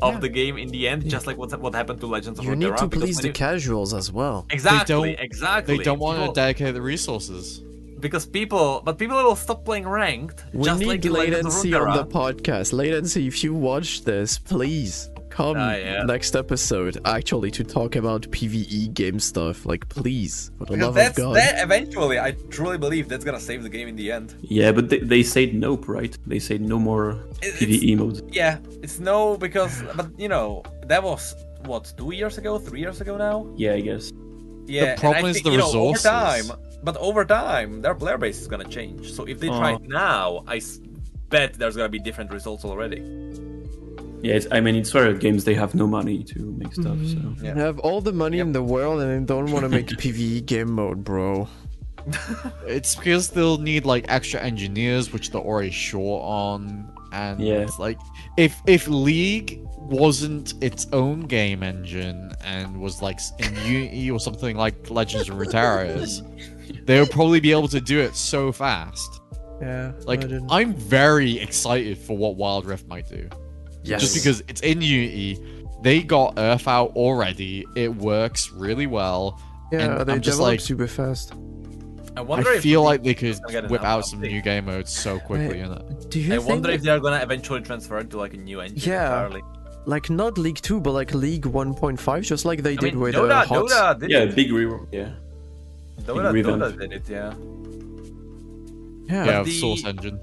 Speaker 3: of
Speaker 5: Yeah.
Speaker 3: the game in the end, just like what what happened to Legends of
Speaker 5: You need
Speaker 3: Runeterra.
Speaker 5: to
Speaker 3: because
Speaker 5: please
Speaker 3: when
Speaker 5: the
Speaker 3: you-
Speaker 5: casuals as well.
Speaker 3: Exactly,
Speaker 2: don't-
Speaker 3: exactly.
Speaker 2: They don't want
Speaker 3: People-
Speaker 2: to dedicate the resources.
Speaker 3: because people, but people will stop playing ranked.
Speaker 5: We
Speaker 3: just like
Speaker 5: need
Speaker 3: in Legends of
Speaker 5: latency on the
Speaker 3: Runeterra.
Speaker 5: podcast. Latency, if you watch this, please come
Speaker 3: Ah, yeah.
Speaker 5: next episode actually to talk about PVE game stuff. Like, please, for the
Speaker 3: Because
Speaker 5: love of
Speaker 3: that's
Speaker 5: God.
Speaker 3: that eventually I truly believe that's gonna save the game in the end.
Speaker 4: Yeah, but they, they said nope, right? They said no more E
Speaker 3: It-
Speaker 4: PVE mode.
Speaker 3: Yeah, it's no because but you know, that was what, two years ago, three years ago now?
Speaker 4: Yeah, I guess.
Speaker 3: Yeah. and I
Speaker 2: problem is
Speaker 3: think,
Speaker 2: the
Speaker 3: you know,
Speaker 2: resources.
Speaker 3: over time but over time their player base is gonna change. So if they try
Speaker 4: Oh.
Speaker 3: it now, I s- bet there's gonna be different results already.
Speaker 4: Yeah, it's, I mean, it's Riot Games. They have no money to make stuff. So
Speaker 5: You have all the money in the world and they don't want to make PVE game mode, bro.
Speaker 2: It's because they'll need like extra engineers, which they're already short on, and
Speaker 4: Yeah.
Speaker 2: like if if League wasn't its own game engine and was like s- in Unity or something like Legends of Runeterra is, they would probably be able to do it so fast.
Speaker 5: Yeah.
Speaker 2: Like I'm very excited for what Wild Rift might do,
Speaker 5: yes.
Speaker 2: just because it's in Unity. They got Earth out already. It works really well.
Speaker 5: yeah,
Speaker 2: and
Speaker 5: they
Speaker 2: I'm just
Speaker 5: develop
Speaker 2: like-
Speaker 5: super fast.
Speaker 3: I wonder
Speaker 2: I
Speaker 3: if
Speaker 2: feel like they could
Speaker 3: gonna get an
Speaker 2: whip out some
Speaker 3: update.
Speaker 2: new game modes so quickly, innit?
Speaker 5: Do you
Speaker 3: I
Speaker 5: think
Speaker 3: wonder if they're gonna eventually transfer it to like a new engine
Speaker 5: Yeah.
Speaker 3: entirely.
Speaker 5: like not League Two, but like League 1.5, just like they
Speaker 3: I
Speaker 5: did
Speaker 3: mean,
Speaker 5: with
Speaker 3: Dota,
Speaker 5: uh, Hot.
Speaker 3: Dota did
Speaker 4: yeah,
Speaker 3: it.
Speaker 4: big rework. Yeah,
Speaker 3: Dota,
Speaker 4: revamp.
Speaker 3: Dota did it, yeah.
Speaker 5: Yeah.
Speaker 2: Yeah,
Speaker 3: But the-
Speaker 2: Source Engine.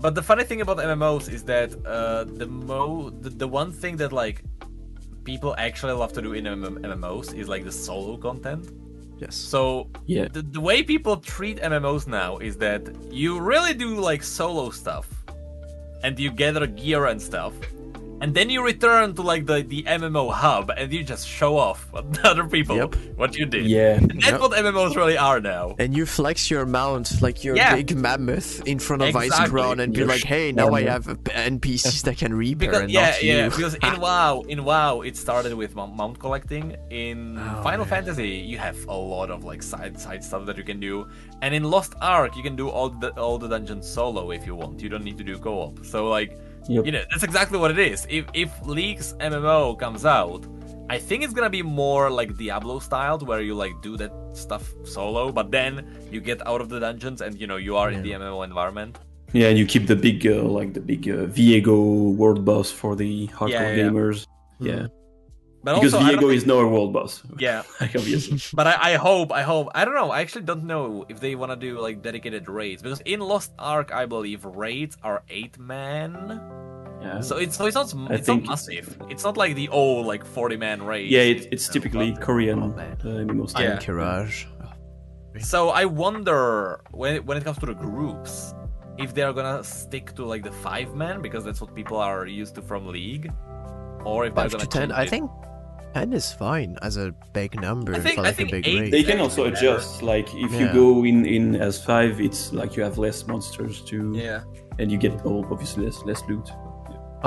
Speaker 3: But the funny thing about MMOs is that uh, the mo the, the one thing that like people actually love to do in MM- MMOs is like the solo content.
Speaker 5: Yes.
Speaker 3: So
Speaker 4: yeah.
Speaker 3: the, the way people treat MMOs now is that you really do like solo stuff, and you gather gear and stuff, and then you return to like the the MMO hub and you just show off to other people
Speaker 5: Yep.
Speaker 3: what you did.
Speaker 4: Yeah,
Speaker 3: And that's
Speaker 5: Yep.
Speaker 3: what MMOs really are now.
Speaker 5: And you flex your mount like your
Speaker 3: Yeah.
Speaker 5: big mammoth in front of
Speaker 3: Exactly.
Speaker 5: Icegrown and be
Speaker 4: Your
Speaker 5: like, "Hey, now I
Speaker 4: mammoth.
Speaker 5: have a p- NPCs that can repair
Speaker 3: Because
Speaker 5: and
Speaker 3: yeah,
Speaker 5: not you."
Speaker 3: yeah. Because in WoW, in WoW, it started with mou- mount collecting. In
Speaker 5: Oh,
Speaker 3: Final
Speaker 5: yeah.
Speaker 3: Fantasy, you have a lot of like side side stuff that you can do, and in Lost Ark, you can do all the all the dungeons solo if you want. You don't need to do co-op. So like,
Speaker 4: Yep.
Speaker 3: you know, that's exactly what it is. If if League's MMO comes out, I think it's gonna be more like Diablo styled, where you like do that stuff solo, but then you get out of the dungeons and you know you are in the MMO environment.
Speaker 4: yeah. And you keep the big, uh, like the big uh, Viego world boss for the hardcore
Speaker 3: Yeah, yeah.
Speaker 4: gamers. Yeah,
Speaker 3: But
Speaker 4: because
Speaker 3: also, I don't
Speaker 4: Viego
Speaker 3: think-
Speaker 4: is not a world boss.
Speaker 3: yeah.
Speaker 4: Like, obviously.
Speaker 3: But I, I hope, I hope. I don't know. I actually don't know if they want to do like dedicated raids because in Lost Ark, I believe raids are eight man.
Speaker 4: yeah.
Speaker 3: So it's so it's not
Speaker 4: I
Speaker 3: it's
Speaker 4: think-
Speaker 3: not massive. It's not like the old like forty man raid.
Speaker 4: yeah, it, it's typically Korean
Speaker 5: Oh,
Speaker 4: uh,
Speaker 5: man.
Speaker 4: MMO style.
Speaker 3: Yeah.
Speaker 5: Courage.
Speaker 3: So I wonder when when it comes to the groups, if they are gonna stick to like the five man because that's what people are used to from League, or if they're
Speaker 5: Five
Speaker 3: gonna
Speaker 5: to ten.
Speaker 3: change
Speaker 5: I
Speaker 3: it.
Speaker 5: think ten is fine as a big number
Speaker 3: I think-
Speaker 5: for
Speaker 3: I
Speaker 5: like a
Speaker 3: think
Speaker 5: big
Speaker 3: eight-
Speaker 5: raid.
Speaker 4: They can also
Speaker 3: Exactly.
Speaker 4: adjust. Like if
Speaker 5: Yeah.
Speaker 4: you go in in as five, it's like you have less monsters too,
Speaker 3: Yeah.
Speaker 4: and you get oh, obviously less less loot.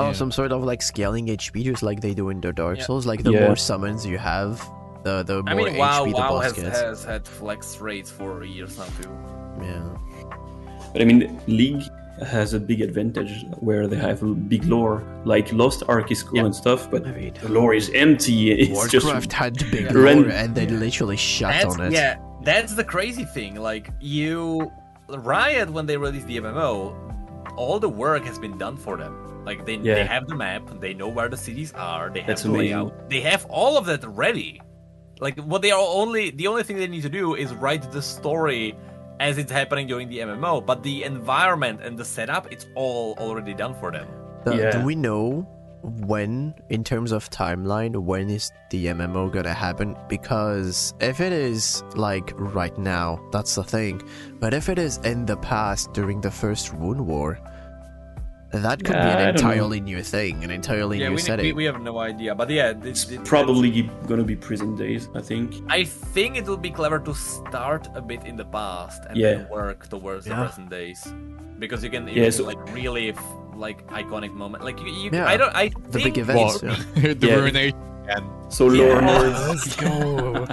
Speaker 5: Oh,
Speaker 2: Yeah.
Speaker 5: some sort of like scaling HP, just like they do in the Dark
Speaker 3: Yeah.
Speaker 5: Souls. Like the
Speaker 4: Yeah.
Speaker 5: more summons you have, the the more
Speaker 3: I mean, WoW,
Speaker 5: HP the
Speaker 3: WoW
Speaker 5: boss
Speaker 3: has,
Speaker 5: gets.
Speaker 3: has had flex raids for years now too.
Speaker 5: Yeah.
Speaker 4: But I mean, League has a big advantage where they have a big lore. Like Lost Ark is cool and stuff, but
Speaker 5: Agreed.
Speaker 4: the lore is empty. It's
Speaker 5: Warcraft
Speaker 4: just
Speaker 5: had big
Speaker 4: Yeah.
Speaker 5: lore
Speaker 4: Ren-
Speaker 5: and they literally shut
Speaker 3: that's,
Speaker 5: on it.
Speaker 3: Yeah, that's the crazy thing. Like you, Riot, when they released the MMO, all the work has been done for them. Like they, they
Speaker 4: Yeah.
Speaker 3: have the map, they know where the cities are, they have
Speaker 4: That's
Speaker 3: the layout, they have all of that ready. Like what they are only the only thing they need to do is write the story as it's happening during the MMO, but the environment and the setup it's all already done for them.
Speaker 5: Uh, Do
Speaker 4: Yeah.
Speaker 5: we know when, in terms of timeline, when is the MMO gonna happen? Because if it is like right now, that's the thing. But if it is in the past during the first Wound War, that could
Speaker 4: Yeah,
Speaker 5: be an
Speaker 4: I don't know.
Speaker 5: entirely new thing, an entirely
Speaker 3: Yeah,
Speaker 5: new
Speaker 3: we,
Speaker 5: setting.
Speaker 3: we, we have no idea, but yeah, it's
Speaker 4: It's probably gonna be prison days, I think.
Speaker 3: I think it will be clever to start a bit in the past and then
Speaker 4: Yeah.
Speaker 3: work towards the
Speaker 5: Yeah.
Speaker 3: present days, because you can, you
Speaker 4: Yeah,
Speaker 3: can,
Speaker 4: so-
Speaker 3: like really f- like iconic moment. Like you, you
Speaker 5: Yeah.
Speaker 3: I don't, I
Speaker 5: the
Speaker 3: think
Speaker 5: big events. yeah.
Speaker 2: the
Speaker 4: Yeah.
Speaker 2: ruination again.
Speaker 4: So lore
Speaker 3: Yeah.
Speaker 4: nerds.
Speaker 5: Let's go.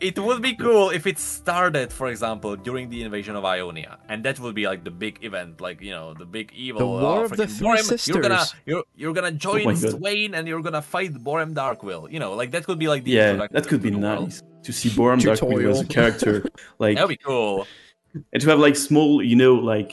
Speaker 3: it would be cool if it started, for example, during the invasion of Ionia, and that would be like the big event, like you know, the big evil. uh,
Speaker 5: War of the
Speaker 3: freaking
Speaker 5: Three
Speaker 3: Borem. You're gonna,
Speaker 5: Sisters.
Speaker 3: you're, you're gonna join
Speaker 4: Oh my God.
Speaker 3: Swain, and you're gonna fight Borem Darkwill. You know, like that could be like the
Speaker 4: Yeah,
Speaker 3: introduction
Speaker 4: that could
Speaker 3: to
Speaker 4: be
Speaker 3: the world.
Speaker 4: nice to see Boram Darkwind as
Speaker 5: Tutorial.
Speaker 4: a character, like,
Speaker 3: That'd be cool.
Speaker 4: and to have like small, you know, like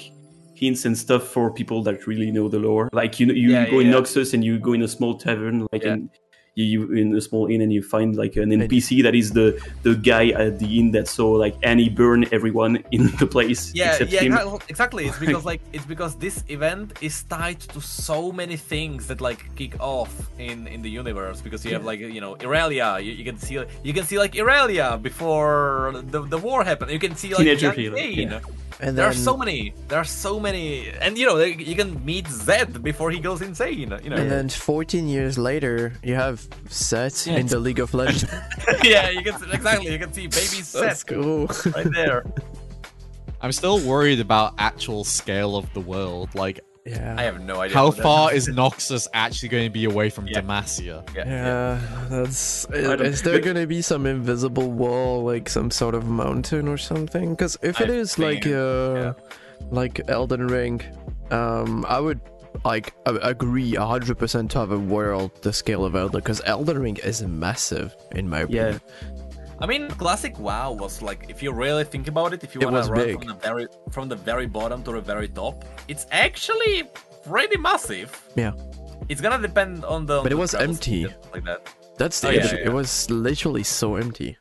Speaker 4: hints and stuff for people that really know the lore. Like you know, you
Speaker 3: Yeah,
Speaker 4: go
Speaker 3: yeah,
Speaker 4: in
Speaker 3: yeah.
Speaker 4: Noxus and you go in a small tavern, like
Speaker 3: Yeah.
Speaker 4: and you, you in a small inn and you find like an NPC that is the the guy at the inn that saw like Annie burn everyone in the place
Speaker 3: yeah
Speaker 4: except
Speaker 3: yeah
Speaker 4: him.
Speaker 3: exa- exactly it's because like it's because this event is tied to so many things that like kick off in in the universe because you have like you know Irelia you, you can see you can see like Irelia before the, the war happened you can see like
Speaker 4: Teenager
Speaker 3: Young
Speaker 4: Hela,
Speaker 3: Jane.
Speaker 4: yeah.
Speaker 5: And
Speaker 3: there are
Speaker 5: then-
Speaker 3: so many there are so many and you know like, you can meet Zed before he goes insane you know
Speaker 5: And then 14 years later, you have Set in the League of Legends.
Speaker 3: yeah you can see, exactly you can see baby Zed
Speaker 5: That's cool.
Speaker 3: right there
Speaker 2: I'm still worried about actual scale of the world. Like,
Speaker 5: yeah.
Speaker 3: I have no idea
Speaker 2: how
Speaker 3: what that
Speaker 2: far
Speaker 3: is.
Speaker 2: is Noxus actually going to be away from
Speaker 3: Yeah.
Speaker 2: Demacia?
Speaker 3: yeah, yeah.
Speaker 5: Yeah, that's.
Speaker 4: don't-
Speaker 5: Is there gonna be some invisible wall, like some sort of mountain or something? Because if it
Speaker 3: I
Speaker 5: is like
Speaker 3: think,
Speaker 5: uh, like Elden Ring, um, I would like a- agree hundred percent to have a world the scale of Elden, because Elden Ring is massive in my opinion.
Speaker 4: Yeah.
Speaker 3: I mean, classic WoW was like, if you really think about it, if you
Speaker 5: It
Speaker 3: want
Speaker 5: was
Speaker 3: to run
Speaker 5: big.
Speaker 3: from the very from the very bottom to the very top, it's actually pretty massive.
Speaker 5: Yeah.
Speaker 3: It's gonna depend on the. on
Speaker 5: But it
Speaker 3: the
Speaker 5: was
Speaker 3: travels
Speaker 5: empty.
Speaker 3: and stuff Like that.
Speaker 5: That's the
Speaker 3: Oh, yeah,
Speaker 5: issue.
Speaker 3: yeah.
Speaker 5: It was literally so empty.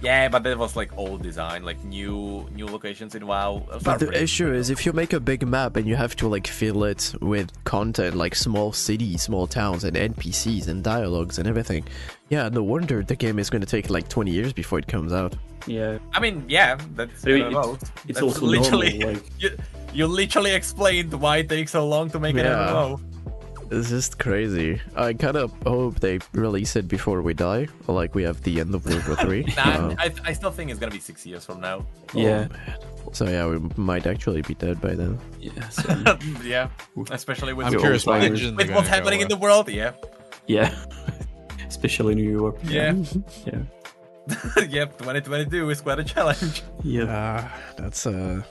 Speaker 3: Yeah, but that was like old design, like new new locations in WoW.
Speaker 5: But the issue is if you make a big map and you have to like fill it with content like small cities, small towns and NPCs and dialogues and everything. Yeah, no wonder the game is going to take like 20 years before it comes out.
Speaker 4: yeah.
Speaker 3: I mean, yeah, that's.
Speaker 4: So
Speaker 3: I
Speaker 4: it-
Speaker 3: don't know.
Speaker 4: it's,
Speaker 3: That's
Speaker 4: it's also
Speaker 3: literally.
Speaker 4: normal. Like,
Speaker 3: you, you literally explained why it takes so long to make an
Speaker 5: Yeah.
Speaker 3: MMO.
Speaker 5: It's just crazy. I kind of hope they release it before we die, like we have the end of World War Um, 3.
Speaker 3: Nah, I, I still think it's gonna be six years from now.
Speaker 4: yeah,
Speaker 5: so yeah, we might actually be dead by then.
Speaker 4: yeah, so,
Speaker 3: yeah, especially with
Speaker 2: I'm
Speaker 3: the-
Speaker 2: curious what
Speaker 4: Alzheimer's.
Speaker 2: engine
Speaker 3: with
Speaker 2: they're
Speaker 3: what's
Speaker 2: gonna go
Speaker 3: happening in
Speaker 2: with.
Speaker 3: the world. Yeah,
Speaker 4: yeah. Especially in Europe.
Speaker 3: yeah,
Speaker 4: yeah,
Speaker 3: yep. 2022 is quite a challenge.
Speaker 4: yeah.
Speaker 5: Uh, that's uh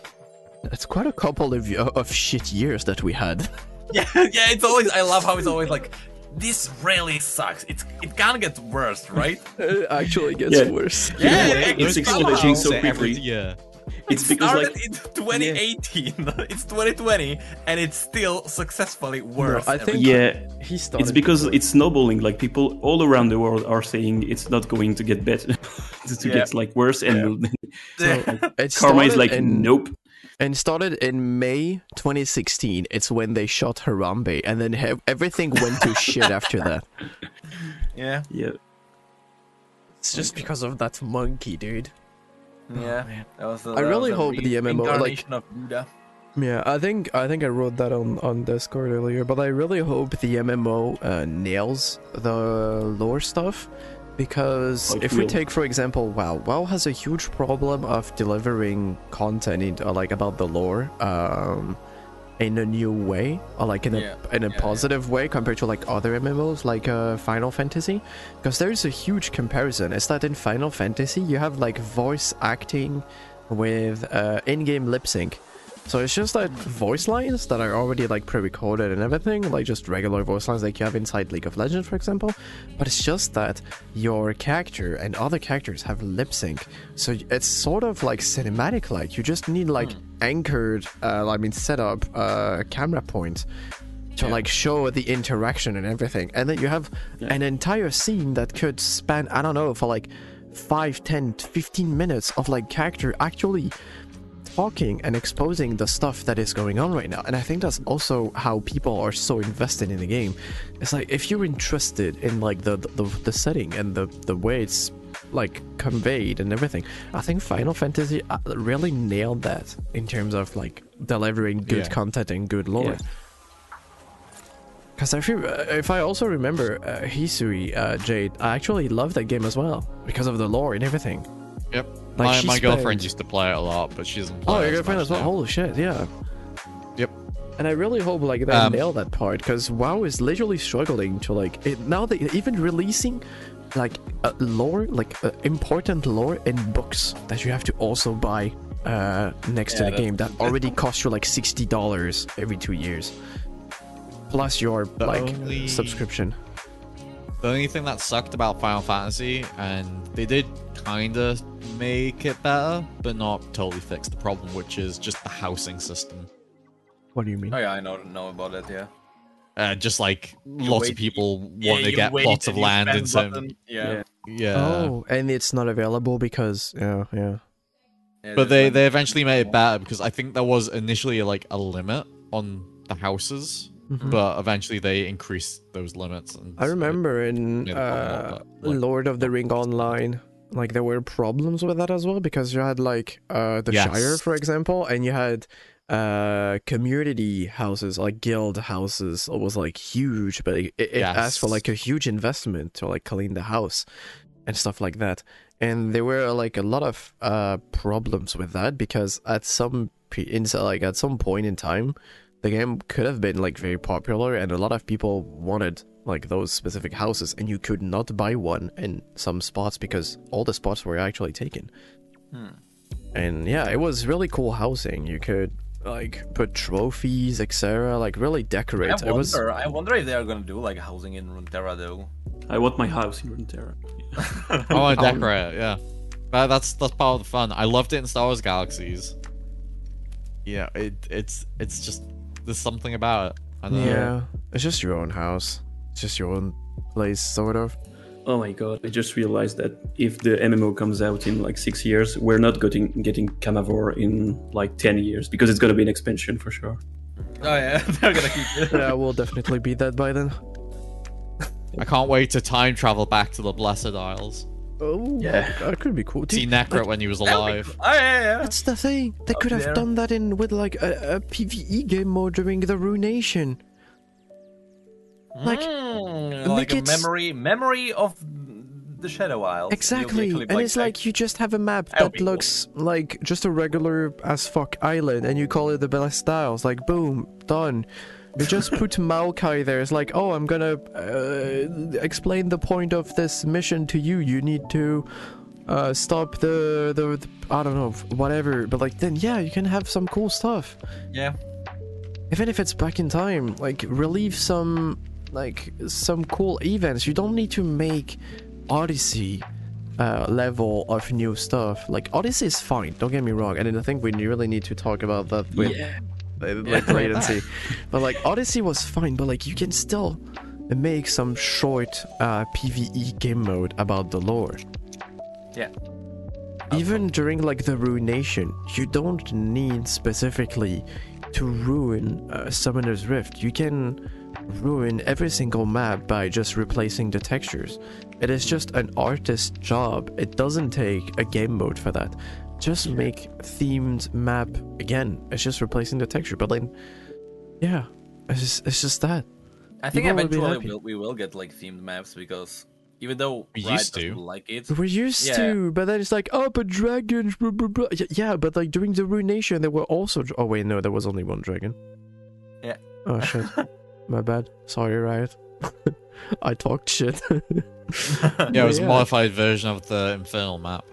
Speaker 5: that's quite a couple of of shit years that we had.
Speaker 3: yeah, yeah. It's always. I love how it's always like, this really sucks. It's it can't get worse, right?
Speaker 5: It actually gets
Speaker 4: Yeah.
Speaker 5: worse.
Speaker 3: yeah,
Speaker 4: what?
Speaker 3: it-
Speaker 4: It's
Speaker 3: it's
Speaker 4: exploding so
Speaker 2: Say every
Speaker 4: quickly.
Speaker 2: year.
Speaker 4: It's because
Speaker 3: started
Speaker 4: like
Speaker 3: in 2018. it's 2020, and it's still successfully worse.
Speaker 5: I
Speaker 3: every
Speaker 5: think-
Speaker 3: year.
Speaker 4: yeah,
Speaker 5: He started
Speaker 4: it's because it's snowballing. Like people all around the world are saying it's not going to get better, to to get like worse, and
Speaker 5: it
Speaker 4: Karma is
Speaker 5: started
Speaker 4: like,
Speaker 5: in-
Speaker 4: nope.
Speaker 5: and started in May 2016. It's when they shot Harambe, and then he- everything went to shit after that.
Speaker 3: yeah,
Speaker 4: Yeah,
Speaker 5: It's just because of that monkey, dude.
Speaker 3: yeah. That was the,
Speaker 5: I really hope the MMO, like-
Speaker 3: reincarnation of Buddha.
Speaker 5: Yeah, I think I think I wrote that on on Discord earlier, but I really hope the MMO uh, nails the lore stuff because
Speaker 4: Like
Speaker 5: if we
Speaker 4: real.
Speaker 5: take for example WoW, WoW has a huge problem of delivering content into, like about the lore um in a new way or like in a
Speaker 3: Yeah,
Speaker 5: in a
Speaker 3: yeah, yeah.
Speaker 5: positive way compared to like other MMOs like uh, Final Fantasy because there is a huge comparison. Is that in Final Fantasy you have like voice acting with uh, in-game lip sync So it's just like voice lines that are already like pre-recorded and everything, like just regular voice lines like you have inside League of Legends, for example. But it's just that your character and other characters have lip sync, so y- it's sort of like cinematic. Like you just need like
Speaker 3: Hmm.
Speaker 5: anchored, uh, I mean, set up uh, camera point to like show the interaction and everything, and then you have an entire scene that could span I don't know for like 5, 10, 15 minutes of like character actually talking and exposing the stuff that is going on right now. And I think that's also how people are so invested in the game. It's like if you're interested in like the the, the setting and the the way it's like conveyed and everything. I think Final Fantasy uh, really nailed that in terms of like delivering good
Speaker 2: Yeah.
Speaker 5: content and good lore.
Speaker 4: Yeah.
Speaker 5: Because I feel, uh, if I also remember uh, Hisui uh, Jade, I actually love that game as well because of the lore and everything.
Speaker 2: Yep.
Speaker 5: Like,
Speaker 2: my
Speaker 5: she
Speaker 2: my girlfriend
Speaker 5: spends-
Speaker 2: used to play it a lot, but she doesn't play
Speaker 5: Oh,
Speaker 2: it
Speaker 5: your
Speaker 2: as
Speaker 5: girlfriend
Speaker 2: much
Speaker 5: as well.
Speaker 2: now.
Speaker 5: Holy shit, yeah.
Speaker 2: Yep.
Speaker 5: And I really hope like they
Speaker 2: Um,
Speaker 5: nail that part because WoW is literally struggling to like it, now they even releasing like uh, lore, like uh, important lore in books that you have to also buy uh, next to
Speaker 3: Yeah,
Speaker 5: the
Speaker 3: that-
Speaker 5: game that already costs you like sixty dollars every two years, plus your like
Speaker 2: only-
Speaker 5: subscription.
Speaker 2: The only thing that sucked about Final Fantasy, and they did kinda make it better, but not totally fix the problem, which is just the housing system.
Speaker 5: What do you mean?
Speaker 3: Oh yeah, I know know about it. Yeah.
Speaker 2: Uh, just like lots
Speaker 3: wait-
Speaker 2: of people want
Speaker 3: yeah,
Speaker 2: to
Speaker 3: you
Speaker 2: get
Speaker 3: wait
Speaker 2: lots of
Speaker 3: and you
Speaker 2: land
Speaker 3: spend
Speaker 2: and some.
Speaker 3: button. Yeah.
Speaker 4: Yeah.
Speaker 2: Yeah.
Speaker 5: oh,
Speaker 2: Uh,
Speaker 5: and it's not available because yeah, yeah.
Speaker 3: Yeah,
Speaker 2: But
Speaker 3: there's
Speaker 2: they,
Speaker 3: like-
Speaker 2: they eventually made it better because I think there was initially like a limit on the houses, but eventually they increased those limits. And
Speaker 5: Mm-hmm. I
Speaker 2: so-
Speaker 5: remember in
Speaker 2: Yeah, the problem
Speaker 5: uh,
Speaker 2: of that, like-
Speaker 5: Lord of the Ring Online, like there were problems with that as well because you had like uh, the Shire,
Speaker 2: Yes.
Speaker 5: for example, and you had uh, community houses, like guild houses. It was like huge, but it, it it asked for
Speaker 2: Yes.
Speaker 5: like a huge investment to like clean the house and stuff like that. And there were like a lot of uh, problems with that because at some pe- in, like at some point in time, the game could have been like very popular and a lot of people wanted like those specific houses and you could not buy one in some spots because all the spots were actually taken
Speaker 3: Hmm.
Speaker 5: and yeah it was really cool housing you could like put trophies etc like really decorate
Speaker 3: I
Speaker 5: it
Speaker 3: wonder,
Speaker 5: was
Speaker 3: I wonder if they are gonna do like housing in Runeterra though.
Speaker 4: I want my house in Runeterra.
Speaker 2: I want to decorate it, yeah. That, that's that's part of the fun. I loved it in Star Wars Galaxies. Yeah, it it's it's just there's something about it. I don't know.
Speaker 5: yeah it's just your own house it's just your own place sort of
Speaker 4: Oh my god! I just realized that if the MMO comes out in like six years, we're not getting getting Camavore in like ten years because it's gonna be an expansion for sure.
Speaker 3: Oh yeah, they're gonna keep it.
Speaker 5: yeah we'll definitely be that by then
Speaker 2: I can't wait to time travel back to the Blessed Isles.
Speaker 5: oh
Speaker 4: Yeah.
Speaker 5: that could be cool Dude,
Speaker 2: See Necro when he was alive.
Speaker 3: Oh yeah, yeah. yeah.
Speaker 5: That's the thing. They could have
Speaker 3: there.
Speaker 5: done that in with like a, a PVE game mode during the ruination. Like
Speaker 3: Mm,
Speaker 5: Like
Speaker 3: like a
Speaker 5: it's-
Speaker 3: memory, memory of the Shadow Isles. You
Speaker 5: exactly,
Speaker 3: literally
Speaker 5: and it's like you just have a map
Speaker 3: That'd
Speaker 5: that
Speaker 3: be cool.
Speaker 5: looks like just a regular as fuck island, and you call it the Bellest Styles. Like boom, done. You just put Maokai there. It's like, oh, I'm gonna uh, explain the point of this mission to you. You need to uh, stop the, the the I don't know whatever. But like then, yeah, you can have some cool stuff.
Speaker 3: yeah.
Speaker 5: even if it's back in time like relieve some like some cool events you don't need to make odyssey uh, level of new stuff like odyssey is fine don't get me wrong and i think we really need to talk about that with uh, like latency but like odyssey was fine but like you can still make some short uh, pve game mode about the lore
Speaker 3: Yeah.
Speaker 5: even during like the ruination you don't need specifically to ruin uh, summoner's rift you can ruin every single map by just replacing the textures it is just an artist's job it doesn't take a game mode for that just make themed map again it's just replacing the texture but then yeah it's just, it's just that
Speaker 3: I think
Speaker 5: People will be
Speaker 3: eventually
Speaker 5: happy.
Speaker 3: we'll, we will get like themed maps because even though
Speaker 2: We
Speaker 3: Riot
Speaker 2: used to.
Speaker 3: doesn't like it,
Speaker 5: We're used
Speaker 3: Yeah.
Speaker 5: to, but then it's like, oh, but dragons, blah, blah, blah. Y- Yeah, but like during the ruination, there were also. dra- Oh, wait, no, there was only one dragon.
Speaker 3: Yeah.
Speaker 5: Oh, shit. My bad. Sorry, Riot. I talked shit.
Speaker 2: Yeah, it was a
Speaker 5: Yeah.
Speaker 2: modified version of the Infernal map.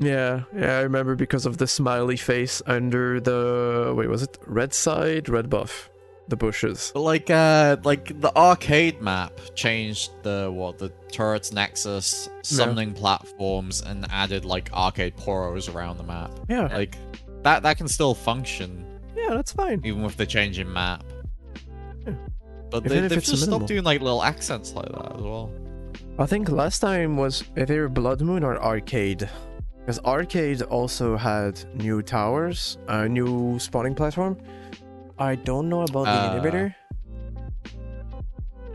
Speaker 5: Yeah, yeah, I remember because of the smiley face under the wait, was it red side, red buff, the bushes.
Speaker 2: But like, uh, like the arcade map changed the what the turrets, nexus, summoning platforms, and added like arcade poros around the map.
Speaker 5: Yeah,
Speaker 2: Like that, that can still function
Speaker 5: yeah, that's fine.
Speaker 2: even with the change in map.
Speaker 5: Yeah.
Speaker 2: But
Speaker 5: Even
Speaker 2: they,
Speaker 5: if
Speaker 2: they've
Speaker 5: it's
Speaker 2: just
Speaker 5: minimal.
Speaker 2: stopped doing like little accents like that as well.
Speaker 5: I think last time was either Blood Moon or Arcade, because Arcade also had new towers, a new spawning platform. I don't know about the
Speaker 2: Uh,
Speaker 5: inhibitor.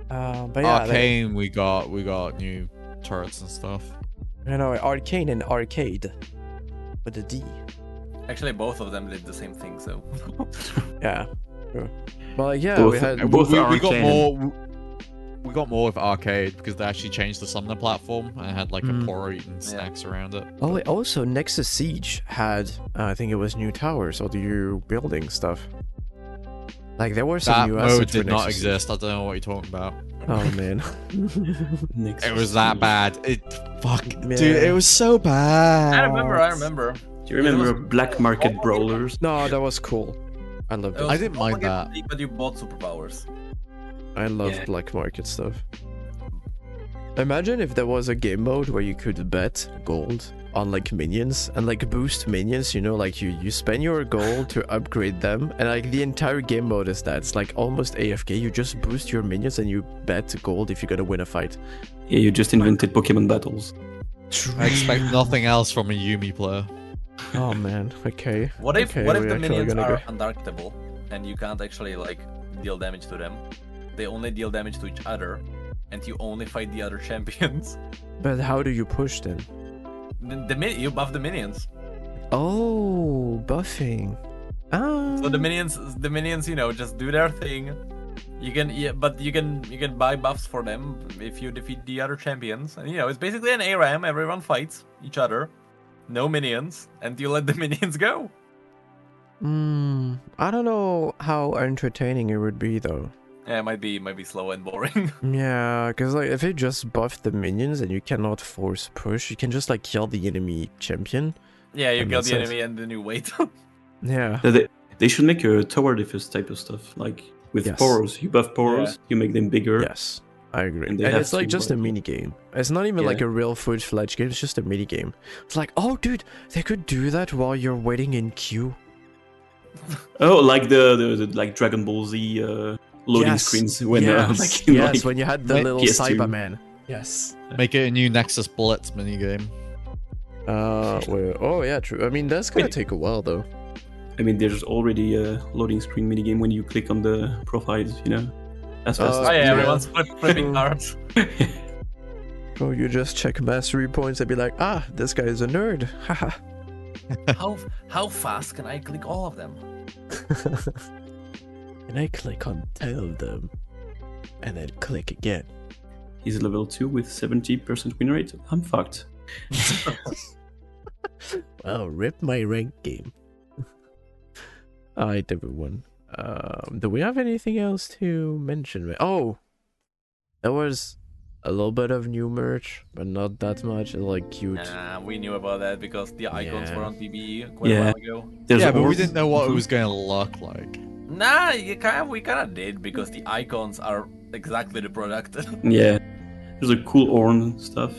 Speaker 5: Uh, but yeah, they-
Speaker 2: Arcane, we got we got new turrets and stuff.
Speaker 5: you know, Arcane and Arcade, with a D.
Speaker 3: Actually, both of them did the same thing. So
Speaker 5: Yeah. True. Well, yeah, we
Speaker 4: Both-
Speaker 5: had
Speaker 4: Uh, both
Speaker 2: we,
Speaker 4: are
Speaker 2: we got
Speaker 4: arcane.
Speaker 2: more. We, we got more with arcade because they actually changed the summoner platform and had like
Speaker 5: Mm.
Speaker 2: a poro eating snacks around it.
Speaker 5: Oh, wait, also Nexus Siege had, uh, I think it was new towers or the new building stuff. Like there were some
Speaker 2: that
Speaker 5: new
Speaker 2: mode
Speaker 5: assets for
Speaker 2: did not
Speaker 5: Nexus Siege.
Speaker 2: exist. I don't know what you're talking about.
Speaker 5: Oh man,
Speaker 4: Next.
Speaker 2: It was that bad. It fuck, dude.
Speaker 5: Yeah.
Speaker 2: It was so bad.
Speaker 3: I remember. I remember.
Speaker 4: Do you remember Black Market Brawlers?
Speaker 5: no, that was cool. I loved
Speaker 3: It
Speaker 5: it.
Speaker 3: was
Speaker 2: I didn't mind
Speaker 3: complicated,
Speaker 2: that.
Speaker 3: But you bought superpowers.
Speaker 5: I love
Speaker 4: Yeah.
Speaker 5: black market stuff. Imagine if there was a game mode where you could bet gold on like minions and like boost minions, you know, like you you spend your gold to upgrade them and like the entire game mode is that. It's like almost AFK. You just boost your minions and you bet gold if you're gonna win a fight.
Speaker 4: Yeah, you just invented Pokemon battles.
Speaker 2: I expect nothing else from a Yumi player.
Speaker 5: Oh man, okay.
Speaker 3: What if
Speaker 5: Okay,
Speaker 3: what if
Speaker 5: we're
Speaker 3: the
Speaker 5: actually
Speaker 3: minions
Speaker 5: gonna
Speaker 3: are
Speaker 5: go-
Speaker 3: untargetable and you can't actually like deal damage to them? They only deal damage to each other, and you only fight the other champions.
Speaker 5: But how do you push them?
Speaker 3: The, the min- you buff the minions.
Speaker 5: Oh, buffing. Ah.
Speaker 3: So the minions, the minions, you know, just do their thing. You can, yeah, but you can, you can buy buffs for them if you defeat the other champions. And you know, it's basically an ARAM. Everyone fights each other, no minions, and you let the minions go.
Speaker 5: Hmm, I don't know how entertaining it would be though.
Speaker 3: Yeah, it might be, might be slow and boring.
Speaker 5: Yeah, because like if you just buff the minions and you cannot force push, you can just like kill the enemy champion.
Speaker 3: yeah, you
Speaker 5: That
Speaker 3: kill
Speaker 5: makes
Speaker 3: the
Speaker 5: sense.
Speaker 3: enemy and then you wait.
Speaker 5: Yeah.
Speaker 4: That They, they should make a tower defense type of stuff, like with
Speaker 5: Yes.
Speaker 4: poros. You buff poros, you make them bigger.
Speaker 5: Yes, I agree.
Speaker 4: And
Speaker 5: And,
Speaker 4: they have
Speaker 5: it's like
Speaker 4: to,
Speaker 5: just a
Speaker 4: like-
Speaker 5: mini game. It's not even like
Speaker 4: Yeah.
Speaker 5: a real food fledged game. It's just a mini game. It's like, oh, dude, they could do that while you're waiting in queue.
Speaker 4: Oh, like the, the, the like Dragon Ball Z uh, loading
Speaker 5: Yes.
Speaker 4: screens when uh,
Speaker 5: yes,
Speaker 4: like, in,
Speaker 5: yes,
Speaker 4: like-
Speaker 5: when you had the
Speaker 2: Like
Speaker 5: little
Speaker 4: PS2.
Speaker 5: Cyberman. Yes.
Speaker 2: Make it a new Nexus Blitz minigame.
Speaker 5: Uh, wait, oh yeah, true. I mean, that's gonna
Speaker 4: Wait.
Speaker 5: take a while though.
Speaker 4: I mean, there's already a loading screen minigame when you click on the profiles, you know, as
Speaker 2: Uh,
Speaker 4: fast
Speaker 5: Oh,
Speaker 4: as
Speaker 3: oh yeah,
Speaker 5: yeah.
Speaker 3: everyone's flip- flipping cards.
Speaker 5: Oh, you just check mastery points and be like, ah, this guy is a nerd. Haha.
Speaker 3: How how fast can I click all of them?
Speaker 5: and I click on 10 of them and then click again.
Speaker 4: he's level two with 70% win rate. I'm fucked.
Speaker 5: Wow, rip my rank game. I did one. Um, do we have anything else to mention? ma- Oh, there was a little bit of new merch, but not that much. It's like cute.
Speaker 3: Nah, we knew about that because the icons
Speaker 5: Yeah.
Speaker 3: were on PBE quite
Speaker 4: Yeah.
Speaker 3: a while ago.
Speaker 4: There's
Speaker 2: yeah, but we
Speaker 4: orb.
Speaker 2: didn't know what it was going to look like.
Speaker 3: Nah, you kind of, we kind of did because the icons are exactly the product.
Speaker 4: Yeah, there's a cool Orn stuff.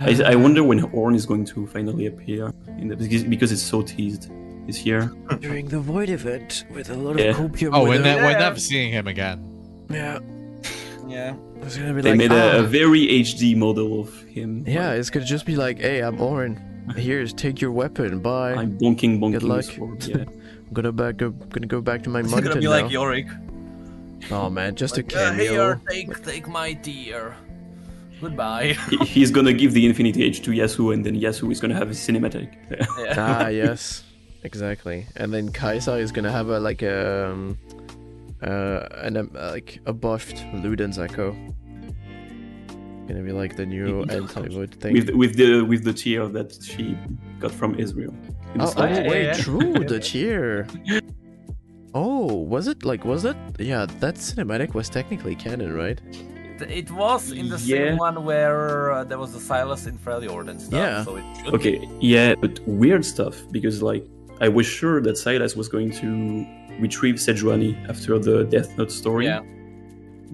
Speaker 4: I,
Speaker 5: Uh-huh.
Speaker 4: I wonder when Orn is going to finally appear in the because, because it's so teased this year.
Speaker 5: During the void event with a lot
Speaker 4: Yeah.
Speaker 5: of copium.
Speaker 2: Oh,
Speaker 5: with
Speaker 2: we're,
Speaker 5: a-
Speaker 2: ne- we're
Speaker 3: Yeah.
Speaker 2: never seeing him again.
Speaker 5: yeah.
Speaker 3: yeah.
Speaker 5: It's gonna be
Speaker 4: They
Speaker 5: like,
Speaker 4: made a, a
Speaker 5: ah.
Speaker 4: very HD model of him.
Speaker 5: yeah, it's gonna just be like, hey, I'm Orin. Here's, take your weapon. Bye. I'm
Speaker 4: I'm bonking bonking
Speaker 5: Good luck.
Speaker 4: his sword. Yeah.
Speaker 5: gonna back up, gonna go back to my
Speaker 3: It's
Speaker 5: mountain
Speaker 3: gonna be
Speaker 5: now.
Speaker 3: like Yorick.
Speaker 5: Oh man, just a
Speaker 3: Like, uh,
Speaker 5: cameo.
Speaker 3: here, take, take my tear. Goodbye.
Speaker 4: He- He's gonna give the Infinity Edge to Yasu, and then Yasu is gonna have his cinematic.
Speaker 3: yeah.
Speaker 5: ah yes, exactly. And then Kaisa is gonna have a like a um, uh an um, like a buffed Luden Zeko. Gonna be like the new anti void thing.
Speaker 4: with with the with the tier that she got from Israel. in the
Speaker 5: oh, oh,
Speaker 4: start.
Speaker 3: yeah,
Speaker 5: wait,
Speaker 3: yeah.
Speaker 5: true the cheer. Oh, was it like was that? Yeah, that cinematic was technically canon, right?
Speaker 3: It it was in the
Speaker 4: Yeah.
Speaker 3: same one where uh, there was the Silas in Freljord and stuff.
Speaker 5: Yeah.
Speaker 3: So it should be.
Speaker 4: Okay, yeah, but weird stuff because like I was sure that Silas was going to retrieve Sejuani after the Death Note story,
Speaker 3: Yeah.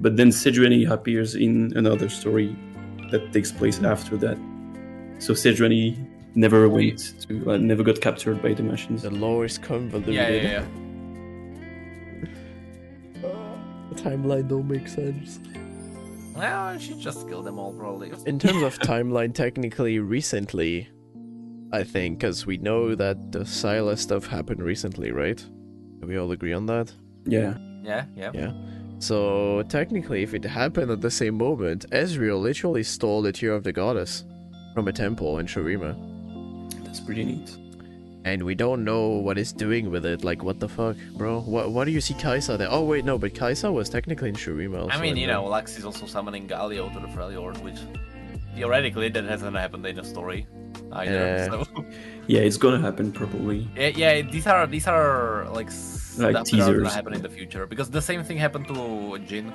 Speaker 4: but then Sejuani appears in another story that takes place after that. So Sejuani never went to, uh, never got captured by the machines.
Speaker 5: The lore is convoluted.
Speaker 3: Yeah, yeah, yeah.
Speaker 5: The timeline don't make sense.
Speaker 3: Well, she just killed them all, probably.
Speaker 5: In terms of timeline, technically, recently, I think, because we know that the Silas stuff happened recently, right? Do we all agree on that?
Speaker 4: Yeah,
Speaker 3: Yeah, yeah.
Speaker 5: Yeah. So technically, if it happened at the same moment, Ezreal literally stole the tear of the goddess from a temple in Shurima,
Speaker 4: that's pretty neat.
Speaker 5: and we don't know what it's doing with it. Like, what the fuck, bro? What? Why do you see Kaisa there? Oh wait, no, but Kaisa was technically in Shurima.
Speaker 3: I
Speaker 5: also,
Speaker 3: mean,
Speaker 5: and
Speaker 3: you
Speaker 5: then-
Speaker 3: know, Lux is also summoning Galio to the Freljord, which theoretically that hasn't happened in the story either.
Speaker 5: Yeah.
Speaker 3: So
Speaker 4: Yeah, it's gonna happen probably.
Speaker 3: yeah, yeah, these are these are like stuff that are gonna
Speaker 4: teasers.
Speaker 3: happen in the future because the same thing happened to Jin,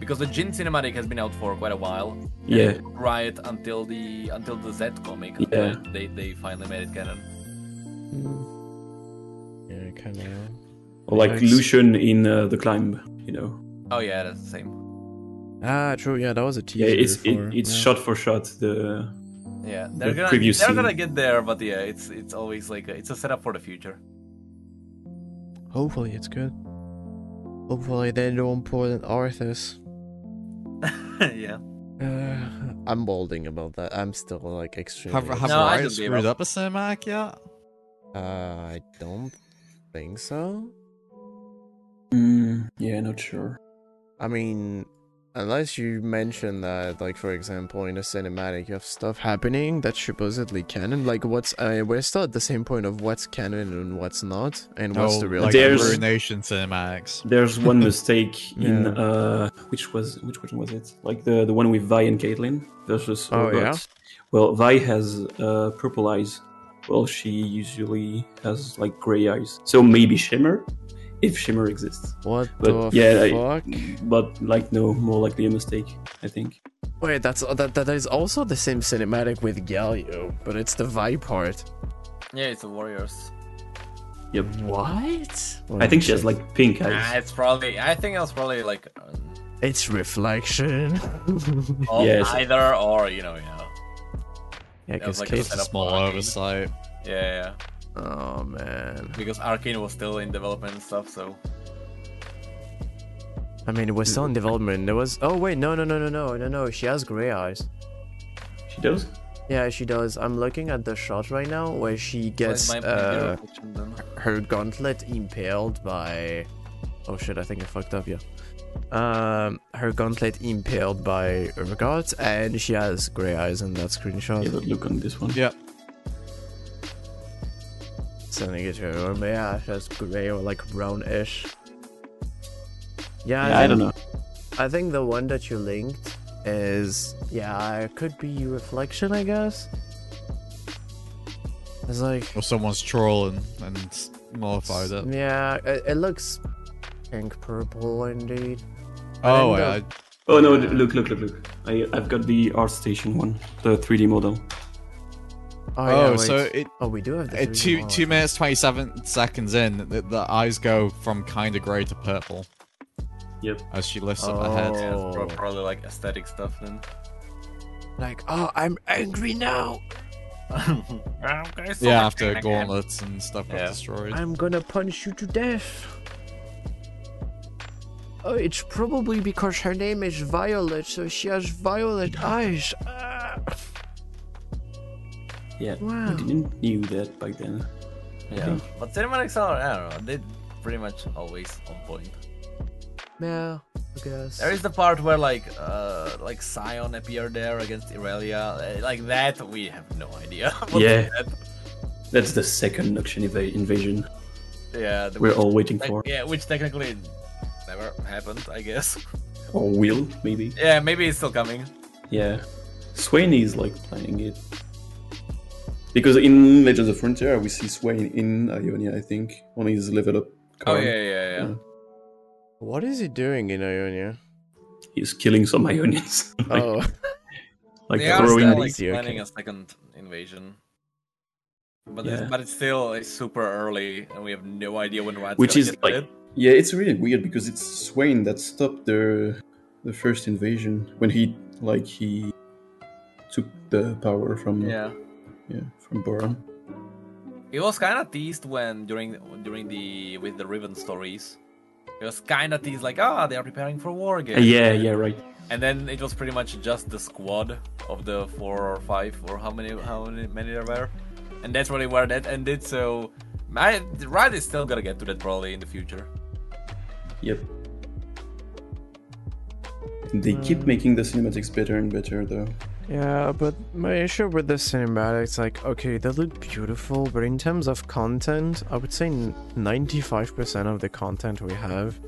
Speaker 3: because the Jin cinematic has been out for quite a while. and
Speaker 4: Yeah.
Speaker 3: it took Riot until the until the Z comic,
Speaker 4: Yeah.
Speaker 3: until they they finally made it canon.
Speaker 5: Yeah, kind of.
Speaker 4: Or like
Speaker 5: Yikes.
Speaker 4: Lucian in uh, the climb, you know.
Speaker 3: Oh yeah, that's the same.
Speaker 5: Ah, true. Yeah, that was a teaser.
Speaker 4: Yeah, it's
Speaker 5: for-
Speaker 4: it, it's
Speaker 5: yeah.
Speaker 4: shot for shot the
Speaker 3: Yeah, they're
Speaker 4: The
Speaker 3: gonna they're
Speaker 4: previous
Speaker 3: gonna
Speaker 4: scene.
Speaker 3: get there, but yeah, it's it's always like a, it's a setup for the future.
Speaker 5: Hopefully, it's good. Hopefully, they don't put an Arthas.
Speaker 3: yeah.
Speaker 5: Uh, I'm balding about that. I'm still like extremely.
Speaker 2: Have, have
Speaker 3: No, I
Speaker 2: Riot
Speaker 3: don't give
Speaker 2: screwed up a cinematic yet?
Speaker 5: Uh, I don't think so.
Speaker 4: Mm, yeah, not sure.
Speaker 5: I mean, unless you mention that, like for example, in a cinematic, you have stuff happening that's supposedly canon. Like, what's uh, we're still at the same point of what's canon and what's not, and what's
Speaker 2: Oh,
Speaker 5: the real.
Speaker 2: like
Speaker 4: There's-
Speaker 5: canon.
Speaker 2: Ruination cinematics.
Speaker 4: There's one mistake in
Speaker 5: Yeah.
Speaker 4: uh, which was which one was it? Like the the one with Vi and Caitlyn versus
Speaker 5: Oh,
Speaker 4: Urgot.
Speaker 5: yeah?
Speaker 4: Well, Vi has uh, purple eyes. Well, she usually has like gray eyes. So maybe Shimmer, if Shimmer exists.
Speaker 5: What
Speaker 4: But
Speaker 5: the
Speaker 4: yeah, I-
Speaker 5: fuck?
Speaker 4: But like no, more likely a mistake. I think.
Speaker 5: Wait, that's uh, that, that is also the same cinematic with Galio, but it's the Vi part.
Speaker 3: Yeah, it's the Warriors.
Speaker 4: Yep.
Speaker 5: What?
Speaker 4: I think she has like pink
Speaker 3: Ah,
Speaker 4: eyes.
Speaker 3: it's probably. I think it was probably like um,
Speaker 5: it's reflection.
Speaker 3: oh,
Speaker 4: Yes.
Speaker 3: either or, you know, yeah,
Speaker 5: yeah,
Speaker 3: That was
Speaker 5: because
Speaker 3: like a
Speaker 5: Kate.
Speaker 3: setup.
Speaker 2: Small
Speaker 3: Arcane.
Speaker 2: oversight.
Speaker 3: yeah, yeah.
Speaker 5: Oh man.
Speaker 3: Because Arcane was still in development and stuff, so
Speaker 5: I mean, it was still in development. There was. Oh wait, no, no, no, no, no, no, no. She has gray eyes.
Speaker 4: She does.
Speaker 5: Yeah, she does. I'm looking at the shot right now where she gets
Speaker 3: my, my
Speaker 5: uh,
Speaker 3: reflection then.
Speaker 5: her gauntlet impaled by. Oh shit! I think I fucked up. Yeah. Um, her gauntlet impaled by Urgot, and she has gray eyes in that screenshot.
Speaker 4: Yeah, but look on this one.
Speaker 2: Yep.
Speaker 5: Sending it to her. But yeah, she has gray or like brownish. Yeah,
Speaker 4: Yeah, I don't know.
Speaker 5: I think the one that you linked is yeah, it could be reflection, I guess. It's like
Speaker 2: Or someone's trolling and modified it.
Speaker 5: yeah, it, it looks pink purple indeed.
Speaker 2: Oh,
Speaker 5: I
Speaker 2: wait,
Speaker 5: don't
Speaker 2: I,
Speaker 4: Oh no! Look! Look! Look! Look! I I've got the art station one, the 3D model.
Speaker 5: Oh,
Speaker 2: oh
Speaker 5: yeah, wait.
Speaker 2: so it,
Speaker 5: oh we do have the
Speaker 2: it two
Speaker 5: original
Speaker 2: two
Speaker 5: one.
Speaker 2: minutes twenty seven seconds in, the, the eyes go from kind of grey to purple
Speaker 4: Yep.
Speaker 2: as she lifts up her head.
Speaker 3: Yeah, it's pro-
Speaker 5: Oh.
Speaker 3: probably like aesthetic stuff then.
Speaker 5: Like oh, I'm angry now.
Speaker 2: Yeah, after gauntlets and stuff got
Speaker 3: Yeah.
Speaker 2: destroyed.
Speaker 5: I'm gonna punch you to death. Oh, it's probably because her name is Violet, so she has violet eyes. Ah.
Speaker 4: Yeah.
Speaker 5: Wow.
Speaker 4: I didn't knew that back then.
Speaker 3: yeah, but cinematics are I don't know. They pretty much always on point.
Speaker 5: Yeah, I guess.
Speaker 3: There is the part where like uh like Scion appeared there against Irelia, Uh, like that. We have no idea. what
Speaker 4: Yeah.
Speaker 3: that-
Speaker 4: That's the second Noxian inv- invasion
Speaker 3: yeah. the-
Speaker 4: we're all waiting
Speaker 3: Like,
Speaker 4: for.
Speaker 3: yeah, which technically never happened, I guess.
Speaker 4: Or will, maybe.
Speaker 3: Yeah, maybe it's still coming.
Speaker 4: Yeah. Swain is like planning it. Because in Legends of Frontier, we see Swain in Ionia, I think, on his level up.
Speaker 3: Oh
Speaker 4: card.
Speaker 3: yeah, yeah, yeah.
Speaker 5: What is he doing in Ionia?
Speaker 4: is killing some Ionians. like,
Speaker 5: Oh,
Speaker 4: like
Speaker 3: they are
Speaker 4: throwing.
Speaker 3: still
Speaker 5: the-
Speaker 3: like,
Speaker 5: easier,
Speaker 3: planning
Speaker 5: okay.
Speaker 3: a second invasion. But, it's,
Speaker 4: Yeah.
Speaker 3: but it's still it's super early, and we have no idea when Riot's
Speaker 4: Which
Speaker 3: gonna
Speaker 4: is,
Speaker 3: get
Speaker 4: like,
Speaker 3: rid.
Speaker 4: Yeah, it's really weird because it's Swain that stopped the the first invasion when he like he took the power from
Speaker 3: yeah.
Speaker 4: yeah, from Boron.
Speaker 3: It was kind of teased when during during the with the Riven stories. It was kind of teased like, ah, they are preparing for war again.
Speaker 4: Uh, Yeah, yeah, right.
Speaker 3: And then it was pretty much just the squad of the four or five or how many how many, many there were, and that's really where that ended. So, I, Riot is still gonna get to that probably in the future.
Speaker 4: Yep. They keep
Speaker 5: Hmm.
Speaker 4: making the cinematics better and better though.
Speaker 5: yeah, but my issue with the cinematics, like, okay, they look beautiful, but in terms of content, I would say ninety-five percent of the content we have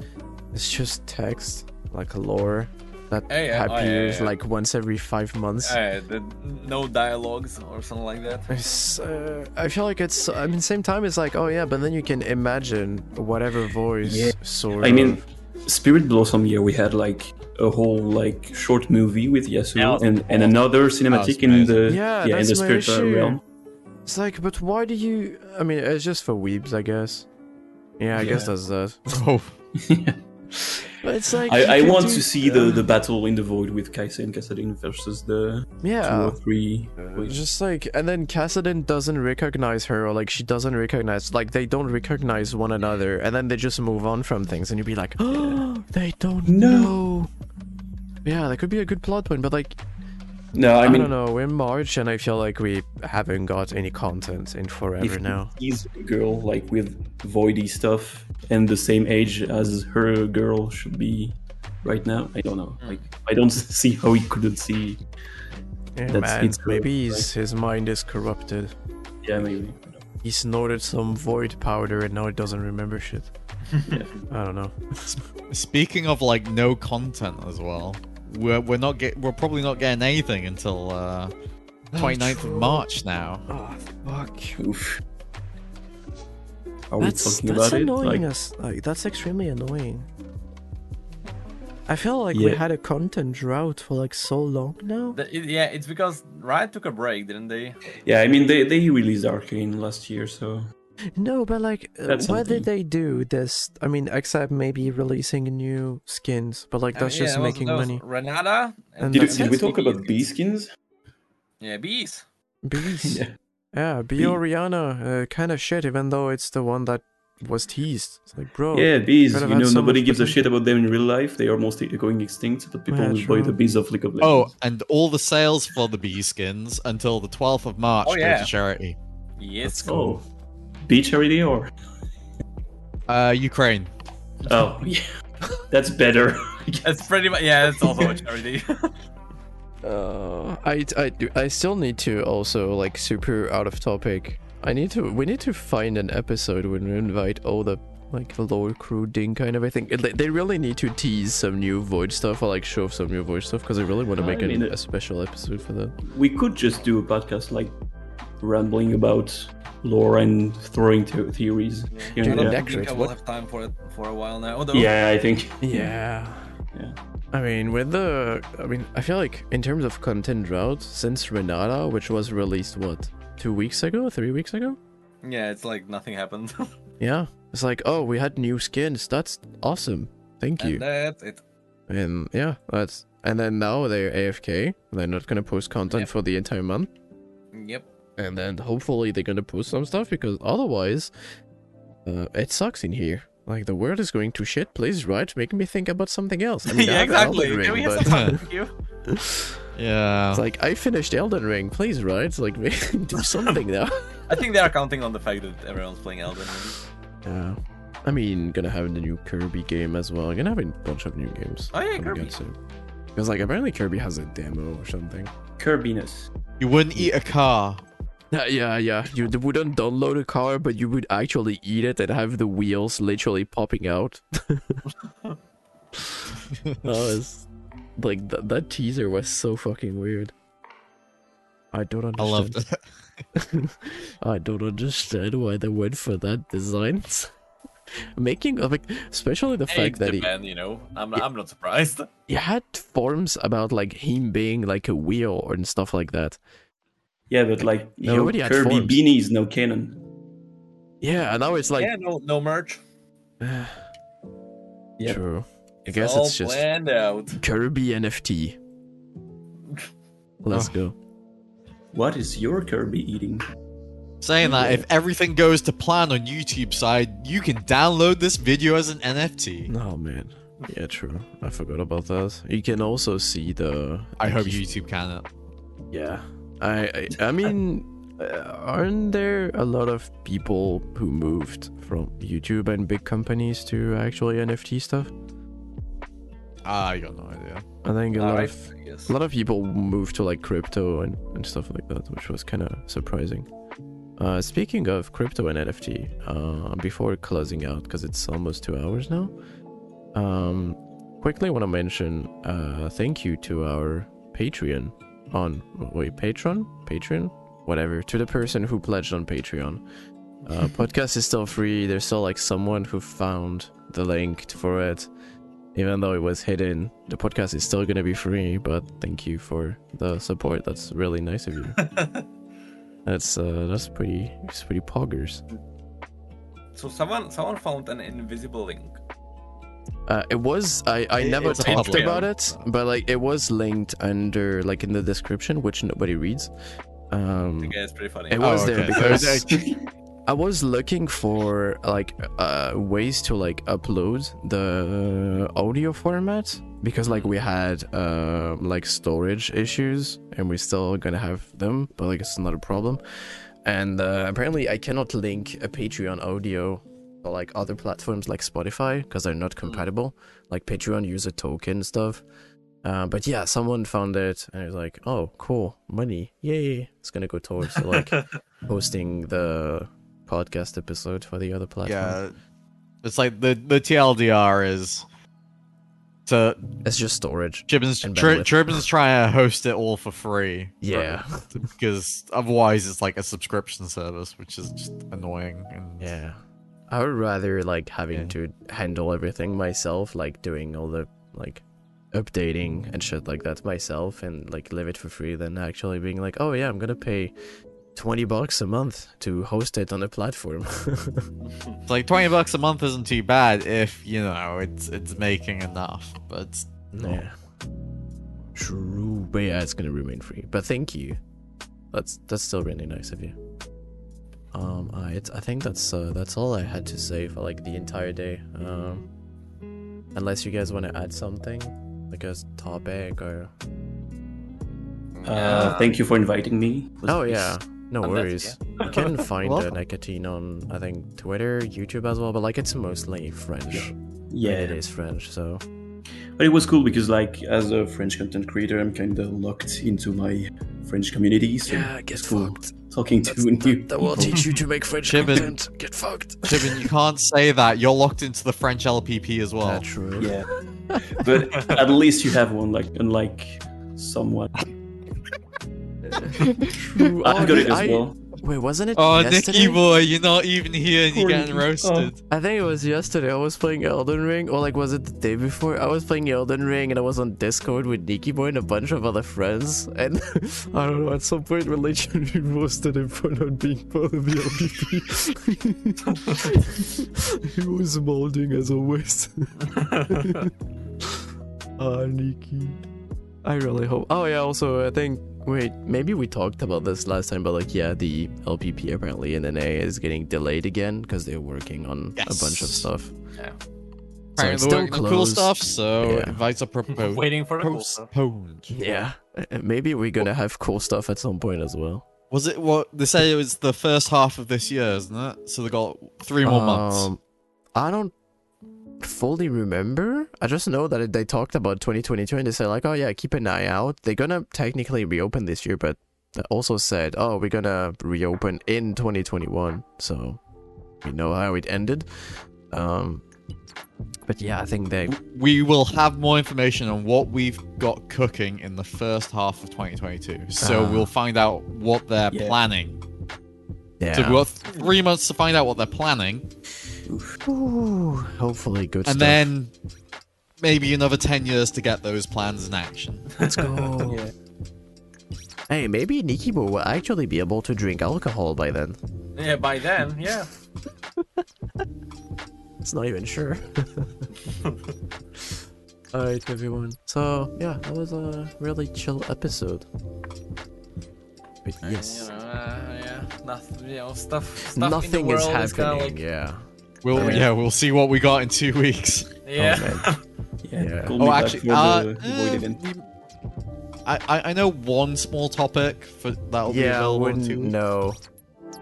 Speaker 5: is just text, like lore that
Speaker 3: Yeah, yeah. Oh, yeah,
Speaker 5: appears
Speaker 3: yeah, yeah.
Speaker 5: like once every five months.
Speaker 3: Uh, the, no dialogues or something like that.
Speaker 5: It's, uh, I feel like it's. I mean, same time, it's like, oh yeah, but then you can imagine whatever voice
Speaker 4: Yeah.
Speaker 5: sort
Speaker 4: I mean,
Speaker 5: of-
Speaker 4: Spirit Blossom year we had like a whole like short movie with
Speaker 3: Yeah,
Speaker 4: Yasuo and, and another cinematic in the
Speaker 5: Yeah,
Speaker 4: in
Speaker 5: that's
Speaker 4: the
Speaker 5: my
Speaker 4: Spirit uh,
Speaker 5: issue.
Speaker 4: realm.
Speaker 5: it's like, but why do you? I mean, it's just for weebs, I guess. Yeah, I guess
Speaker 4: Yeah.
Speaker 5: that's that.
Speaker 2: Oh,
Speaker 5: But it's like you
Speaker 4: I, I
Speaker 5: could
Speaker 4: want
Speaker 5: do-
Speaker 4: to see the, the battle in the void with Kaisa and Kassadin versus the two
Speaker 5: yeah.
Speaker 4: or three.
Speaker 5: It's Just like, and then Cassadin doesn't recognize her, or like she doesn't recognize, like they don't recognize one another, and then they just move on from things, and you'd be like, oh, they don't
Speaker 4: No.
Speaker 5: know. Yeah, that could be a good plot point, but like,
Speaker 4: No, I
Speaker 5: I,
Speaker 4: mean
Speaker 5: don't know. We're in March, and I feel like we haven't got any content in forever
Speaker 4: if
Speaker 5: now.
Speaker 4: he's a girl like with voidy stuff and the same age as her girl should be right now. I don't know.
Speaker 5: Hmm.
Speaker 4: Like I don't see how he couldn't see.
Speaker 5: Yeah,
Speaker 4: That's-
Speaker 5: man,
Speaker 4: it's corrupt,
Speaker 5: maybe his, his mind is corrupted.
Speaker 4: Yeah, maybe.
Speaker 5: He snorted some void powder, and now it doesn't remember shit.
Speaker 4: Yeah.
Speaker 5: I don't know.
Speaker 2: speaking of like no content as well, we're we're not get we're probably not getting anything until uh, 29th of
Speaker 5: Oh, true.
Speaker 2: March now.
Speaker 5: Oh fuck!
Speaker 4: Oof. Are
Speaker 5: That's
Speaker 4: we talking
Speaker 5: that's
Speaker 4: about
Speaker 5: annoying
Speaker 4: it? Like,
Speaker 5: us. Like that's extremely annoying. I feel like we
Speaker 4: Yeah.
Speaker 5: had a content drought for like so long now.
Speaker 3: The- it- yeah, it's because Riot took a break, didn't they?
Speaker 4: yeah, I mean they, they released Arcane last year, so
Speaker 5: No, but like, uh,
Speaker 4: That's
Speaker 5: why did
Speaker 4: something.
Speaker 5: they do this? I mean, except maybe releasing new skins, but like
Speaker 3: I
Speaker 5: that's
Speaker 3: mean,
Speaker 5: just
Speaker 3: yeah, it was-
Speaker 5: making
Speaker 3: that was
Speaker 5: money.
Speaker 3: Renata.
Speaker 5: And
Speaker 4: did,
Speaker 5: that's
Speaker 4: did we
Speaker 5: it.
Speaker 4: talk about B skins?
Speaker 3: Yeah, bees.
Speaker 5: Bees.
Speaker 4: Yeah.
Speaker 5: Yeah, Be
Speaker 4: Be-
Speaker 5: Oriana, uh, kind of shit, even though it's the one that was teased. It's like, bro.
Speaker 4: yeah, bees.
Speaker 5: Could've
Speaker 4: You
Speaker 5: had
Speaker 4: know,
Speaker 5: Oh, so
Speaker 4: nobody
Speaker 5: much
Speaker 4: gives a
Speaker 5: potential.
Speaker 4: shit about them in real life. They are mostly going extinct, but people
Speaker 5: Yeah,
Speaker 4: will buy
Speaker 5: true.
Speaker 4: the bees of League of
Speaker 2: Oh,
Speaker 4: Legends.
Speaker 2: and all the sales for the bee skins until the 12th of March
Speaker 3: Oh, yeah.
Speaker 2: go to charity.
Speaker 3: Yes.
Speaker 4: oh, bee charity or
Speaker 2: Uh, Ukraine.
Speaker 4: oh, yeah, that's better. I guess.
Speaker 3: That's pretty much. Yeah, it's also a charity.
Speaker 5: Uh, I, I, do- I still need to also, like, super out of topic. I need to, we need to find an episode when we invite all the, like, the lore crew, Dinka, and everything. They, they really need to tease some new Void stuff or, like, show off some new Void stuff because I really want to
Speaker 4: I
Speaker 5: make an,
Speaker 4: mean, it-
Speaker 5: a special episode for that.
Speaker 4: we could just do a podcast like rambling about lore and throwing the- theories. here
Speaker 5: Dude,
Speaker 4: and there.
Speaker 5: next
Speaker 3: I think I
Speaker 5: week,
Speaker 3: will
Speaker 5: what?
Speaker 3: have time for it for a while now. Although,
Speaker 4: Yeah, I think.
Speaker 5: Yeah.
Speaker 4: Yeah.
Speaker 5: I mean, with the, I mean, I feel like in terms of content drought, since Renata, which was released what two weeks ago, three weeks ago,
Speaker 3: yeah, it's like nothing happened.
Speaker 5: yeah, it's like, oh, we had new skins. That's awesome. Thank you.
Speaker 3: and that's it.
Speaker 5: and yeah, that's and then now they're AFK. They're not gonna post content
Speaker 3: Yep.
Speaker 5: for the entire month,
Speaker 3: Yep.
Speaker 5: and then hopefully they're gonna post some stuff because otherwise, uh, it sucks in here. Like the world is going to shit. Please, right? Make me think about something else. I mean, I
Speaker 3: yeah,
Speaker 5: have
Speaker 3: exactly.
Speaker 5: Elden
Speaker 3: Can we
Speaker 5: Ring,
Speaker 3: have
Speaker 5: but-
Speaker 3: some fun? Thank you.
Speaker 2: Yeah.
Speaker 5: It's like I finished Elden Ring, please, right? It's like do something now.
Speaker 3: I think they are counting on the fact that everyone's playing Elden. Ring.
Speaker 5: Yeah. I mean, gonna have the new Kirby game as well. Gonna have a bunch of new games.
Speaker 3: Oh, yeah,
Speaker 5: coming
Speaker 3: Kirby.
Speaker 5: out soon. Because like apparently Kirby has a demo or something.
Speaker 4: Kirbiness.
Speaker 2: You wouldn't eat a car.
Speaker 5: Yeah, Uh, yeah, yeah. You d- wouldn't download a car, but you would actually eat it and have the wheels literally popping out. that was like th- that teaser was so fucking weird. I don't understand.
Speaker 2: I loved it.
Speaker 5: I don't understand why they went for that design. making of like especially the fact that he,
Speaker 3: Japan, you know, I'm, I'm not surprised.
Speaker 5: he had forms about like him being like a wheel and stuff like that.
Speaker 4: Yeah, but like
Speaker 5: He
Speaker 4: no
Speaker 5: already had
Speaker 4: Kirby
Speaker 5: forms.
Speaker 4: beanie is no canon.
Speaker 5: Yeah, and now it's like
Speaker 3: yeah, no, no merch.
Speaker 4: yeah.
Speaker 5: true. I
Speaker 3: It's
Speaker 5: guess
Speaker 3: all
Speaker 5: it's just
Speaker 3: planned out.
Speaker 5: Kirby NFT. Let's go.
Speaker 4: What is your Kirby eating?
Speaker 2: Saying that, if everything goes to plan on YouTube side, you can download this video as an NFT.
Speaker 5: Oh man. Yeah, true. I forgot about that. You can also see the.
Speaker 2: I
Speaker 5: like,
Speaker 2: hope
Speaker 5: you-
Speaker 2: YouTube can it.
Speaker 5: Yeah. I I, I mean, uh, aren't there a lot of people who moved from YouTube and big companies to actually NFT stuff?
Speaker 2: I Uh, got no idea.
Speaker 5: I think a lot
Speaker 3: Alright,
Speaker 5: of
Speaker 3: I guess.
Speaker 5: a lot of people moved to like crypto and, and stuff like that, which was kind of surprising. Uh, speaking of crypto and NFT, uh, before closing out, because it's almost two hours now, um, quickly want to mention uh, thank you to our Patreon on wait Patreon Patreon whatever to the person who pledged on Patreon. Uh, podcast is still free. There's still like someone who found the link t- for it, even though it was hidden. The podcast is still gonna be free. But thank you for the support. That's really nice of you. that's uh, that's pretty. It's pretty poggers.
Speaker 3: So someone someone found an invisible link.
Speaker 5: Uh, it was I, I
Speaker 2: It-
Speaker 5: never
Speaker 2: it's
Speaker 5: talked
Speaker 2: public.
Speaker 5: about it, but like it was linked under like in the description, which nobody reads.
Speaker 3: I
Speaker 5: Um,
Speaker 3: guess it's pretty funny.
Speaker 5: it was
Speaker 2: okay.
Speaker 5: there
Speaker 2: So
Speaker 5: because I was looking for like uh, ways to like upload the audio format because like we had uh, like storage issues and we're still gonna have them, but like it's not a problem. And uh, apparently, I cannot link a Patreon audio or like other platforms like Spotify because they're not compatible. Like Patreon user token stuff. Uh, but yeah, someone found it and it was like, "Oh, cool, money, yay!" It's gonna go towards like hosting the podcast episode for the other platform.
Speaker 2: Yeah, it's like the the TLDR is to
Speaker 5: It's just storage.
Speaker 2: Chibin's
Speaker 5: And
Speaker 2: Tri-
Speaker 5: bandwidth.
Speaker 2: Chibin's trying to host it all for free.
Speaker 5: Yeah.
Speaker 2: because otherwise it's like a subscription service, which is just annoying. And
Speaker 5: Yeah. I would rather like having
Speaker 2: Yeah.
Speaker 5: to handle everything myself, like doing all the like updating and shit like that myself and like live it for free than actually being like, oh yeah, I'm gonna pay 20 bucks a month to host it on a platform.
Speaker 2: It's like twenty bucks a month isn't too bad if you know it's it's making enough, but it's not.
Speaker 5: yeah. True. But yeah, it's gonna remain free. But thank you. That's that's still really nice of you. Um, I I think that's uh, that's all I had to say for like the entire day. Um, unless you guys want to add something, like a topic or
Speaker 4: Uh, thank you for inviting me. It was
Speaker 5: oh
Speaker 4: nice.
Speaker 5: yeah, no
Speaker 3: I'm
Speaker 5: worries.
Speaker 3: that's-
Speaker 5: you can find uh,
Speaker 2: Welcome.
Speaker 5: Nicotine on I think Twitter, YouTube as well, but like it's mostly French.
Speaker 4: yeah,
Speaker 5: it is French, so
Speaker 4: But it was cool because, like, as a French content creator, I'm kind of locked into my French community. So it's cool talking to new people.
Speaker 5: teach you to make French
Speaker 2: Shivan. content.
Speaker 5: Get fucked.
Speaker 2: Chibin, you can't say that. You're locked into the French LPP as well.
Speaker 5: That's true.
Speaker 4: Yeah, but at least you have one. Like, unlike someone,
Speaker 5: True.
Speaker 4: I've got it as
Speaker 5: I-
Speaker 4: well.
Speaker 5: Wait, wasn't it
Speaker 2: Oh,
Speaker 5: yesterday?
Speaker 2: Nicky boy, you're not even here and you're
Speaker 4: Poor
Speaker 2: getting
Speaker 4: Nicky.
Speaker 2: roasted.
Speaker 5: I think it was yesterday. I was playing Elden Ring, or like, was it the day before? I was playing Elden Ring, and I was on Discord with Nikki Boy and a bunch of other friends. And I don't know, at some point, religion roasted him for not being part of the LPP. he was molding as always. Ah, Nikki. I really hope. Oh yeah. Also, I think. Wait, maybe we talked about this last time, but like, yeah, the LPP apparently in NA is getting delayed again because they're working on a bunch of
Speaker 2: Yes.
Speaker 5: stuff.
Speaker 3: Yeah.
Speaker 5: So it's
Speaker 2: Apparently
Speaker 5: still
Speaker 2: working on cool
Speaker 5: closed.
Speaker 2: stuff, so
Speaker 5: Yeah.
Speaker 2: invites are proposed.
Speaker 3: Oh. Waiting for the cool stuff.
Speaker 2: postponed.
Speaker 5: Yeah. Uh, Maybe we're gonna have cool stuff at some point as well.
Speaker 2: Was it what they say it was the first half of this year, isn't it? So they got three more months.
Speaker 5: Um, I don't fully remember. I just know that it- they talked about 2022 and they said like, oh yeah, keep an eye out. They're gonna technically reopen this year, but they also said, oh, we're gonna reopen in 2021. So we know how it ended. Um, but yeah, I think they.
Speaker 2: We will have more information on what we've got cooking in the first half of 2022. So
Speaker 5: Ah.
Speaker 2: we'll find out what they're
Speaker 4: Yeah.
Speaker 2: planning.
Speaker 5: Yeah.
Speaker 2: So we've got th- three months to find out what they're planning,
Speaker 5: Ooh, hopefully good
Speaker 2: and
Speaker 5: stuff.
Speaker 2: then maybe another 10 years to get those plans in action.
Speaker 5: Let's go. Hey, maybe Nikibo will actually be able to drink alcohol by then.
Speaker 3: Yeah, by then, yeah.
Speaker 5: It's not even sure. Alright, everyone. So, yeah, that was a really chill episode. But
Speaker 3: You
Speaker 5: yes,
Speaker 3: know, uh, yeah, nothing, you know, stuff, stuff in the
Speaker 5: nothing is
Speaker 3: world kinda
Speaker 5: happening.
Speaker 3: like-
Speaker 5: Yeah.
Speaker 2: We'll
Speaker 4: Yeah.
Speaker 2: yeah. we'll see what we got in 2 weeks.
Speaker 5: Oh,
Speaker 3: yeah.
Speaker 4: Yeah,
Speaker 5: Yeah.
Speaker 4: call me
Speaker 2: Oh,
Speaker 4: back
Speaker 2: actually,
Speaker 4: for
Speaker 2: uh,
Speaker 4: the
Speaker 2: eh,
Speaker 4: void event.
Speaker 2: we- I, I I know one small topic for that'll be
Speaker 5: Yeah,
Speaker 2: available in
Speaker 5: wouldn't-
Speaker 2: two weeks.
Speaker 5: no.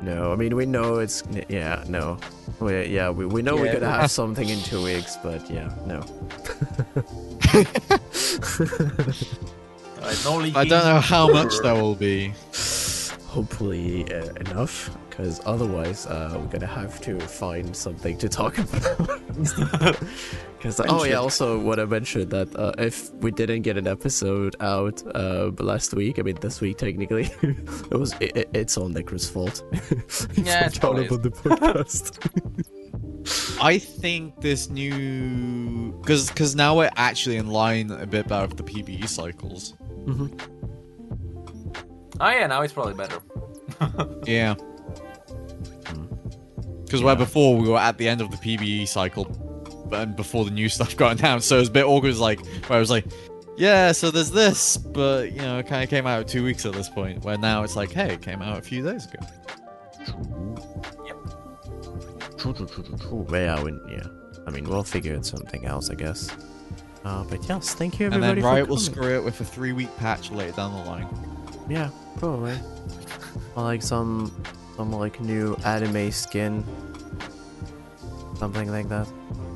Speaker 5: No, I mean, we know it's. Yeah, no. We, yeah, we, we know we're
Speaker 4: Yeah.
Speaker 5: gonna have something in two weeks, but yeah, no.
Speaker 3: Alright, no leaking.
Speaker 2: I don't know how much there will be.
Speaker 5: hopefully uh, enough because otherwise uh, we're gonna have to find something to talk about because oh yeah also what i mentioned that uh, if we didn't get an episode out uh, last week i mean this week technically it was it, it- it's all necro's fault
Speaker 3: Yeah, it
Speaker 5: Found
Speaker 3: probably
Speaker 5: out
Speaker 3: is.
Speaker 5: on the podcast
Speaker 2: I think this new because because now we're actually in line a bit better with the PBE cycles.
Speaker 3: Oh yeah, now it's probably better.
Speaker 2: Yeah. Because Hmm. where before we were at the end of the PBE cycle, and before the new stuff got announced, so it was a bit awkward. Like where I was like, yeah, so there's this, but you know, it kind of came out two weeks at this point. Where now it's like, hey, it came out a few days ago.
Speaker 5: true true true true true But yeah, we, yeah i mean we'll figure out something else i guess uh, but yes thank you
Speaker 2: And
Speaker 5: everybody
Speaker 2: then Riot
Speaker 5: for
Speaker 2: will
Speaker 5: coming.
Speaker 2: screw it with a three-week patch later down the line.
Speaker 5: Yeah, probably. or like some some like new anime skin. Something like that.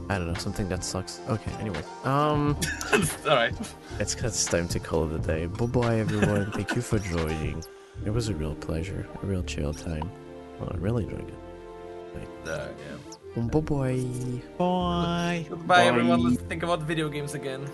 Speaker 5: I don't know, something that sucks. Okay, anyway. Um
Speaker 3: Alright.
Speaker 5: it's it's time to call it a day. Bye bye everyone. Thank you for joining. It was a real pleasure. A real chill time. Well, I really enjoyed it.
Speaker 3: Uh, yeah.
Speaker 5: Bye bye.
Speaker 2: Bye.
Speaker 3: Goodbye, everyone. Let's think about video games again.